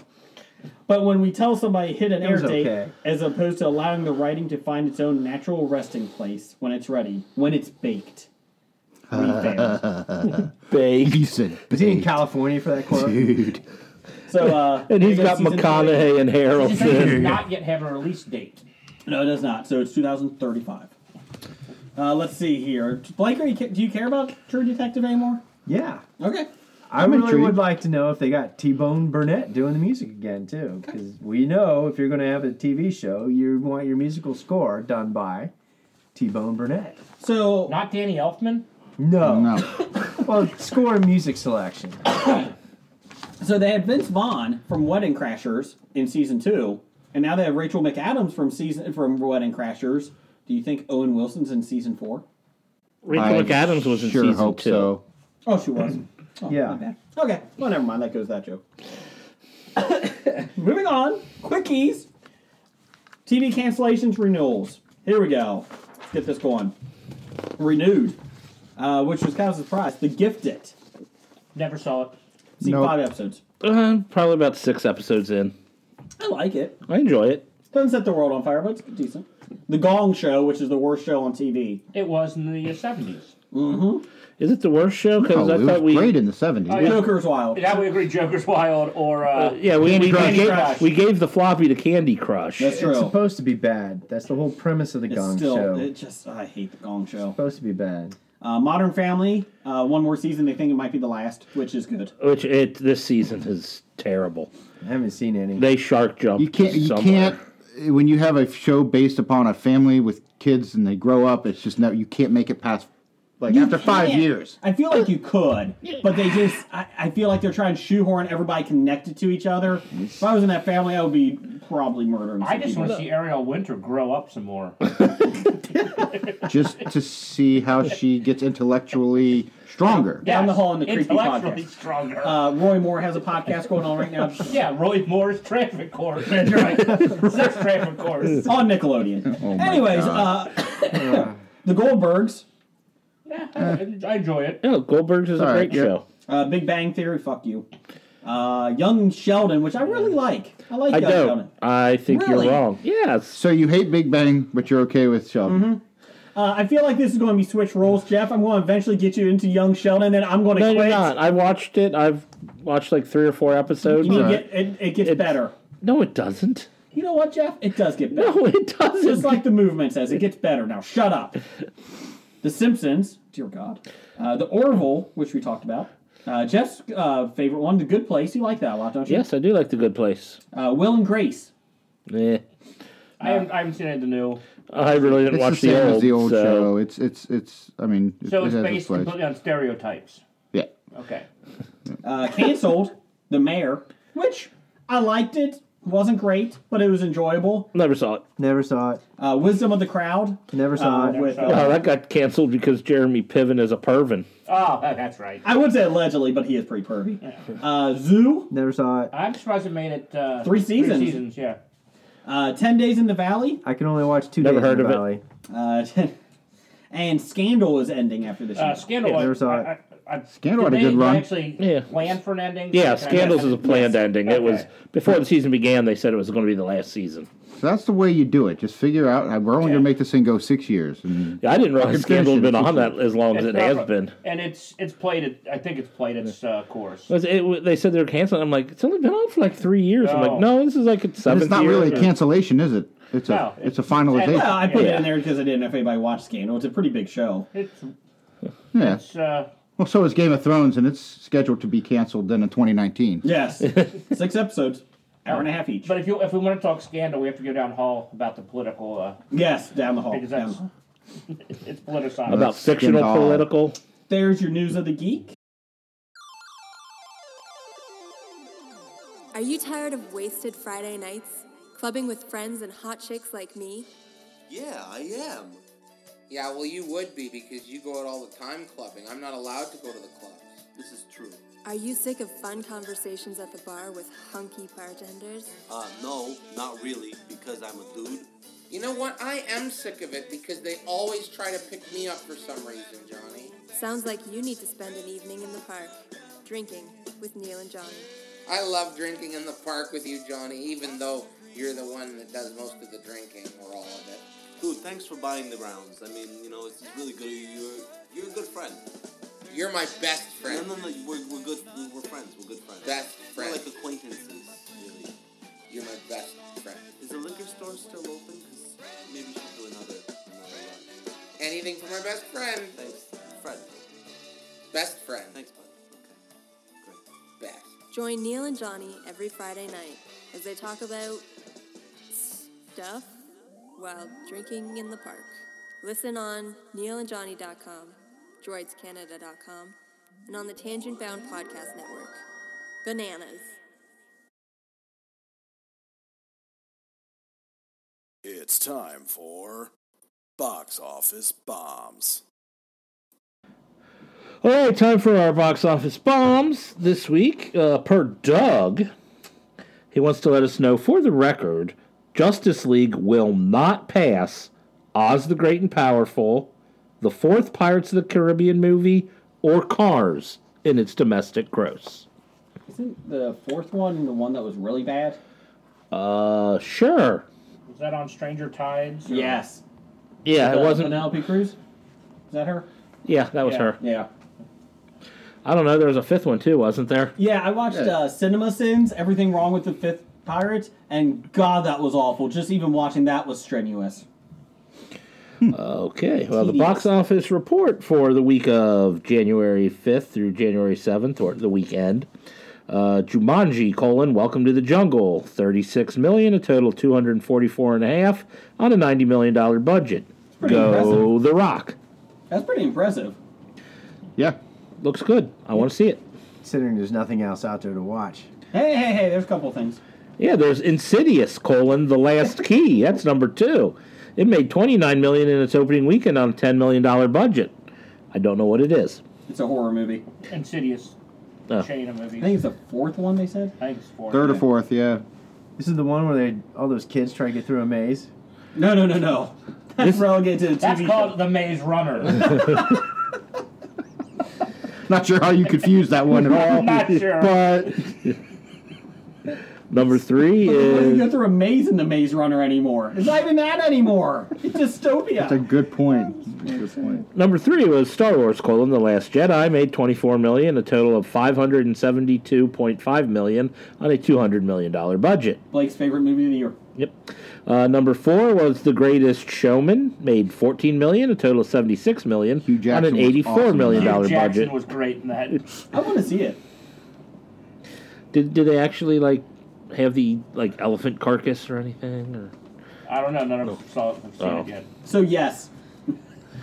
But when we tell somebody hit an air
was
date,
okay.
as opposed to allowing the writing to find its own natural resting place when it's ready, when it's baked, we failed.
Big.
He said,
was he in California for that quote?
dude.
So uh,
And he's
there goes
got
season three.
McConaughey and
This does
Harrelson.
not yet have a release date.
No, it does not. So it's 2035. Uh, let's see here, Blake. Are you, ca- do you care about True Detective anymore?
yeah.
Okay.
I
I'm
really
intrigued.
would like to know if they got T Bone Burnett doing the music again too, because we know if you're going to have a TV show, you want your musical score done by T Bone Burnett.
So
Not Danny Elfman.
No,
No.
well, score and music selection.
So they had Vince Vaughn from Wedding Crashers in season two, and now they have Rachel McAdams from season from Wedding Crashers. Do you think Owen Wilson's in season four?
Rachel
I
McAdams was in
sure
season
hope
two.
so.
Oh, she was. Oh,
Yeah.
my bad. Okay. Well, never mind. That goes that joke. Moving on. Quickies. TV cancellations, renewals. Here we go. Let's get this going. Renewed, uh, which was kind of a surprise. The Gifted.
Never saw it.
Seen
Nope.
five episodes.
Uh, probably about six episodes in.
I like it.
I enjoy it.
Doesn't set the world on fire, but it's decent. The Gong Show, which is the worst show on TV.
It was in the seventies.
Is it the worst show? Because
Oh,
I
it
thought we
was great in the 70s.
Oh, yeah.
Joker's Wild.
Yeah, we agree. Joker's Wild or uh,
yeah we, we,
Crush.
gave,
Crush.
we gave the floppy to Candy Crush.
That's
It's
true.
supposed to be bad. That's the whole premise of the
It's
Gong
still,
Show.
it just I hate the Gong Show.
supposed to be bad.
Uh, Modern Family, uh, one more season. They think it might be the last, which is good.
Which it this season is terrible.
I haven't seen any.
They shark jump.
You can't. You
somewhere.
can't. When you have a show based upon a family with kids and they grow up, it's just no. You can't make it past like
You
after five
can't.
years.
I feel like you could, but they just, I, I feel like they're trying to shoehorn everybody connected to each other. If I was in that family, I would be probably murdering some
I just
people.
want to see Ariel Winter grow up some more.
just to see how she gets intellectually stronger.
Down the hall in the creepy
Intellectually
podcast.
stronger.
Uh, Roy Moore has a podcast going on right now
yeah, Roy Moore's traffic court. That's right. Sex traffic course.
on Nickelodeon.
Oh
Anyways, uh, The Goldbergs,
Yeah, I, I enjoy it.
No, Oh, Goldberg's is a
All right,
great
yeah.
show.
uh, Big Bang Theory, fuck you. Uh, Young Sheldon, which I really like. I like
I
Young
don't.
Sheldon.
I think
Really?
you're wrong. Yes.
So you hate Big Bang, but you're okay with Sheldon.
Uh, I feel like this is going to be switch roles, Jeff. I'm going to eventually get you into Young Sheldon, and I'm going to
No,
quit.
you're not. I watched it. I've watched like three or four episodes.
You
All
get- it, it gets
It's-
better.
No, it doesn't.
You know what, Jeff? It does get better.
No, it doesn't.
Just like the movement says, it gets better. Now, shut up. The Simpsons, dear God. Uh, the Orville, which we talked about. Uh, Jeff's uh, favorite one, The Good Place. You like that a lot, don't you?
yes, I do like the Good Place.
Uh, Will and Grace.
Eh.
I haven't, I haven't seen any of the new.
I really didn't
It's
watch
the same as the old
so-
show. It's it's it's. I mean, it,
So
it
it's
has
based
place.
completely on stereotypes.
Yeah.
Okay.
Uh, canceled, The Mayor, which I liked it. Wasn't great, but it was enjoyable.
Never saw it.
Never saw it.
Uh, Wisdom of the Crowd.
Never saw
uh,
it.
with,
Oh,
uh,
that got canceled because Jeremy Piven is a pervin.
Oh, that's right.
I would say allegedly, but he is pretty pervy. Uh, Zoo,
Never saw it.
I'm surprised it made it uh,
Three seasons.
Three seasons, yeah.
uh, 10 Days in the Valley.
I can only watch two.
Never
Days
heard
in the
of it.
Valley.
Uh, and Scandal is ending after this
Uh,
year.
Scandal.
Yeah,
I-
there's a-
I, I, I,
Scandal had a
did
good
they
run.
Actually,
Yeah.
plan for an ending. Can
Yeah,
I-
Scandals is a planned
Yes.
ending. It was
Okay.
before the season began. They said it was going to be the last season.
So that's the way you do it. Just figure out. uh, We're only
Yeah.
gonna make this thing go six years. And
Yeah, I didn't realize
Fucking
Scandal had been
finished
on
it.
that as long as
It's
it
not
has
right.
been.
And it's it's played. It, I think it's played its uh, course.
It was- it- they said they were canceling. I'm like, it's only been on for like three years. I'm like, no, this is like its
and
seventh
it's not
year.
really a cancellation, is it? It's a
No.
it's a finalization.
Well, I put it
Yeah.
in there because I didn't know if anybody watched Scandal. It's a pretty big show.
It's,
yeah.
it's uh,
Well, so is Game of Thrones, and it's scheduled to be canceled then in 2019.
Yes, six episodes, hour and a half each.
but if you if we want to talk scandal, we have to go down hall about the political uh,
yes, down the hall.
because that's
down.
it's politicized.
about fictional
Scandal.
political.
There's your news of the geek.
Are you tired of wasted Friday nights? Clubbing with friends and hot chicks like me?
Yeah, I am. Yeah, well, you would be because you go out all the time clubbing. I'm not allowed to go to the clubs. This is true.
Are you sick of fun conversations at the bar with hunky bartenders?
Uh, no, not really, because I'm a dude. You know what? I am sick of it because they always try to pick me up for some reason, Johnny.
Sounds like you need to spend an evening in the park, drinking with Neil and Johnny.
I love drinking in the park with you, Johnny, even though you're the one that does most of the drinking or all of it. Dude, thanks for buying the rounds. I mean, you know, it's really good. You're you're a good friend. You're my best friend. No, no, no. We're, we're good. We're friends. We're good friends. Best friend. We're like acquaintances, really. You're my best friend. Is the liquor store still open? Cause maybe we should do another another run. Anything for my best friend. Thanks, friend. Best friend. Thanks, bud. Okay.
Join Neil and Johnny every Friday night as they talk about stuff while drinking in the park. Listen on neilandjohnny.com, droidscanada.com, and on the Tangent Bound Podcast Network. Bananas.
It's time for Box Office Bombs.
All right, time for our box office bombs this week. Uh, per Doug, he wants to let us know for the record Justice League will not pass Oz the Great and Powerful, the fourth Pirates of the Caribbean movie, or Cars in its domestic gross.
Isn't the fourth one the one that was really bad?
Uh, sure.
Was that on Stranger Tides? or-
Yes.
Yeah,
With,
it
uh,
wasn't.
Penelope Cruz? Is that her?
Yeah, that was her.
Yeah.
I don't know. There was a fifth one too, wasn't there?
Yeah, I watched uh, Cinema Sins, Everything Wrong with the Fifth Pirates, and God, that was awful. Just even watching that was strenuous.
Okay. Well, the box office report for the week of January 5th through January 7th, or the weekend. Uh, Jumanji: colon, Welcome to the Jungle, 36 million, a total 244 and a half on a 90 million dollar budget.
pretty
Go
impressive.
The Rock.
That's pretty impressive.
Yeah, looks good. I want to see it.
Considering there's nothing else out there to watch.
Hey, hey, hey, there's a couple things.
Yeah, there's Insidious: colon, The Last Key. That's number two. It made 29 million in its opening weekend on a 10 million dollar budget. I don't know what it is.
It's a horror movie.
Insidious
Oh.
chain of movies.
I think it's the fourth one they said.
I think it's four.
Third or fourth, yeah.
This is the one where they all those kids try to get through a maze.
No, no, no, no. That's relegated to the TV
That's
show.
called The Maze Runner.
Not sure how you confuse that one at all.
Not sure.
But
Number three
But What if you
is
go through a maze in the Maze Runner anymore? It's not even that anymore. It's dystopia.
that's a good point. Good point.
number three was Star Wars: colon, The Last Jedi made 24 million, a total of 572.5 million on a 200 million dollar budget.
Blake's favorite movie of the year.
Yep. Uh, number four was The Greatest Showman, made 14 million, a total of 76 million on
Jackman
an
was
84
awesome in
million
that.
dollar
Hugh Jackson
budget.
was great in that.
I want to see it.
Did did they actually like have the like elephant carcass or anything? Or?
I don't know. None of us saw it, have seen it yet.
So yes,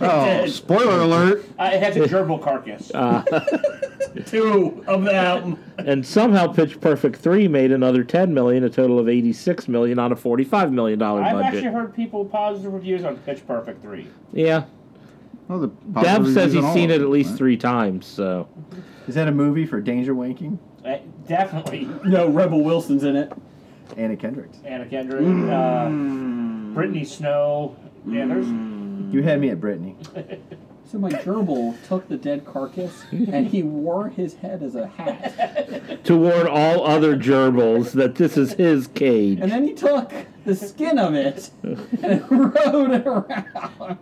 Oh, spoiler alert!
Uh, it has a gerbil carcass.
Ah.
two of them.
And somehow Pitch Perfect three made another 10 million, a total of 86 million on a 45 million dollar
I've
budget.
actually heard people positive reviews on Pitch Perfect 3.
yeah.
Well, the
Dev
positive
says
reviews on
he's
all
seen
of
it at
them,
least
right?
three times. So
Is that a movie for danger wanking?
Uh, definitely
No, Rebel Wilson's in it.
Anna Kendricks.
Anna Kendrick, uh, Brittany Snow. Yeah, there's.
Mm.
You had me at Brittany.
So my gerbil took the dead carcass and he wore his head as a hat,
to warn all other gerbils that this is his cage.
and then he took the skin of it and rode it around.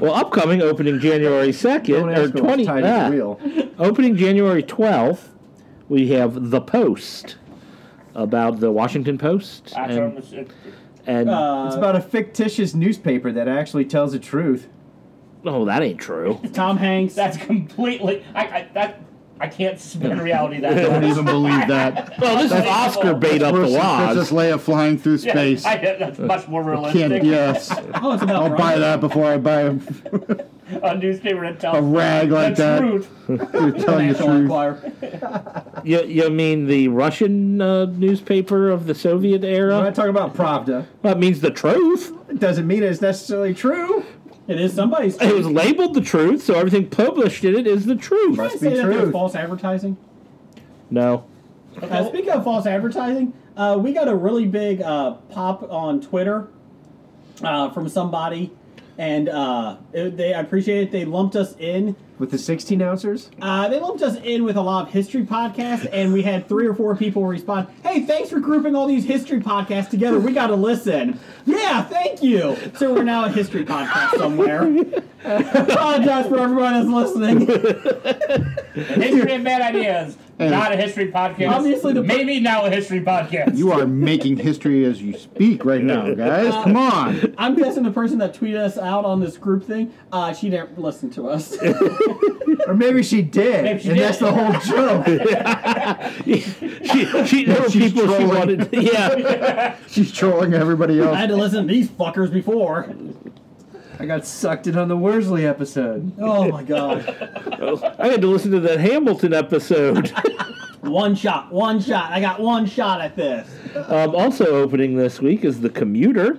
Well, upcoming opening January second
Don't
or
ask
twenty.
what's tied to the
ah,
wheel.
opening January twelfth, we have the Post about the Washington Post
I
and,
don't- it- it-
and
It's
Uh,
about a fictitious newspaper that actually tells the truth.
oh, that ain't true.
Tom Hanks.
that's completely. I, I, that, I can't spin reality that
I don't
much.
even believe that.
Well, this is
That's-
Oscar bait up the
Worse than
Waz.
Princess Leia flying through
Yeah,
space.
I, that's much more realistic.
Can't. Yes.
Oh, it's about
I'll buy that before I buy a,
A newspaper that tells
a rag like
the
that.
truth.
You're telling the
National
truth.
Enquirer.
You, you mean the Russian uh, newspaper of the Soviet
We're
era?
not talking about Pravda.
That means the truth.
It doesn't mean it's necessarily true.
It is somebody's.
It was labeled the truth, so everything published in it is the truth.
Must
Say
be
that there's
truth.
false advertising.
No.
Uh, speaking of false advertising, uh, we got a really big uh, pop on Twitter uh, from somebody, and uh, it, they I appreciate it. They lumped us in.
With the 16 ouncers?
Uh, they lumped us in with a lot of history podcasts, and we had three or four people respond. Hey, thanks for grouping all these history podcasts together. We got to listen. Yeah, thank you. So we're now a history podcast somewhere. Apologize for everyone that's listening.
History of Bad Ideas. Not a history podcast.
Obviously the-
Maybe now a history podcast.
You are making history as you speak right now, guys. Come on.
I'm guessing the person that tweeted us out on this group thing, uh, she didn't listen to us.
or maybe she did,
Maybe she
and
did.
that's the whole joke.
she, she there were people she wanted. Yeah,
she's trolling everybody
I had to listen to these fuckers before.
I got sucked in on the Worsley episode.
Oh my god!
I had to listen to that Hamilton episode.
one shot, one shot. I got one shot at this.
Um, also opening this week is the commuter.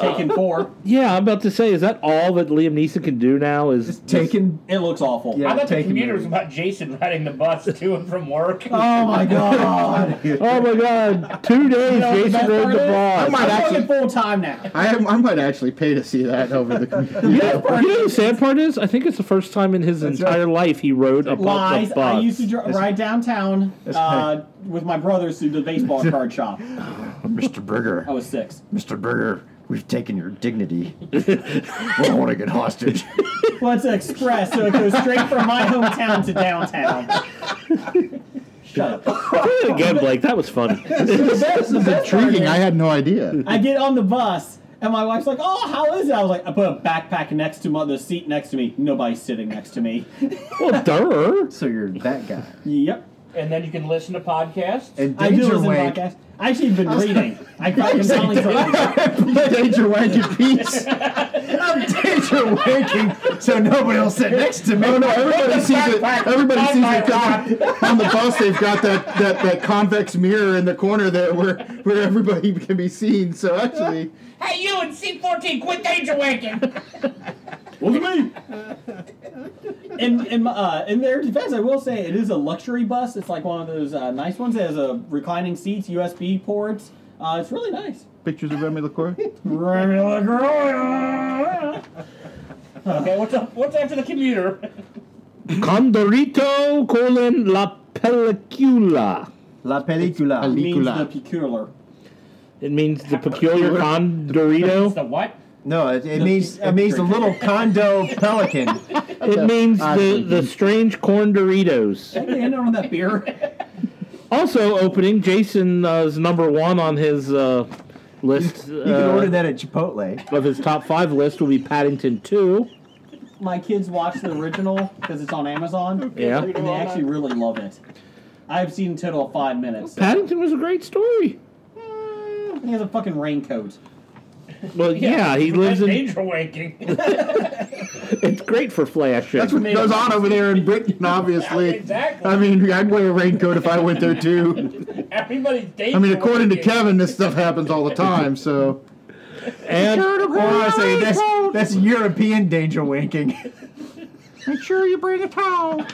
Taken four.
Yeah, I'm about to say, is that all that Liam Neeson can do now? Is
taken?
It looks awful.
I thought the commuter was about Jason riding the bus to and from work.
Oh my
God.
oh my god! Two days,
You know what the best
Jason rode
part
the
is?
bus.
I'm working full time now.
I, am, I might actually pay to see that over the.
You know, you know the sad part is, I think it's the first time in his entire life he rode a, bu- a
Lies.
bus.
I used to dr- ride downtown uh, with my brothers to the baseball card shop.
Mr. Berger. I
was six.
Mr. Berger, we've taken your dignity. We're holding it hostage.
Well, it's an express, so it goes straight from my hometown to downtown. Shut up.
Say that again, Blake. That was funny.
This is the best part
intriguing.
is-
I had no idea.
I get on the bus, and my wife's like, "Oh, how is it?" I was like, "I put a backpack next to my, the seat next to me. Nobody's sitting next to me."
well, durr.
So you're that guy.
Yep.
And then you can listen to podcasts.
And
I do
Danger
listen to
Wank.
podcasts. I actually been reading. I can finally
Danger Wank in peace. I'm danger wanking, so nobody will sit next to me.
Oh no! Everybody sees it. Everybody sees it. 'cause On the bus, they've got that, that, that convex mirror in the corner that where where everybody can be seen. So actually,
Hey, you in seat 14, quit danger wanking.
Look at me. in in, my- uh, in their defense, I will say it is a luxury bus. It's like one of those uh, nice ones. It has a reclining seats, USB ports. Uh, it's really nice.
pictures of Remy LaCour.
Remy LaCroix.
okay, what's up? What's after the commuter?
Condorito colon la pellicula.
La pellicula.
Means the peculiar.
It means the peculiar condorito.
The what?
No, it, it means it means the little condo pelican.
It means the, the strange corn Doritos.
Take the end on that beer.
Also opening, Jason uh, is number one on his uh, list
You can order
uh,
that at Chipotle.
of his top five list will be Paddington 2.
My kids watch the original because it's on Amazon,
Yeah.
and they actually really love it. I've seen a total of five minutes.
Paddington was a great story.
He has a fucking raincoat.
Well, yeah, he lives in.
danger wanking.
It's great for flashing.
That's what goes on over there in Britain, obviously.
Exactly.
I mean, I'd wear a raincoat if I went there too.
Everybody's danger.
I mean, according to
wanking.
Kevin, this stuff happens all the time. So
and
Or I say that's that's European danger wanking,
make sure you bring a towel.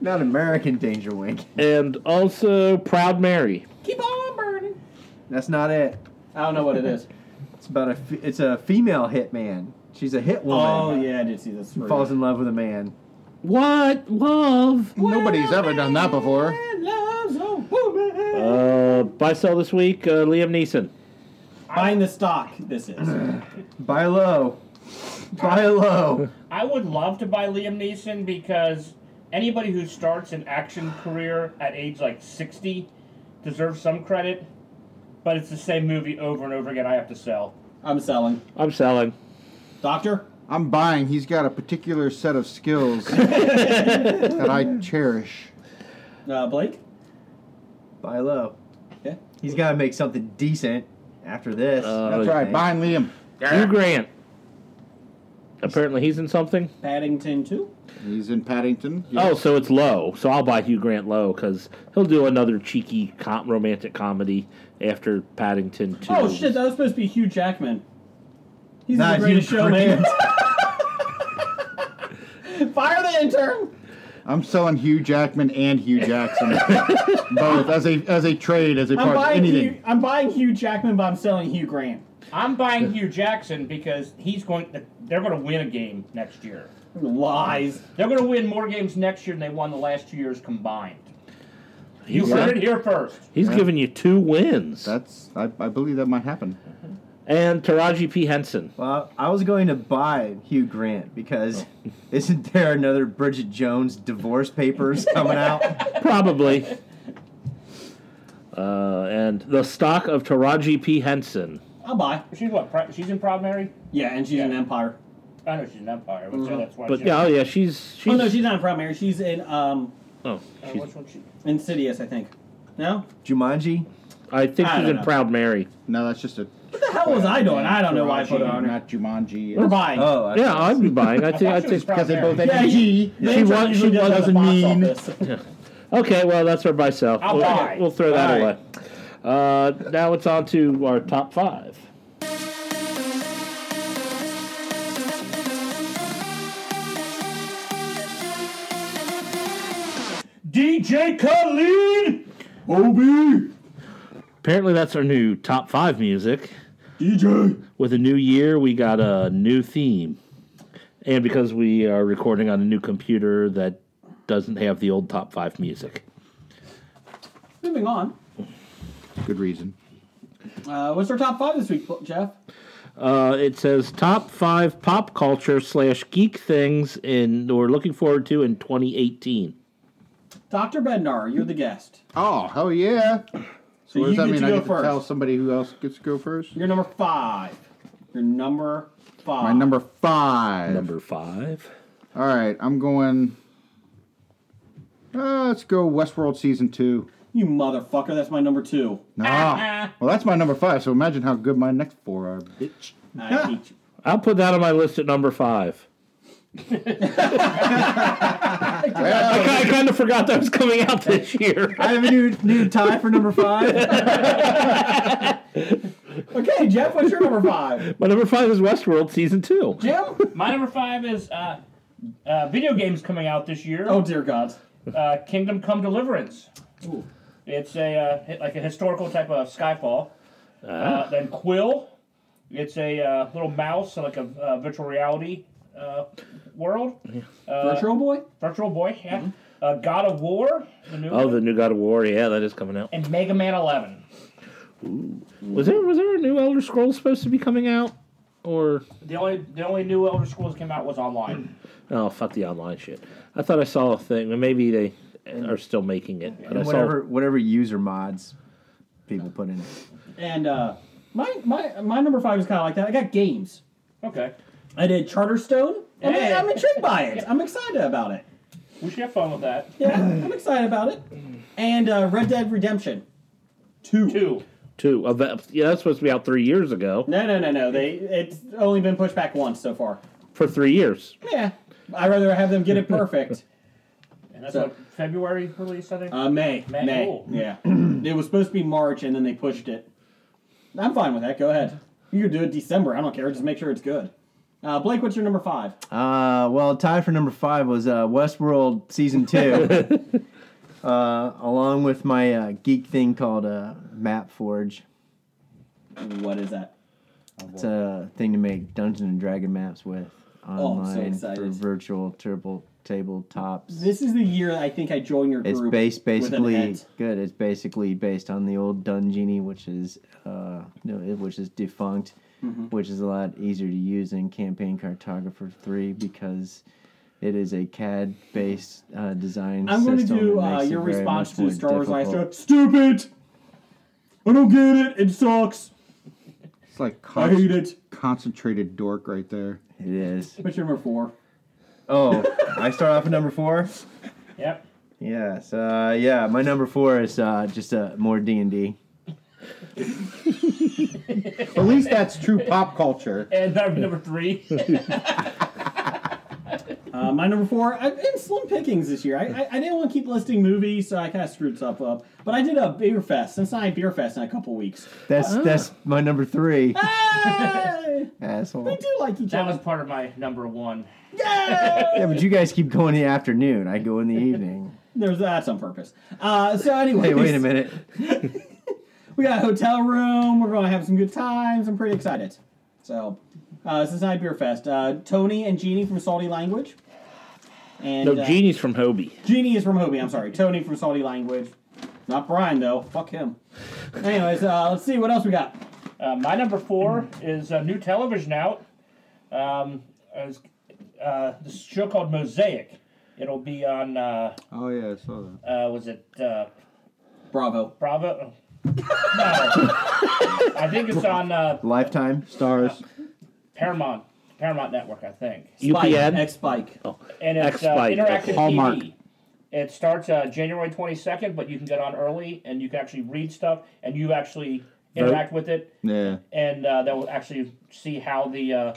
not American danger wanking.
and also Proud Mary.
Keep on burning.
That's not it.
I don't know what it is.
It's about a fe- it's a female hitman. She's a hit woman.
Oh yeah, I did see this.
who Falls in love with a man.
What love?
Nobody's ever done that before.
Loves a woman.
Uh, buy sell this week. Uh, Liam Neeson.
Buying the stock. This is.
Buy low. Buy low.
I would love to buy Liam Neeson because anybody who starts an action career at age like 60 deserves some credit, but it's the same movie over and over again I have to sell.
I'm selling.
I'm selling.
Doctor.
I'm buying. He's got a particular set of skills that I cherish.
Uh, Blake.
Buy low.
Yeah.
He's got to make something decent after this.
Uh,
That's right. Buying Liam.
Hugh Grant. Apparently he's in something.
Paddington too.
He's in Paddington.
Oh, so it's low. So I'll buy Hugh Grant low because he'll do another cheeky com- romantic comedy after Paddington Two.
Oh shit! That was supposed to be Hugh Jackman. He's
Not
the greatest
Hugh
showman. Fire the intern.
I'm selling Hugh Jackman and Hugh Jackson, both as a as a trade, as a
I'm
part of
buying.
anything.
Hugh, I'm buying Hugh Jackman, but I'm selling Hugh Grant.
I'm buying Hugh Jackson because he's going to, they're going to win a game next year.
Lies.
They're going to win more games next year than they won the last two years combined. You
He's
heard
got-
it here first.
He's giving you two wins.
That's I, I believe that might happen.
And Taraji P Henson.
Well, I was going to buy Hugh Grant because
Oh.
isn't there another Bridget Jones divorce papers coming out?
Probably. Uh, and the stock of Taraji P Henson.
I'll buy.
She's what? pri- She's in Proud Mary?
Yeah, and she's an Empire.
I know she's an umpire, but so that's why.
But
she-
yeah, oh, yeah, she's she's
oh no, she's not in primary. She's in um,
oh,
Uh,
she's,
which one she?
Insidious, I think. No,
Jumanji.
I think
I
she's
don't
in
know.
Proud Mary.
No, that's just a.
what the hell was I doing? I don't know why I put it on her.
Not Jumanji.
We're buying.
Oh, I
Yeah, I'd be buying. I think I think
Because they both
yeah,
had
he,
She
they
wa- she
usually does that at
wasn't
the box
mean.
office.
Okay, well, that's for myself.
I'll
we'll,
buy.
we'll throw that
All
away. Uh, now it's on to our top five.
DJ Khalid.
OB! Apparently, that's our new top five music.
DJ.
With a new year, we got a new theme. And because we are recording on a new computer that doesn't have the old top five music.
Moving on.
Good reason.
Uh, what's our top five this week, Jeff?
Uh, it says top five pop culture slash geek things in we're looking forward to in 2018.
Doctor Bednar, you're the guest.
Oh, hell yeah. So,
So
what does
you
that
get
mean?
to
I
go
get to
first.
tell somebody who else gets to go first?
You're number five. You're number five.
My number five.
Number five.
All right, I'm going. Uh, let's go Westworld season two.
You motherfucker, that's my number two.
Nah. well, that's my number five. So imagine how good my next four are. Bitch.
I hate you.
I'll put that on my list at number five. I, ki- I kind of forgot that was coming out this year.
I have a new new tie for number five.
Okay, Jeff, what's your number five?
My number five is Westworld season two.
Jim?
My number five is uh, uh, video games coming out this year.
Oh dear God.
uh, Kingdom Come Deliverance. It's a uh, hit- like a historical type of Skyfall.
Uh-huh.
Uh, then Quill. It's a uh, little mouse, so like a uh, virtual reality uh, world. Uh,
Virtual boy?
virtual boy. Yeah. Uh, God of War. The new
Mm-hmm. Oh,
one,
the new God of War. Yeah, that is coming out.
and Mega Man Eleven.
Was there was there a new Elder Scrolls supposed to be coming out? Or
The only the only new Elder Scrolls came out was online.
oh fuck the online shit. I thought I saw a thing, but maybe they are still making it. But I saw
whatever whatever user mods people put in it.
And uh, my my my number five is kind of like that. I got games.
Mm.
Okay.
I did Charterstone. I'm,
Hey.
I'm intrigued by it. I'm excited about it.
We should have fun with that.
Yeah, I'm excited about it. And uh, Red Dead Redemption.
Two.
two. Of that, yeah, that's supposed to be out three years ago.
No, no, no, no. They it's only been pushed back once so far.
For three years.
Yeah, I'd rather have them get it perfect.
And that's
So-
what February release, I think.
Uh, May.
May.
May.
Oh.
Yeah. it was supposed to be March, and then they pushed it. I'm fine with that. Go ahead. You can do it December. I don't care. Just make sure it's good. Uh, Blake, what's your number five?
Uh, well, tied for number five was uh, Westworld season two, uh, along with my uh, geek thing called uh, Map Forge.
What is that?
It's a thing to make Dungeon and Dragon maps with
Oh, I'm so
online for
excited.
virtual triple tabletops.
This is the year I think I joined your
it's
group.
based
with an
basically
et.
good. It's basically based on the old Dungeony, which is uh, no, it- which is defunct,
Mm-hmm.
which is a lot easier to use than Campaign Cartographer Three because it is a CAD based uh, design.
I'm going to
system.
do
It
uh,
makes
your
it very
response
much
to
more
Star Wars Last
difficult.
Jedi. Stupid. I don't get it. It sucks.
It's like
I
con-
hate it.
concentrated dork right there.
It is.
What's your number four?
Oh, I start off at number four.
Yep.
Yes. Uh, yeah. My number four is uh, just uh, more D and D.
At least that's true pop culture.
And number number three.
Uh, my number four, I've been slim pickings this year. I, I, I didn't want to keep listing movies, so I kind of screwed stuff up. But I did a beer fest, Cincinnati Beer Fest, in a couple weeks.
That's that's my number three.
Hey! we
Asshole.
do like each
that was
other.
part of my number one.
Yay!
Yeah, but you guys keep going in the afternoon. I go in the evening.
There's that's on purpose. Uh, so anyway,
Hey, wait a minute.
We got a hotel room. We're going to have some good times. I'm pretty excited. So, uh, Cincinnati Beer Fest. Uh, Tony and Jeannie from Salty Language. And
No,
uh,
Genie's from Hobie.
Jeannie is from Hobie. I'm sorry. Tony from Salty Language. Not Brian though. Fuck him. Anyways, uh, let's see what else we got.
Uh, my number four is uh, new television out. Um, is, uh, this show called Mosaic. It'll be on. Uh,
Oh yeah, I saw that.
uh, was it uh,
Bravo.
Bravo? No, I think it's on uh,
Lifetime.
Stars.
Paramount. Paramount Network, I think.
UPN?
X Spike.
And it's uh,
X-Spike,
interactive
Hallmark.
TV. It starts uh, January 22nd, but you can get on early and you can actually read stuff and you actually
Vote.
interact with it.
Yeah.
And uh, that will actually see how the. Uh,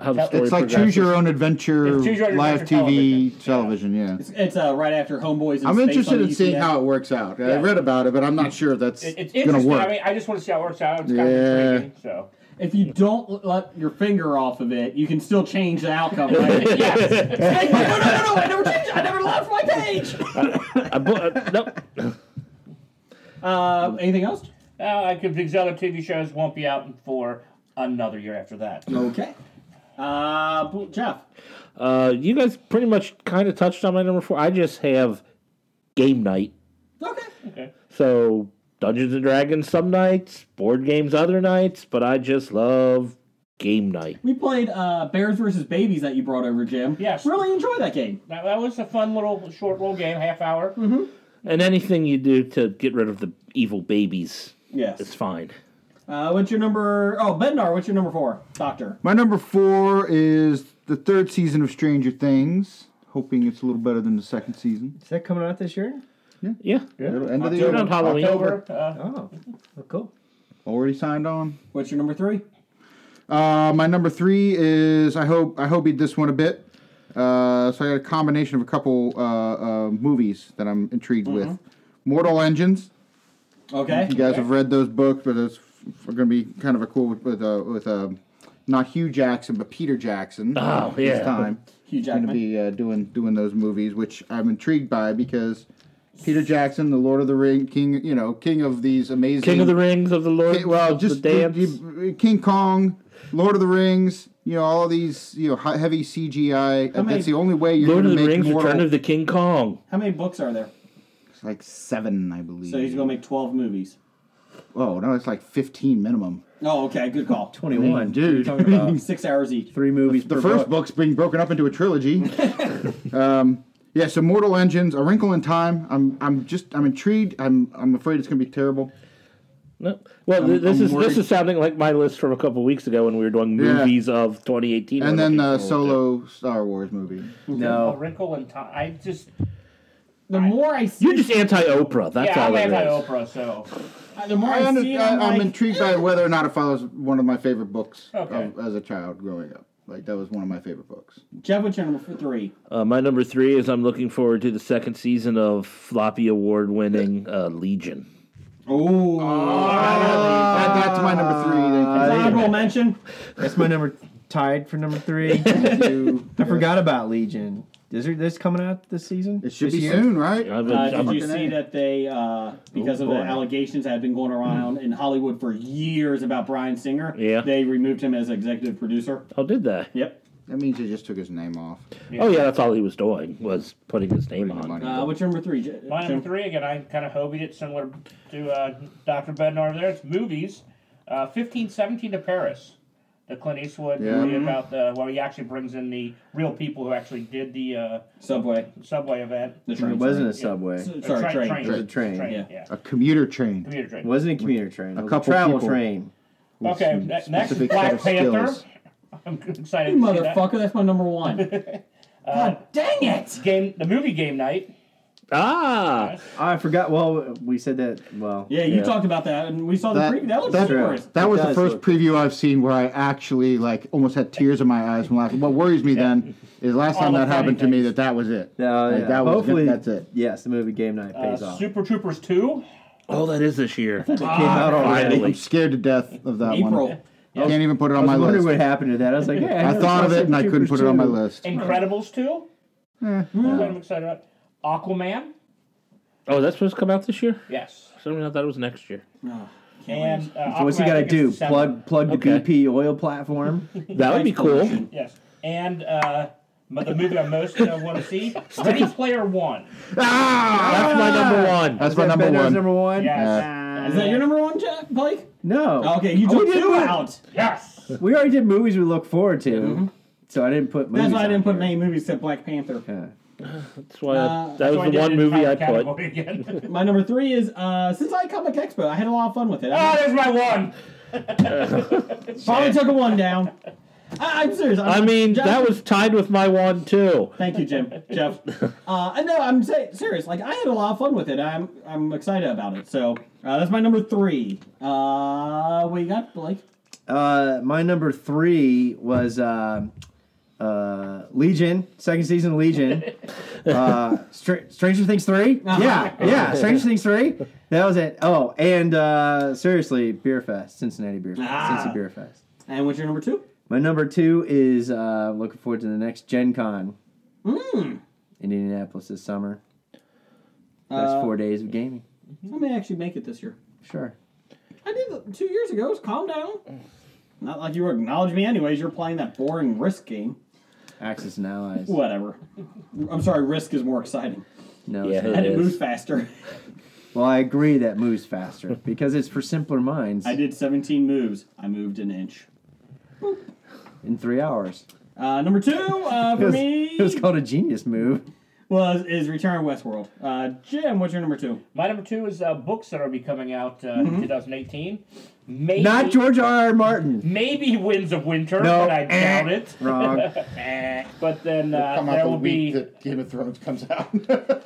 it's like choose your own adventure,
It's choose your own
live
adventure
TV television. yeah.
It's, it's uh, right after Homeboys. In
I'm
Space
interested
on E
in seeing
UPN.
how it works out. I
Yeah.
read about it, but I'm not sure if that's
It, it's
going to
interesting.
work.
I mean, I just want to see how it works out. It's kind
Yeah.
of intriguing, so.
If you don't l- let your finger off of it, you can still change the outcome. Right?
Yes.
It's like, no, no, no, no! I never changed. it. I never left my page. Uh, anything else?
Uh, I could, these other TV shows won't be out for another year after that.
Okay. Uh, bu- Jeff.
Uh, you guys pretty much kind of touched on my number four. I just have game night.
Okay.
So Dungeons and Dragons some nights, board games other nights, but I just love game night.
We played uh, Bears versus Babies that you brought over, Jim.
Yes.
Really enjoy that game.
That, that was a fun little short little game, half hour. Mm-hmm.
And anything you do to get rid of the evil babies,
Yes.
it's fine.
Uh, what's your number? Oh, Bednar. What's your number four? Doctor.
My number four is the third season of Stranger Things. Hoping it's a little better than the second season.
Is that coming out this year?
Yeah.
Yeah.
It'll end of the year.
Around Halloween.
October.
oh, well, cool.
Already signed on.
What's your number three?
Uh, my number three is I hope I hobied this one a bit. Uh, so I got a combination of a couple uh, uh, movies that I'm intrigued with.
Mm-hmm.
Mortal Engines.
Okay.
If you guys have read those books, but those are going to be kind of a cool with with, uh, with um, not Hugh Jackson but Peter Jackson.
Oh, yeah.
This time
Hugh
going to
Jackman.
be uh, doing doing those movies, which I'm intrigued by because Peter Jackson, the Lord of the Ring, King, you know, King of these amazing
King of the Rings of the Lord.
Ki- well,
of the
just
dance.
you- you- King Kong, Lord of the Rings. You know, all these you know hi- heavy CGI.
How many-
that's the only way you're
Lord
going
of
to
the
make
Rings,
mortal.
Return of the King Kong.
How many books are there?
It's like seven, I believe.
So he's gonna make twelve movies.
oh no, it's like fifteen minimum.
Oh, okay. Good call.
Twenty-one,
dude.
Talking about
Six hours each.
three movies.
The
per
first
book.
book's being broken up into a trilogy. um, yeah, so Mortal Engines, A Wrinkle in Time. I'm, I'm just, I'm intrigued. I'm, I'm afraid it's going to be terrible.
No. Well, th-
I'm-
this
I'm
is this
worried.
is sounding like my list from a couple weeks ago when we were doing
Yeah.
movies of 2018.
And
We're
then the
looking forward to.
solo Star Wars movie.
A
No,
wrinkle in time. I just
The more I see,
You're just anti Oprah. That's
yeah, I'm
all it is.
anti Oprah, so
the more
I
I,
under,
see, it,
I,
I'm,
I'm
like,
intrigued by whether or not it follows one of my favorite books
Okay.
of, as a child growing up. Like that was one of my favorite books.
Jeff, what's your number three?
Uh, my number three is I'm looking forward to the second season of floppy award winning uh, Legion.
Oh,
That- that's my number three. Thank you.
honorable mention.
that's my number. Tied for number three. I forgot about Legion. Is there this coming out this season?
it should
This
be
year?
soon, right?
I've been,
Uh,
I'm
did
a-
you see that they, uh, because of the
boy.
allegations that have been going around in Hollywood for years about Brian Singer,
Yeah.
they removed him as executive producer?
oh, did they?
Yep.
That means they just took his name off.
Oh, yeah, that's all he was doing was putting his name
Putting the
on.
money.
Uh, what's your number three? J-
my
Jim?
number three again. I kind of hobied it similar to uh, Doctor Bednar over there. It's movies, uh, fifteen seventeen to Paris, the Clint Eastwood
Yeah. Mm-hmm.
movie about the where he actually brings in the real people who actually did the uh,
Subway.
subway event.
The
It
train.
wasn't a
Yeah.
subway.
S-
Or
Sorry, train.
It was a train,
yeah.
yeah.
A commuter train.
Commuter train.
It wasn't a commuter train. It
A
was
couple
travel
people.
train.
Okay,
Some
ne- next
specific set
Black
of
Panther.
skills.
I'm excited.
You
to see that. Uh,
motherfucker, that's my number one. God dang it!
Game the movie game night.
Ah!
I forgot. Well, we said that. Well,
Yeah, you
Yeah.
talked about that, and we saw the
That-
preview. That looks
that-
humorous.
That
It
was the
does
first
look-
preview I've seen where I actually like almost had tears in my eyes from laughing. What worries me then is last
All
time
the
that
funny
happened to me
things.
that that was it.
No,
Like,
yeah.
that was
Hopefully,
that's it.
Yes, the movie Game Night
Uh,
pays off.
Super Troopers two.
Oh, that is this year.
Came out already.
Finally.
I'm scared to death of that one.
April.
I can't even put it on
I
my
was wondering
list.
what happened to that. I was like, yeah,
I
never
thought of
saw
it and I
Super
couldn't put it on my
Troopers 2.
list.
Incredibles two. I'm excited about. Aquaman.
Oh, that's supposed to come out this year?
Yes.
For some reason I thought it was next year.
And uh,
So what's he
Aquaman,
got
I
to
think it's
do?
December.
Plug plug the
Okay.
BP oil platform.
That would be cool.
Yes. And uh, but the movie I most uh, want to see, Ready Player One.
Ah!
That's my number one.
That's my number
Bender's
one.
Number one. Uh,
Yes.
Is that your number one, Jeff, Blake?
No.
Okay, you
Oh, we
took
did
two
one.
out.
Yes.
We already did movies we look forward to, so I didn't put. Movies
That's why I
on
didn't put
here.
many movies except Black Panther.
Yeah.
That's why
Uh,
that
So
was the
did
one
it
movie I
in
put.
category Again.
My number three is uh, since I Comic Expo, I had a lot of fun with it.
oh,
I
there's my one.
finally took a one down. I, am serious.
I mean,
Jeff-
that was tied with my one too.
Thank you, Jim. Jeff. Uh, I know. I'm say, serious. Like I had a lot of fun with it. I'm I'm excited about it. So uh, that's my number three. Uh, what you got, Blake?
Uh, my number three was uh, uh, Legion, second season of Legion. uh, Str- Stranger Things 3?
Uh-huh.
Yeah, yeah, Stranger Things 3. That was it. Oh, and uh, seriously, Beer Fest, Cincinnati Beer Fest.
Ah.
Cincy Beer Fest.
And what's your number two?
My number two is uh, looking forward to the next Gen Con
Mm.
in Indianapolis this summer. That's
Uh,
four days of gaming.
I may actually make it this year.
Sure.
I did it two years ago. So calm down. Not like you acknowledge me, anyways. You're playing that boring risk game.
Axis and Allies.
Whatever. I'm sorry. Risk is more exciting.
No,
Yeah,
it's
it
not.
And it moves faster.
Well, I agree that moves faster because it's for simpler minds
I did 17 moves. I moved an inch.
in three hours.
Uh, number two uh,
It
for
was-
me
It was called a genius move.
was is Return of Westworld. Uh, Jim, what's your number two?
My number two is uh, books that are be coming out uh,
Mm-hmm.
in 2018. Maybe,
Not George R. R. Martin.
Maybe Winds of Winter,
No.
but I
Eh.
doubt it.
Wrong.
Eh. but then
It'll
uh,
come out
there
the
will
week
be.
that Game of Thrones comes out.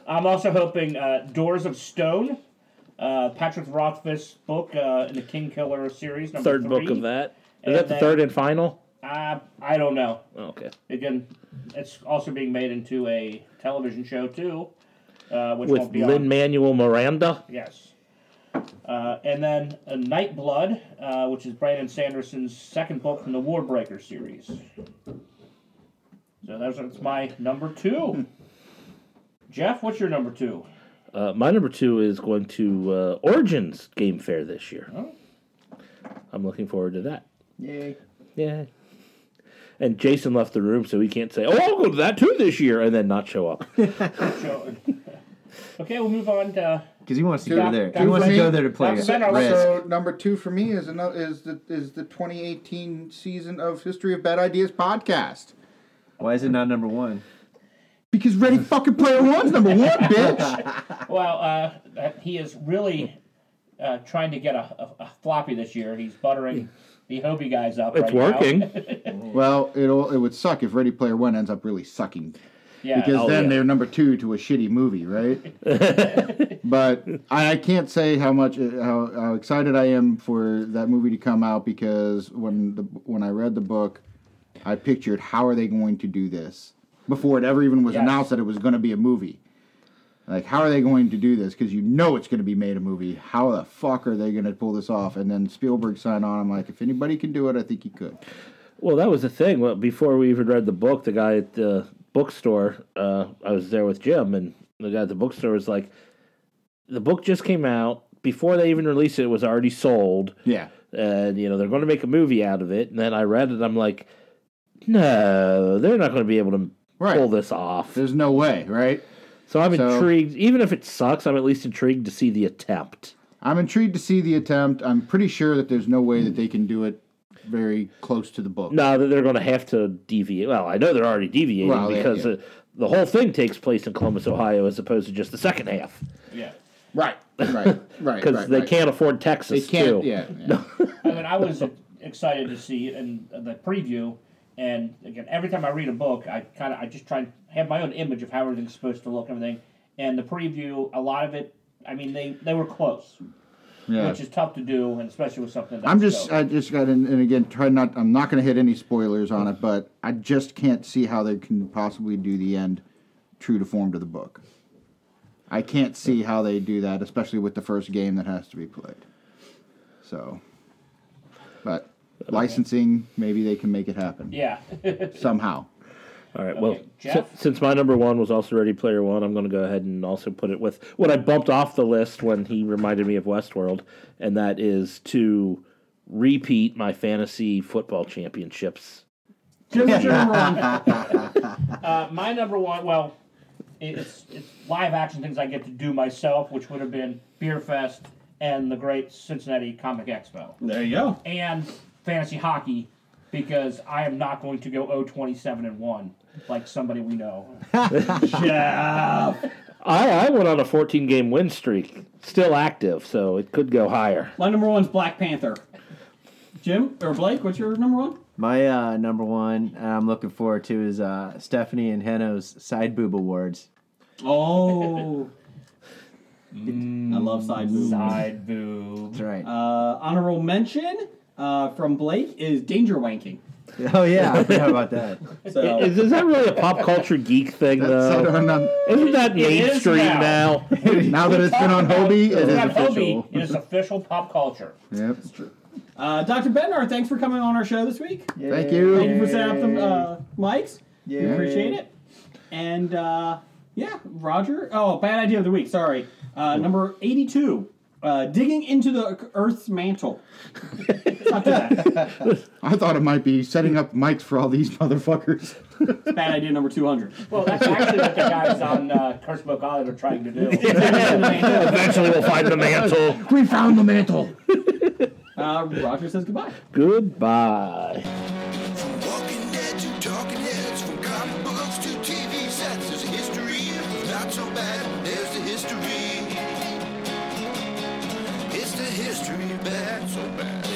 I'm also hoping uh, Doors of Stone, uh, Patrick Rothfuss book uh, in the King Killer series. Number
Third book
three.
of that.
And
Is that the
then-
third and final?
Uh, I don't know.
Oh, Okay.
Again, it's also being made into a television show too, uh, which won't
With
be
Lin
on.
Manuel Miranda.
Yes. Uh, and then uh, Nightblood, uh, which is Brandon Sanderson's second book from the Warbreaker series. So that's, that's my number two. Jeff, what's your number two?
Uh, my number two is going to uh, Origins Game Fair this year. I'm looking forward to that.
Yay.
Yeah. And Jason left the room, so he can't say, "Oh, I'll go to that too this year," and then not show up.
Joe. okay, we'll move on to. uh,
Because he wants to
Dude,
go there. He
dude,
wants to
me-
go there to play
Dr.
it.
Ben, I was-
Risk.
So number two for me is another is the is the 2018 season of History of Bad Ideas podcast
Why is it not number one?
Because Ready Fucking Player One's number one, bitch.
Well, uh, uh, he is really uh, trying to get a, a, a floppy this year. He's buttering the Hobie guys up.
It's
right
working.
Now.
well, it'll it would suck if Ready Player One ends up really sucking
yeah.
because
oh,
then
yeah.
they're number two to a shitty movie, right? but I, I can't say how much uh, how, how excited I am for that movie to come out because when the when I read the book, I pictured how are they going to do this before it ever even was
Yes.
announced that it was going to be a movie. Like, how are they going to do this? Because you know it's going to be made a movie. How the fuck are they going to pull this off? And then Spielberg signed on. I'm like, if anybody can do it, I think he could.
Well, that was the thing. Well, before we even read the book, the guy at the bookstore, uh, I was there with Jim, and the guy at the bookstore was like, "The book just came out. Before they even released it, it was already sold,
Yeah.
and you know they're going to make a movie out of it." And then I read it, I'm like, "No, they're not going to be able to
Right.
pull this off."
There's no way, right?
So I'm
So-
intrigued. Even if it sucks, I'm at least intrigued to see the attempt.
I'm intrigued to see the attempt. I'm pretty sure that there's no way that they can do it very close to the book.
No, that they're going to have to deviate. Well, I know they're already deviating
Well, yeah,
because
yeah.
uh the whole thing takes place in Columbus, Ohio, as opposed to just the second half.
oh, yeah.
Right, right, right.
because
right,
they
right.
can't afford
They
Texas
can't.
too.
Yeah. yeah.
I mean, I was excited to see in the preview, and again, every time I read a book, I kind of I just try and have my own image of how everything's supposed to look and everything. And the preview, a lot of it, I mean, they they were close,
yeah.
which is tough to do, and especially with something. That's
I'm just,
so-
I just got, and, and again, try not. I'm not going to hit any spoilers on it, but I just can't see how they can possibly do the end true to form to the book. I can't see how they do that, especially with the first game that has to be played. So, but licensing, maybe they can make it happen
yeah.
somehow.
All right. Well,
Okay, Jeff?
si- since my number one was also Ready Player One, I'm going to go ahead and also put it with what I bumped off the list when he reminded me of Westworld, and that is to repeat my fantasy football championships.
Jim, what's your number one?
uh, my number one, well, it- it's it's live action things I get to do myself, which would have been Beer Fest and the Great Cincinnati Comic Expo.
There you go.
and fantasy hockey because I am not going to go 027 and 1 like somebody we know.
Jeff.
I, I went on a 14 game win streak, still active, so it could go higher.
My number one's Black Panther. Jim or Blake, what's your number one?
My uh, number one I'm looking forward to is uh, Stephanie and Heno's Side Boob Awards.
Oh. I love side boob.
Side
boob.
That's right.
Uh, honorable mention uh, from Blake is danger wanking.
Oh yeah, I forgot about that.
So-
Is, is that really a pop culture geek thing, though? Isn't that
It is
mainstream now?
now.
now that it's been on Hobie, it is
on
official.
Hobie, it is official pop culture.
Yep.
Uh, Dr. Bednar, thanks for coming on our show this week.
Thank you.
Thank you for setting up the uh, mics. We
Yay.
appreciate it. And uh, yeah, Roger. Oh, bad idea of the week. Sorry. Uh, number 82. Uh, digging into the Earth's mantle.
I thought it might be setting up mics for all these motherfuckers.
Bad idea number 200.
Well, that's actually what the guys on uh, Curse Book Island are trying to do.
Eventually, we'll find the mantle.
We found the mantle.
Uh, Roger says goodbye.
Goodbye.
Walking dead to talking heads, from comic books to TV sets, there's a history. Not so bad, there's the history. It's the history, bad, so bad.